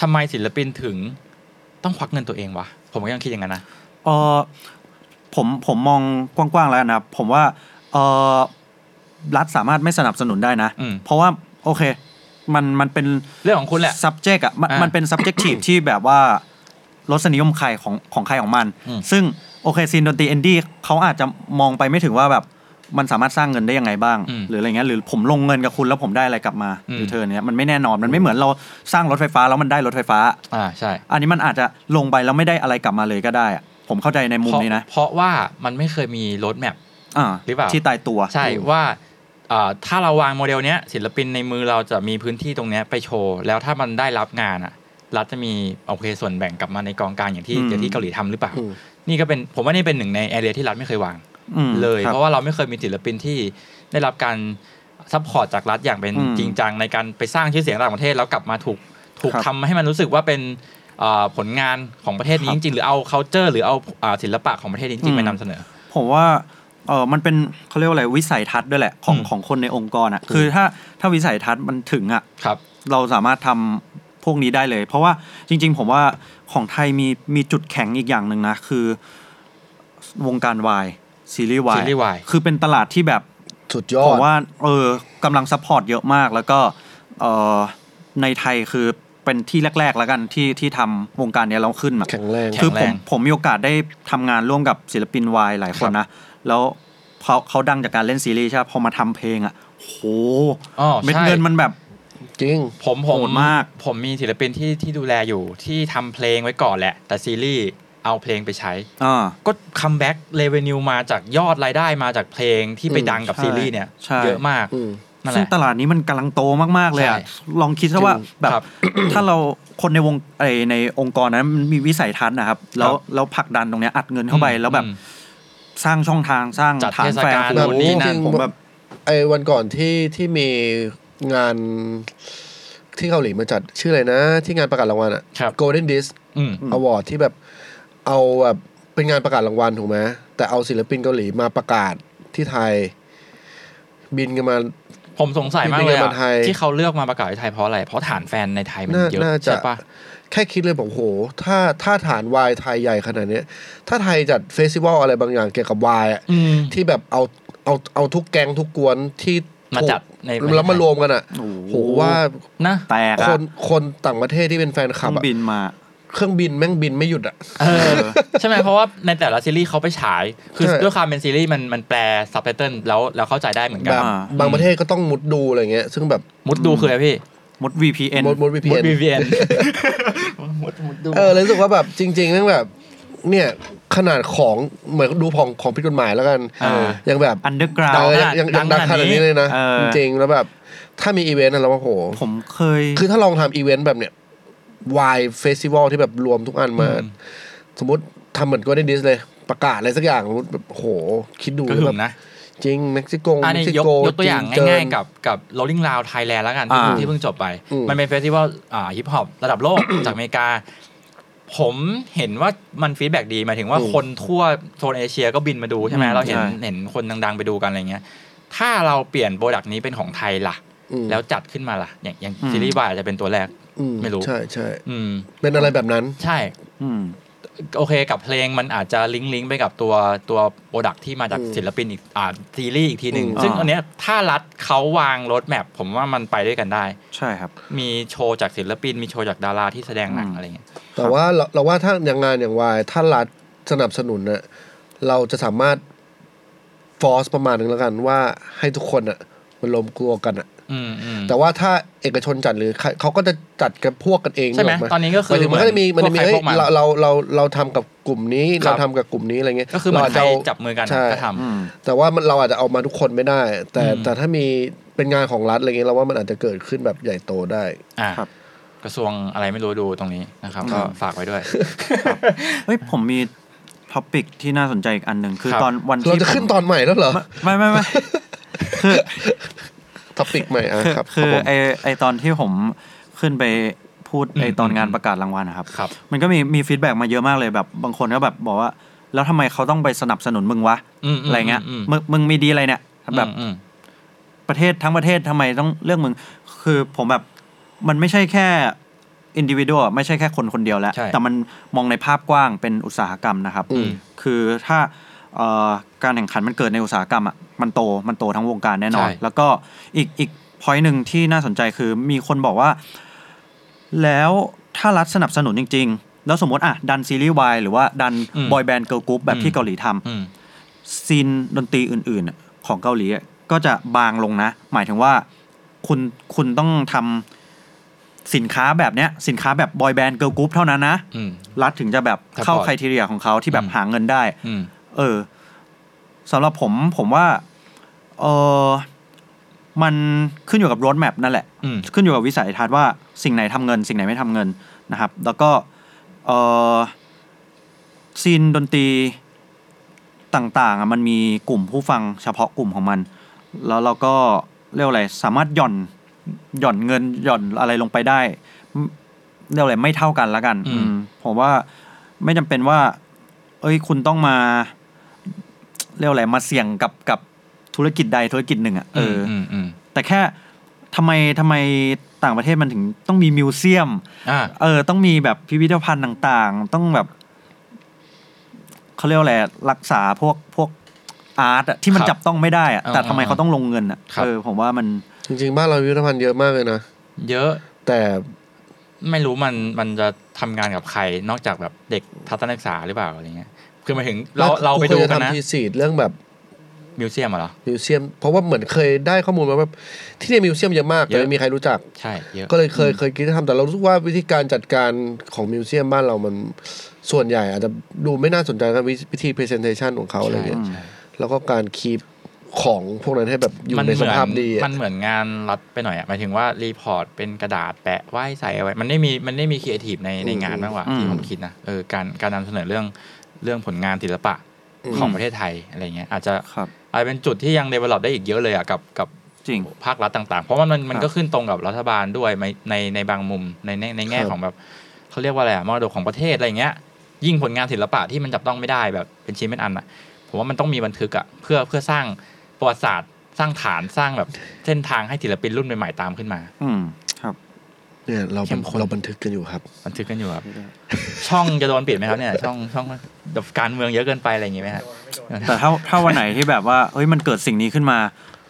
[SPEAKER 5] ทำไมศิลปินถึง ต้องควักเงินตัวเองวะผมก็ยังคิดอย่างนั้นนะ
[SPEAKER 2] เออผมผมมองกว้างๆแล้วนะครับ ผมว่าเออรัฐสามารถไม่สนับสนุนได้นะ
[SPEAKER 5] อืม
[SPEAKER 2] เพราะว่าโอเคมันมันเป็น
[SPEAKER 5] เรื่องของคุณ แหละ
[SPEAKER 2] subject อะมัน
[SPEAKER 5] อ่ะ
[SPEAKER 2] มันเป็น subjective ที่แบบว่ารสนิยมใครของของใครของมัน
[SPEAKER 5] อืม
[SPEAKER 2] ซึ่งโอเคซีนดนตรีเอนดี้เขาอาจจะมองไปไม่ถึงว่าแบบมันสามารถสร้างเงินได้ยังไงบ้าง หรืออะไรเงี้ยหรือผมลงเงินกับคุณแล้วผมได้อะไรกลับมาหรือเธอเนี้ยมันไม่แน่นอนมันไม่เหมือนเราสร้างรถไฟฟ้าแล้วมันได้รถไฟฟ้า
[SPEAKER 5] อ่าใช่
[SPEAKER 2] อันนี้มันอาจจะลงไปแล้วไม่ได้อะไรกลับมาเลยก็ได้อะ ผมเข้าใจในมุมนี้นะ
[SPEAKER 5] เพราะว่ามันไม่เคยมีรถแมพ
[SPEAKER 2] อ่า
[SPEAKER 5] หรือเปล่า
[SPEAKER 2] ที่ตายตัว
[SPEAKER 5] ใช่ว่าเอ่อถ้าเราวางโมเดลเนี้ยศิลปินในมือเราจะมีพื้นที่ตรงเนี้ยไปโชว์ แล้วถ้ามันได้รับงานอ่ะ รัฐจะมีโอเคส่วนแบ่งกลับมาในกองกลางอย่างที่อย่างที่เกาหลีทำหรือเปล่า
[SPEAKER 4] อืม
[SPEAKER 5] นี่ก็เป็นผมว่านี่เป็นหนึ่งในแอเรียที่รัฐไม่เคยวาง
[SPEAKER 2] อืม
[SPEAKER 5] เลย
[SPEAKER 2] คบ
[SPEAKER 5] เพราะว่าเราไม่เคยมีศิลปินที่ได้รับการซัพพอร์ตจากรัฐอย่างเป็น
[SPEAKER 2] อืม
[SPEAKER 5] จริงจังในการไปสร้างชื่อเสียงต่างประเทศแล้วกลับมาถูกถูก
[SPEAKER 2] ครับ
[SPEAKER 5] ทำให้มันรู้สึกว่าเป็นเอ่อผลงานของประเทศนี้
[SPEAKER 2] ครับ
[SPEAKER 5] จริงๆ หรือเอา culture หรือเอาอ่าศิลปะของประเทศนี้จริ
[SPEAKER 2] อื
[SPEAKER 5] งๆ
[SPEAKER 2] ม
[SPEAKER 5] ไปนำเสนอ
[SPEAKER 2] ผมว่าเออมันเป็นเขาเรียกว่าอะไรวิสัยทัศน์ด้วยแหละของ
[SPEAKER 5] อืม
[SPEAKER 2] ของคนในองค์กรอ่ะคือถ้าถ้าวิสัยทัศน์มันถึงอ่ะ
[SPEAKER 5] ครับ
[SPEAKER 2] เราสามารถทำพวกนี้ได้เลย เพราะว่าจริง ๆ ผมว่าของไทยมีมีจุดแข็งอีกอย่างหนึ่งนะ คือวงการวายซีรีส์วา
[SPEAKER 5] ซี
[SPEAKER 2] ย
[SPEAKER 5] รีส์วาย
[SPEAKER 2] คือเป็นตลาดที่แบบ
[SPEAKER 4] สุดยอ
[SPEAKER 2] ผ
[SPEAKER 4] ด
[SPEAKER 2] มว่าเออกำลังซัพพอร์ตเยอะมาก แล้วก็เออในไทยคือเป็นที่แรก ๆ แล้วกันที่ที่ทำวงการเนี้ยเราขึ้นมา
[SPEAKER 4] แข็งแรง
[SPEAKER 5] ข็
[SPEAKER 2] คือผ
[SPEAKER 5] แร
[SPEAKER 2] ม
[SPEAKER 5] ง
[SPEAKER 2] ผมมีโอกาสได้ทำงานร่วมกับศิลปินวายหลายคนนะ แล้วเขาเขาดังจากการเล่นซีรีส์ใช่ปะพอมาทำเพลงอ่ะโห
[SPEAKER 5] อ๋อ
[SPEAKER 2] เม็ด
[SPEAKER 5] ใช่
[SPEAKER 2] เงินมันแบบ
[SPEAKER 4] จริง
[SPEAKER 5] ผมผม
[SPEAKER 2] โหดมาก
[SPEAKER 5] ผมมีศิลปินที่ที่ดูแลอยู่ที่ทำเพลงไว้ก่อนแหละ แต่ซีรีส์เอาเพลงไปใช้
[SPEAKER 2] อ่า
[SPEAKER 5] ก็คัมแบ็กเลเวนิวมาจากยอดรายได้มาจากเพลงที่ไป
[SPEAKER 4] อืม
[SPEAKER 5] ดังกับ
[SPEAKER 2] ใช่
[SPEAKER 5] ซีรีส์เนี่ย
[SPEAKER 2] ใช่
[SPEAKER 5] เยอะมาก
[SPEAKER 4] อืม
[SPEAKER 5] นั่นแห
[SPEAKER 2] ซึ่ง
[SPEAKER 5] ละ
[SPEAKER 2] ตลาดนี้มันกำลังโตมากๆเลยอะ
[SPEAKER 5] ใช่
[SPEAKER 2] ลองคิดซะว่า
[SPEAKER 4] จริง
[SPEAKER 2] แบบ
[SPEAKER 5] ครับ
[SPEAKER 2] ถ้าเราคนในวงไอในองค์กรนั้นมันมีวิสัยทัศน์นะครับ แล้วแล้วผลักดันตรงเนี้ยอัดเงินเข้าไปแล้วแบบ
[SPEAKER 5] อืม
[SPEAKER 2] สร้างช่องทางสร้าง
[SPEAKER 5] จัด
[SPEAKER 2] ฐาน
[SPEAKER 5] เทศ
[SPEAKER 2] แฟน
[SPEAKER 5] กาล
[SPEAKER 2] คลับ
[SPEAKER 5] นู่นนี่นั่น
[SPEAKER 2] ผมแบบ
[SPEAKER 4] ไอ้วันก่อนที่ที่มีงานที่เกาหลีมาจัดชื่ออะไรนะ ที่งานประกาศรางวัลอะ
[SPEAKER 5] ครับ
[SPEAKER 4] Golden Disc
[SPEAKER 5] อืม
[SPEAKER 2] ม
[SPEAKER 4] Award ที่แบบเอาแบบเป็นงานประกาศรางวัลถูกไหมแต่เอาศิลปินเกาหลีมาประกาศที่ไทย บินกันมา
[SPEAKER 5] ผมสงสัยมากเลย
[SPEAKER 4] จริงๆในป
[SPEAKER 5] อะ
[SPEAKER 4] ระเทศไทย
[SPEAKER 5] ที่เขาเลือกมาประกาศในไทยเพราะอะไร เพราะฐานแฟนในไทยมัน
[SPEAKER 4] น่า
[SPEAKER 5] เยอะ
[SPEAKER 4] น่าจะ
[SPEAKER 5] ใช่ปะ
[SPEAKER 4] แค่คิดเลยบอกโห ถ้าถ้าฐานวายไทยใหญ่ขนาดเนี้ย ถ้าไทยจัดเฟสติวัลอะไรบางอย่างเกี่ยวกับวายอะ
[SPEAKER 5] อืม
[SPEAKER 4] ที่แบบเอาเอาเอาทุกแกงทุกกวนที่
[SPEAKER 5] มาจัด
[SPEAKER 4] ถูก
[SPEAKER 5] ในประเทศ
[SPEAKER 4] แล้วมารวมกันอะ
[SPEAKER 2] โอ้โห
[SPEAKER 4] โหว่า
[SPEAKER 5] นะ
[SPEAKER 2] แตกอะ
[SPEAKER 4] คนคนต่างประเทศที่เป็นแฟนค
[SPEAKER 2] เค
[SPEAKER 4] ลั
[SPEAKER 2] รื่
[SPEAKER 4] บ
[SPEAKER 2] อง
[SPEAKER 4] อะ
[SPEAKER 2] บินมา
[SPEAKER 4] เครื่องบินแม่งบินไม่หยุดอะ
[SPEAKER 5] เออใช่ไหมเพราะว่าในแต่ละซีรีส์เขาไปฉาย คือ
[SPEAKER 4] ใช่
[SPEAKER 5] ด้วยความเป็นซีรีส์มันมันแปลซับไตเติลแล้วแล้วเข้าใจได้เหมือนกั
[SPEAKER 4] แบ
[SPEAKER 5] น
[SPEAKER 4] บ
[SPEAKER 2] อ่า
[SPEAKER 4] บางประเทศก็ต้องมุดดูอะไรเงี้ย ซึ่งแบบ
[SPEAKER 5] มุดดูคืออะไรพี่
[SPEAKER 2] มด VPN
[SPEAKER 4] มดมดวีพี
[SPEAKER 5] มุด
[SPEAKER 4] เอ็น
[SPEAKER 5] บีบีเอ็นมุดมุดดู
[SPEAKER 4] เออเลยรู้สึกว่าแบบจริงๆแม่งแบบ เนี่ยขนาดของเหมือนดูของของผิดกฎหมายแล้วกัน
[SPEAKER 2] อ่า
[SPEAKER 4] ยังแบบ
[SPEAKER 2] อันเดอร์กราว
[SPEAKER 5] เอ
[SPEAKER 4] เออ
[SPEAKER 5] ขนาด
[SPEAKER 4] ยังยัง
[SPEAKER 5] ดั
[SPEAKER 4] ดั
[SPEAKER 5] ง
[SPEAKER 4] ง
[SPEAKER 5] ข
[SPEAKER 4] ข
[SPEAKER 5] นา
[SPEAKER 4] นา
[SPEAKER 5] ด
[SPEAKER 4] ด
[SPEAKER 5] นี้
[SPEAKER 4] นี้เลยนะ
[SPEAKER 2] เออ
[SPEAKER 4] จริงๆแล้วแบบ ถ้ามีอีเวนต์อะเราว่าโห
[SPEAKER 2] ผมเคย
[SPEAKER 4] คือถ้าลองทำอีเวนต์แบบเนี้ยวายเฟสติวัลที่แบบรวมทุกอันมา
[SPEAKER 5] อืม
[SPEAKER 4] สมมติทำเหมือนก็ได้ดิสเลย ประกาศอะไรสักอย่างสมมติแบบโห คิดดู
[SPEAKER 5] ก็
[SPEAKER 4] แล้ว
[SPEAKER 5] หึ
[SPEAKER 4] แบ
[SPEAKER 5] ม
[SPEAKER 4] บ
[SPEAKER 5] นะ
[SPEAKER 4] จริงเม็กซิโก
[SPEAKER 5] อัน
[SPEAKER 4] เม็
[SPEAKER 5] นี้
[SPEAKER 4] กซิ
[SPEAKER 5] ยก
[SPEAKER 4] โก
[SPEAKER 5] ยกตัวอย่าง
[SPEAKER 4] จีน
[SPEAKER 5] ง่ายๆ
[SPEAKER 4] เจิ
[SPEAKER 5] กับกับ Rolling Loud Thailand แล้วกันที่
[SPEAKER 2] อ่า
[SPEAKER 5] เพิ่งที่เพิ่งจบไป
[SPEAKER 4] อืม
[SPEAKER 5] มันเป็นเฟสติวัลอ่าฮิปฮอประดับโลก จากอเมริกา ผมเห็นว่ามันฟีดแบ็ดีหมายถึงว่าคนทั่วโซนเอเชียก็บินมาดูใช่ไหม
[SPEAKER 2] อืม
[SPEAKER 5] เราเห็น
[SPEAKER 2] ใช่
[SPEAKER 5] เห็นคนดังๆไปดูกันอะไรเงี้ย ถ้าเราเปลี่ยนโปรดักต์นี้เป็นของไทยล่ะ
[SPEAKER 4] อืม
[SPEAKER 5] แล้วจัดขึ้นมาล่ะ อย่างอย่างซีรีส์วายอาจจะเป็นตัวแรก
[SPEAKER 4] อื
[SPEAKER 5] ไม่รู้
[SPEAKER 4] ใช่ใช่
[SPEAKER 5] อืม
[SPEAKER 4] เป็นอะไรแบบนั้น
[SPEAKER 5] ใช่
[SPEAKER 2] อืม
[SPEAKER 5] โอเคกับเพลงมันอาจจะลิงก์ลิงก์ไปกับตัวตัวโปรดักที่มาจาก
[SPEAKER 4] อืม
[SPEAKER 5] ศิลปินอีกอ่าซีรีส์อีกทีหนึ่ง
[SPEAKER 4] อืม
[SPEAKER 5] ซึ่ง
[SPEAKER 2] อ่า
[SPEAKER 5] อันเนี้ยถ้ารัดเขาวางรถแมพผมว่ามันไปด้วยกันได้
[SPEAKER 2] ใช่ครับ
[SPEAKER 5] มีโชว์จากศิลปิน มีโชว์จากดาราที่แสดงหนัง
[SPEAKER 2] อืม
[SPEAKER 5] อะไรเงี้ย
[SPEAKER 4] แต่ว่าเราเราว่าถ้าอย่างงานอย่างวายถ้ารัฐสนับสนุนนะเราจะสามารถฟอสประมาณนึงแล้วกันว่าให้ทุกคนอะมันรวมกลัวกันอะ
[SPEAKER 5] อืมอืม
[SPEAKER 4] แต่ว่าถ้าเอกชนจัดหรือใครเขาก็จะจัดกันพวกกันเอง
[SPEAKER 5] ใช่ไหม
[SPEAKER 4] กก
[SPEAKER 5] ตอนนี้ก็คือ
[SPEAKER 4] หมายถึงมันก็จะมี
[SPEAKER 5] เหมื
[SPEAKER 4] มั
[SPEAKER 5] อน น
[SPEAKER 4] จะมี
[SPEAKER 5] พวกใคร
[SPEAKER 4] เฮ้
[SPEAKER 5] พว
[SPEAKER 4] ย
[SPEAKER 5] กมัน
[SPEAKER 4] เราเราเราเราทำกับกลุ่มนี้
[SPEAKER 5] ครั
[SPEAKER 4] เรา
[SPEAKER 5] บ
[SPEAKER 4] ทำกับกลุ่มนี้อะไรเงี้ย
[SPEAKER 5] ก็คือเหมัน
[SPEAKER 4] ราาจ
[SPEAKER 5] ใคร
[SPEAKER 4] จะ
[SPEAKER 5] จับมือกัน
[SPEAKER 4] ใช่
[SPEAKER 5] ก็ท
[SPEAKER 2] อืม
[SPEAKER 4] แต่ว่ามันเราอาจจะเอามาทุกคนไม่ได้ แต่
[SPEAKER 5] อืม
[SPEAKER 4] แต่ถ้ามีเป็นงานของรัฐอะไรเงี้ยเราว่ามันอาจจะเกิดขึ้นแบบใหญ่โตได้
[SPEAKER 5] ำอ่า
[SPEAKER 2] ครับ
[SPEAKER 5] กระทรวงอะไรไม่รู้ดูตรงนี้นะครับ ก็ฝากไว้ด้วย
[SPEAKER 2] เฮ้ยผมมีท็อปิกที่น่าสนใจอีกอันหนึ่งคือ
[SPEAKER 5] ครับ
[SPEAKER 2] ตอนวันที่
[SPEAKER 4] เราจะขึ้น
[SPEAKER 2] ผม
[SPEAKER 4] ตอนใหม่แล้ วเหรอ
[SPEAKER 2] ไม่ไม่ไม่คือ
[SPEAKER 4] ท็อปิกใหม่อ่ะ
[SPEAKER 2] คือ
[SPEAKER 4] ครับ
[SPEAKER 2] คื
[SPEAKER 4] รับ
[SPEAKER 2] อ
[SPEAKER 4] ผม
[SPEAKER 2] ไอไอตอนที่ผมขึ้นไปพูด
[SPEAKER 5] อืม
[SPEAKER 2] ไอตอนงาน
[SPEAKER 5] อืม
[SPEAKER 2] ประกาศรางวัลนะครับ
[SPEAKER 5] ครับ
[SPEAKER 2] มันก็มีมีฟีดแบ็กมาเยอะมากเลยแบบบางคนก็แบบบอกว่า แล้วทำไมเขาต้องไปสนับสนุนมึงวะ
[SPEAKER 5] อืมอืม
[SPEAKER 2] อะไรเงี้ย
[SPEAKER 5] อืม
[SPEAKER 2] มึงมึงมีดีอะไรเนี่ยแบบ
[SPEAKER 5] อืม
[SPEAKER 2] ประเทศทั้งประเทศทำไมต้องเลือกมึง คือผมแบบมันไม่ใช่แค่อินดิวิดวไม่ใช่แค่คนคนเดียวแล้ว
[SPEAKER 5] ใช่
[SPEAKER 2] แต่มันมองในภาพกว้างเป็นอุตสาหกรรมนะครับ
[SPEAKER 4] อืม
[SPEAKER 2] คือถ้าเอ่อการแข่งขันมันเกิดในอุตสาหกรรมอ่ะมันโตมันโตทั้งวงการแน่นอน
[SPEAKER 5] ใช่
[SPEAKER 2] แล้วก็อีกอีกพอยหนึ่งที่น่าสนใจคือมีคนบอกว่า แล้วถ้ารัฐสนับสนุนจริง ๆ แล้วสมมติอ่ะ ดันซีรีส์วายหรือว่าดัน
[SPEAKER 5] อืม
[SPEAKER 2] บอยแบนด์เกิร์ลกรุ๊ปแบบ
[SPEAKER 5] อื
[SPEAKER 2] ที่
[SPEAKER 5] ม
[SPEAKER 2] เกาหลีทำ
[SPEAKER 5] อืม
[SPEAKER 2] ซีนดนตรีอื่นๆน่ะของเกาหลีอ่ะก็จะบางลงนะ หมายถึงว่าคุณคุณต้องทำ สินค้าแบบเนี้ยสินค้าแบบบอยแบนด์เกิร์ลกรุ๊ปเท่านั้นนะ
[SPEAKER 5] อืม
[SPEAKER 2] รัฐถึงจะแบบเข้า
[SPEAKER 5] Support
[SPEAKER 2] ครทีเรียของเขาที่แบบ
[SPEAKER 5] อืม
[SPEAKER 2] หาเงินได้
[SPEAKER 5] อืม
[SPEAKER 2] เออสำหรับผมผมว่าเออมันขึ้นอยู่กับร o ดแม p นั่นแหละ
[SPEAKER 5] อืม
[SPEAKER 2] ขึ้นอยู่กับวิสัยทัศน์ว่าสิ่งไหนทำเงิน สิ่งไหนไม่ทำเงินนะครับ แล้วก็เออซีนดนตรีต่างๆอ่ะมันมีกลุ่มผู้ฟังเฉพาะกลุ่มของมัน แล้วเราก็เรียกว่าอะไรสามารถหย่อนหย่อนเงินหย่อนอะไรลงไปได้ไม่เรียกว่าอะไรไม่เท่ากันละกัน
[SPEAKER 5] อื
[SPEAKER 2] อื
[SPEAKER 5] ม
[SPEAKER 2] มผมว่าไม่จำเป็นว่า เอ้ยคุณต้องมาเรียกว่าอะไรมาเสี่ยงกับกับธุรกิจใดธุรกิจหนึ่งอ่ะเอออ
[SPEAKER 5] มอืม
[SPEAKER 2] แต่แค่ทำไมทำไมต่างประเทศมันถึงต้องมีมิวเซียม
[SPEAKER 5] อ่า
[SPEAKER 2] เออ ต้องมีแบบพิพิธภัณฑ์ต่างๆ ต้องแบบเขาเรียกว่าอะไรรักษาพวกพวกอาร์ตอะที่มัน
[SPEAKER 5] ครับ
[SPEAKER 2] จับต้องไม่ได้อะ
[SPEAKER 5] อ่า
[SPEAKER 2] แต่ทำไมเขาต้องลงเงินอะ
[SPEAKER 5] ครับ
[SPEAKER 2] เออผมว่ามัน
[SPEAKER 4] จริงๆ บ้านเรามีพิพิธภัณฑ์เยอะมากเลยนะ
[SPEAKER 5] เยอะ
[SPEAKER 4] แต่
[SPEAKER 5] ไม่รู้มันมันจะทำงานกับใครนอกจากแบบเด็กทัศนศึกษาหรือเปล่าอะไรเงี้ยคือหมายถึงเราเราไปดู
[SPEAKER 4] คยจ
[SPEAKER 5] กันนะ
[SPEAKER 4] ทำทีสีเรื่องแบบ
[SPEAKER 5] มิวเซียมอะเหรอ
[SPEAKER 4] มิวเซียม เพราะว่าเหมือนเคยได้ข้อมูลมาว่าที่เนี่ยมิวเซียมเยอะมาก
[SPEAKER 5] เย
[SPEAKER 4] แต่
[SPEAKER 5] อะ
[SPEAKER 4] ไม่มีใครรู้จัก
[SPEAKER 5] ใช่เยอะ
[SPEAKER 4] ก็เลยเคยเคยคิดจะทำแต่เรารู้สึกว่าวิธีการจัดการของมิวเซียมบ้านเรามันส่วนใหญ่อาจจะดูไม่น่าสนใจกับวิวิธี presentation ของเขาอะไรเงี้ย
[SPEAKER 5] ใช่
[SPEAKER 4] แล้วก็การคีปของพวกนั้นให้แบบอยู่ในสภาพดีอะ
[SPEAKER 5] มันเหมือนงานรัดไปหน่อยอะหมายถึงว่ารีพอร์ตเป็นกระดาษแปะไว้ใส่เอาไว้ มันไม่มีมันไม่มีครีเอทีฟในในงานมากกว่า
[SPEAKER 2] อืม
[SPEAKER 5] ที่ผมคิดนะเออการการนำเสนอเรื่องเรื่องผลงานศิลปะของประเทศไทยอะไรเงี้ยอาจจะ
[SPEAKER 2] ครับ
[SPEAKER 5] อาจจะเป็นจุดที่ยัง develop ได้อีกเยอะเลยอะกับกับ
[SPEAKER 2] จริง
[SPEAKER 5] ภาครัฐต่างๆ เพราะว่ามันมัน
[SPEAKER 2] ครับ
[SPEAKER 5] ก็ขึ้นตรงกับรัฐบาลด้วยในในในบางมุมในในในแง่ของแบบเขาเรียกว่าอะไรอะมรดกของประเทศอะไรอย่างเงี้ย ยิ่งผลงานศิลปะที่มันจับต้องไม่ได้แบบเป็นชิ้นเป็นอันอะผมว่ามันต้องมีบันทึกอะเพื่อเพื่อสร้างประวัติศาสตร์ สร้างฐานสร้างแบบเส้นทางให้ศิลปินรุ่นใหม่ๆตามขึ้นมา
[SPEAKER 2] อืมครับ
[SPEAKER 4] เนี่ยเรา
[SPEAKER 5] เข้มข้น
[SPEAKER 4] เราบันทึกกันอยู่ครับ
[SPEAKER 5] บันทึกกันอยู่ครับ ช่องจะโดนปิดไหมครับเนี่ยช่องช่องแบบการเมืองเยอะเกินไปอะไรอย่างงี้ไหมฮะ
[SPEAKER 2] แต่ถ้าถ้าวันไหนที่แบบว่าเฮ้ยมันเกิดสิ่งนี้ขึ้นมา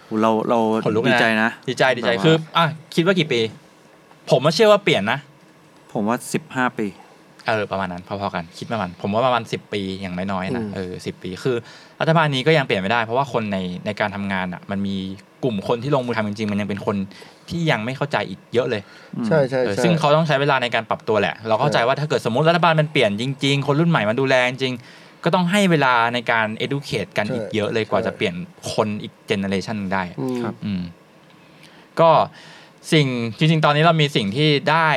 [SPEAKER 2] โหเราเรา
[SPEAKER 5] ขนลุกเลย
[SPEAKER 2] ดี
[SPEAKER 5] นะ
[SPEAKER 2] ใจนะ
[SPEAKER 5] ดีใจดีใจ
[SPEAKER 2] แบบว่า
[SPEAKER 5] คืออ่ะคิดว่ากี่ปี ผมว่าเชื่อว่าเปลี่ยนนะ
[SPEAKER 2] ผมว่าสิบห้าปี
[SPEAKER 5] เออประมาณนั้นพอๆกันคิดประมาณผมว่าประมาณสิปีอย่างน้อยๆนะ
[SPEAKER 4] อืม
[SPEAKER 5] เออสิปีคือรัฐบาลนี้ก็ยังเปลี่ยนไม่ได้ เพราะว่าคนในในการทำงานอ่ะ มันมีกลุ่มคนที่ลงมือทำจริงๆ มันยังเป็นคนที่ยังไม่เข้าใจอีกเยอะเลย
[SPEAKER 2] อืม
[SPEAKER 4] ใช่ใช่
[SPEAKER 5] เออ
[SPEAKER 4] ใช่
[SPEAKER 5] ซึ่งเขาต้องใช้เวลาในการปรับตัวแหละ เราเข้าใจว่าถ้าเกิดสมมติรัฐบาลมันเปลี่ยนจริง ๆ คนรุ่นใหม่มาดูแลจริงๆก็ต้องให้เวลาในการ educate กัน
[SPEAKER 4] ใช่
[SPEAKER 5] อีกเยอะเลยกว่า
[SPEAKER 4] ใช่
[SPEAKER 5] จะเปลี่ยนคนอีกเจเนอเรชันได้
[SPEAKER 4] อืม
[SPEAKER 2] ครับ
[SPEAKER 5] อืมก็สิ่งจริงๆ ตอนนี้เรามีสิ่งที่ได้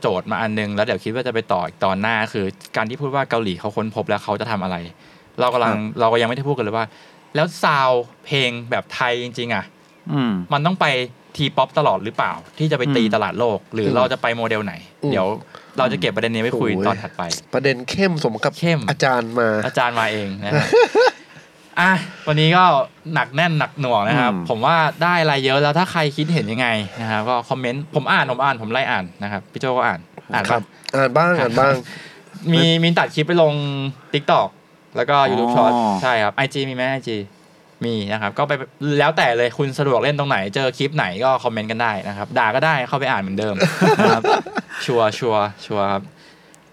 [SPEAKER 5] โจทย์มาอันนึง แล้วเดี๋ยวคิดว่าจะไปต่ออีกตอนหน้า คือการที่พูดว่าเกาหลีเขาค้นพบแล้วเขาจะทำอะไร เรากำลัง
[SPEAKER 2] ครับ
[SPEAKER 5] เราก็ยังไม่ได้พูดกันเลยว่า แล้วซาวด์เพลงแบบไทยจริงๆอ่ะ
[SPEAKER 2] อืม
[SPEAKER 5] มันต้องไปทีป๊อปตลอดหรือเปล่า ที่จะไปตี
[SPEAKER 2] อืม
[SPEAKER 5] ตลาดโลก หรือเราจะไปโมเดลไหน
[SPEAKER 4] อืม
[SPEAKER 5] เดี๋ยวเราจะเก็บประเด็นนี้ไว้คุย
[SPEAKER 4] โอ้ย
[SPEAKER 5] ตอนถัดไป
[SPEAKER 4] ประเด็นเข้มสมกับ
[SPEAKER 5] เข้ม
[SPEAKER 4] อาจารย์มา
[SPEAKER 5] อาจารย์มาเองนะครับ อ่ะ วันนี้ก็หนักแน่นหนักหน่วงนะครับ
[SPEAKER 2] อืม
[SPEAKER 5] ผมว่าได้อะไรเยอะแล้วถ้าใครคิดเห็นยังไงนะครับก็คอมเมนต์ ผมอ่านผมอ่านผมไล่อ่านนะครับ พี่โจก็อ่าน อ่าน
[SPEAKER 4] ครับ
[SPEAKER 5] ปะ
[SPEAKER 4] อ่านบ้างอ่านบ้าง
[SPEAKER 5] มีมีตัดคลิปไปลง t ิ k t o k แล้วก็ YouTube
[SPEAKER 2] อ๋อ
[SPEAKER 5] Short ใช่ครับไอจมีไหมไอจมีนะครับ ก็ไปแล้วแต่เลยคุณสะดวกเล่นตรงไหน เจอคลิปไหนก็คอมเมนต์กันได้นะครับ ด่าก็ได้เข้าไปอ่านเหมือนเดิม นะครับชัวร์ชัวร์ชัวร์ครับ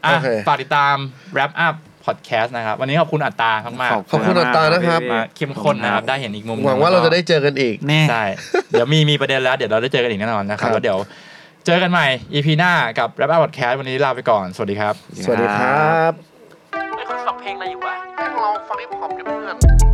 [SPEAKER 5] อ่ะ
[SPEAKER 4] โอเค
[SPEAKER 5] ฝากติดตาม wrap up podcast นะครับ วันนี้ขอบคุณอัตรามากๆ
[SPEAKER 4] ขอบคุ
[SPEAKER 2] ม
[SPEAKER 4] ณอัตตานะครับ
[SPEAKER 2] พี่
[SPEAKER 5] มาเข้มข้นนะครับ ได้เห็นอีกมุมนึ่
[SPEAKER 4] หวังว่าเราจะได้
[SPEAKER 5] แ
[SPEAKER 4] เจอกันอีก
[SPEAKER 2] แน่
[SPEAKER 5] ล้วก็ใช่ เดี๋ยวมีมีประเด็นแล้ว เดี๋ยวเราได้เจอกันอีกแน่นอนนะครับ
[SPEAKER 4] ครับ
[SPEAKER 5] แล้วเดี๋ยวเจอกันใหม่ EP หน้ากับ r a p อัพพอดแคสต์วันนี้ลาไปก่อน สวัสดีครับ
[SPEAKER 4] สวัสดีครับ
[SPEAKER 3] ไม่คุณฟังเพลงอะไรอยู่วะ
[SPEAKER 6] แม่งลองฟังฮิปฮอปดิเพื่อน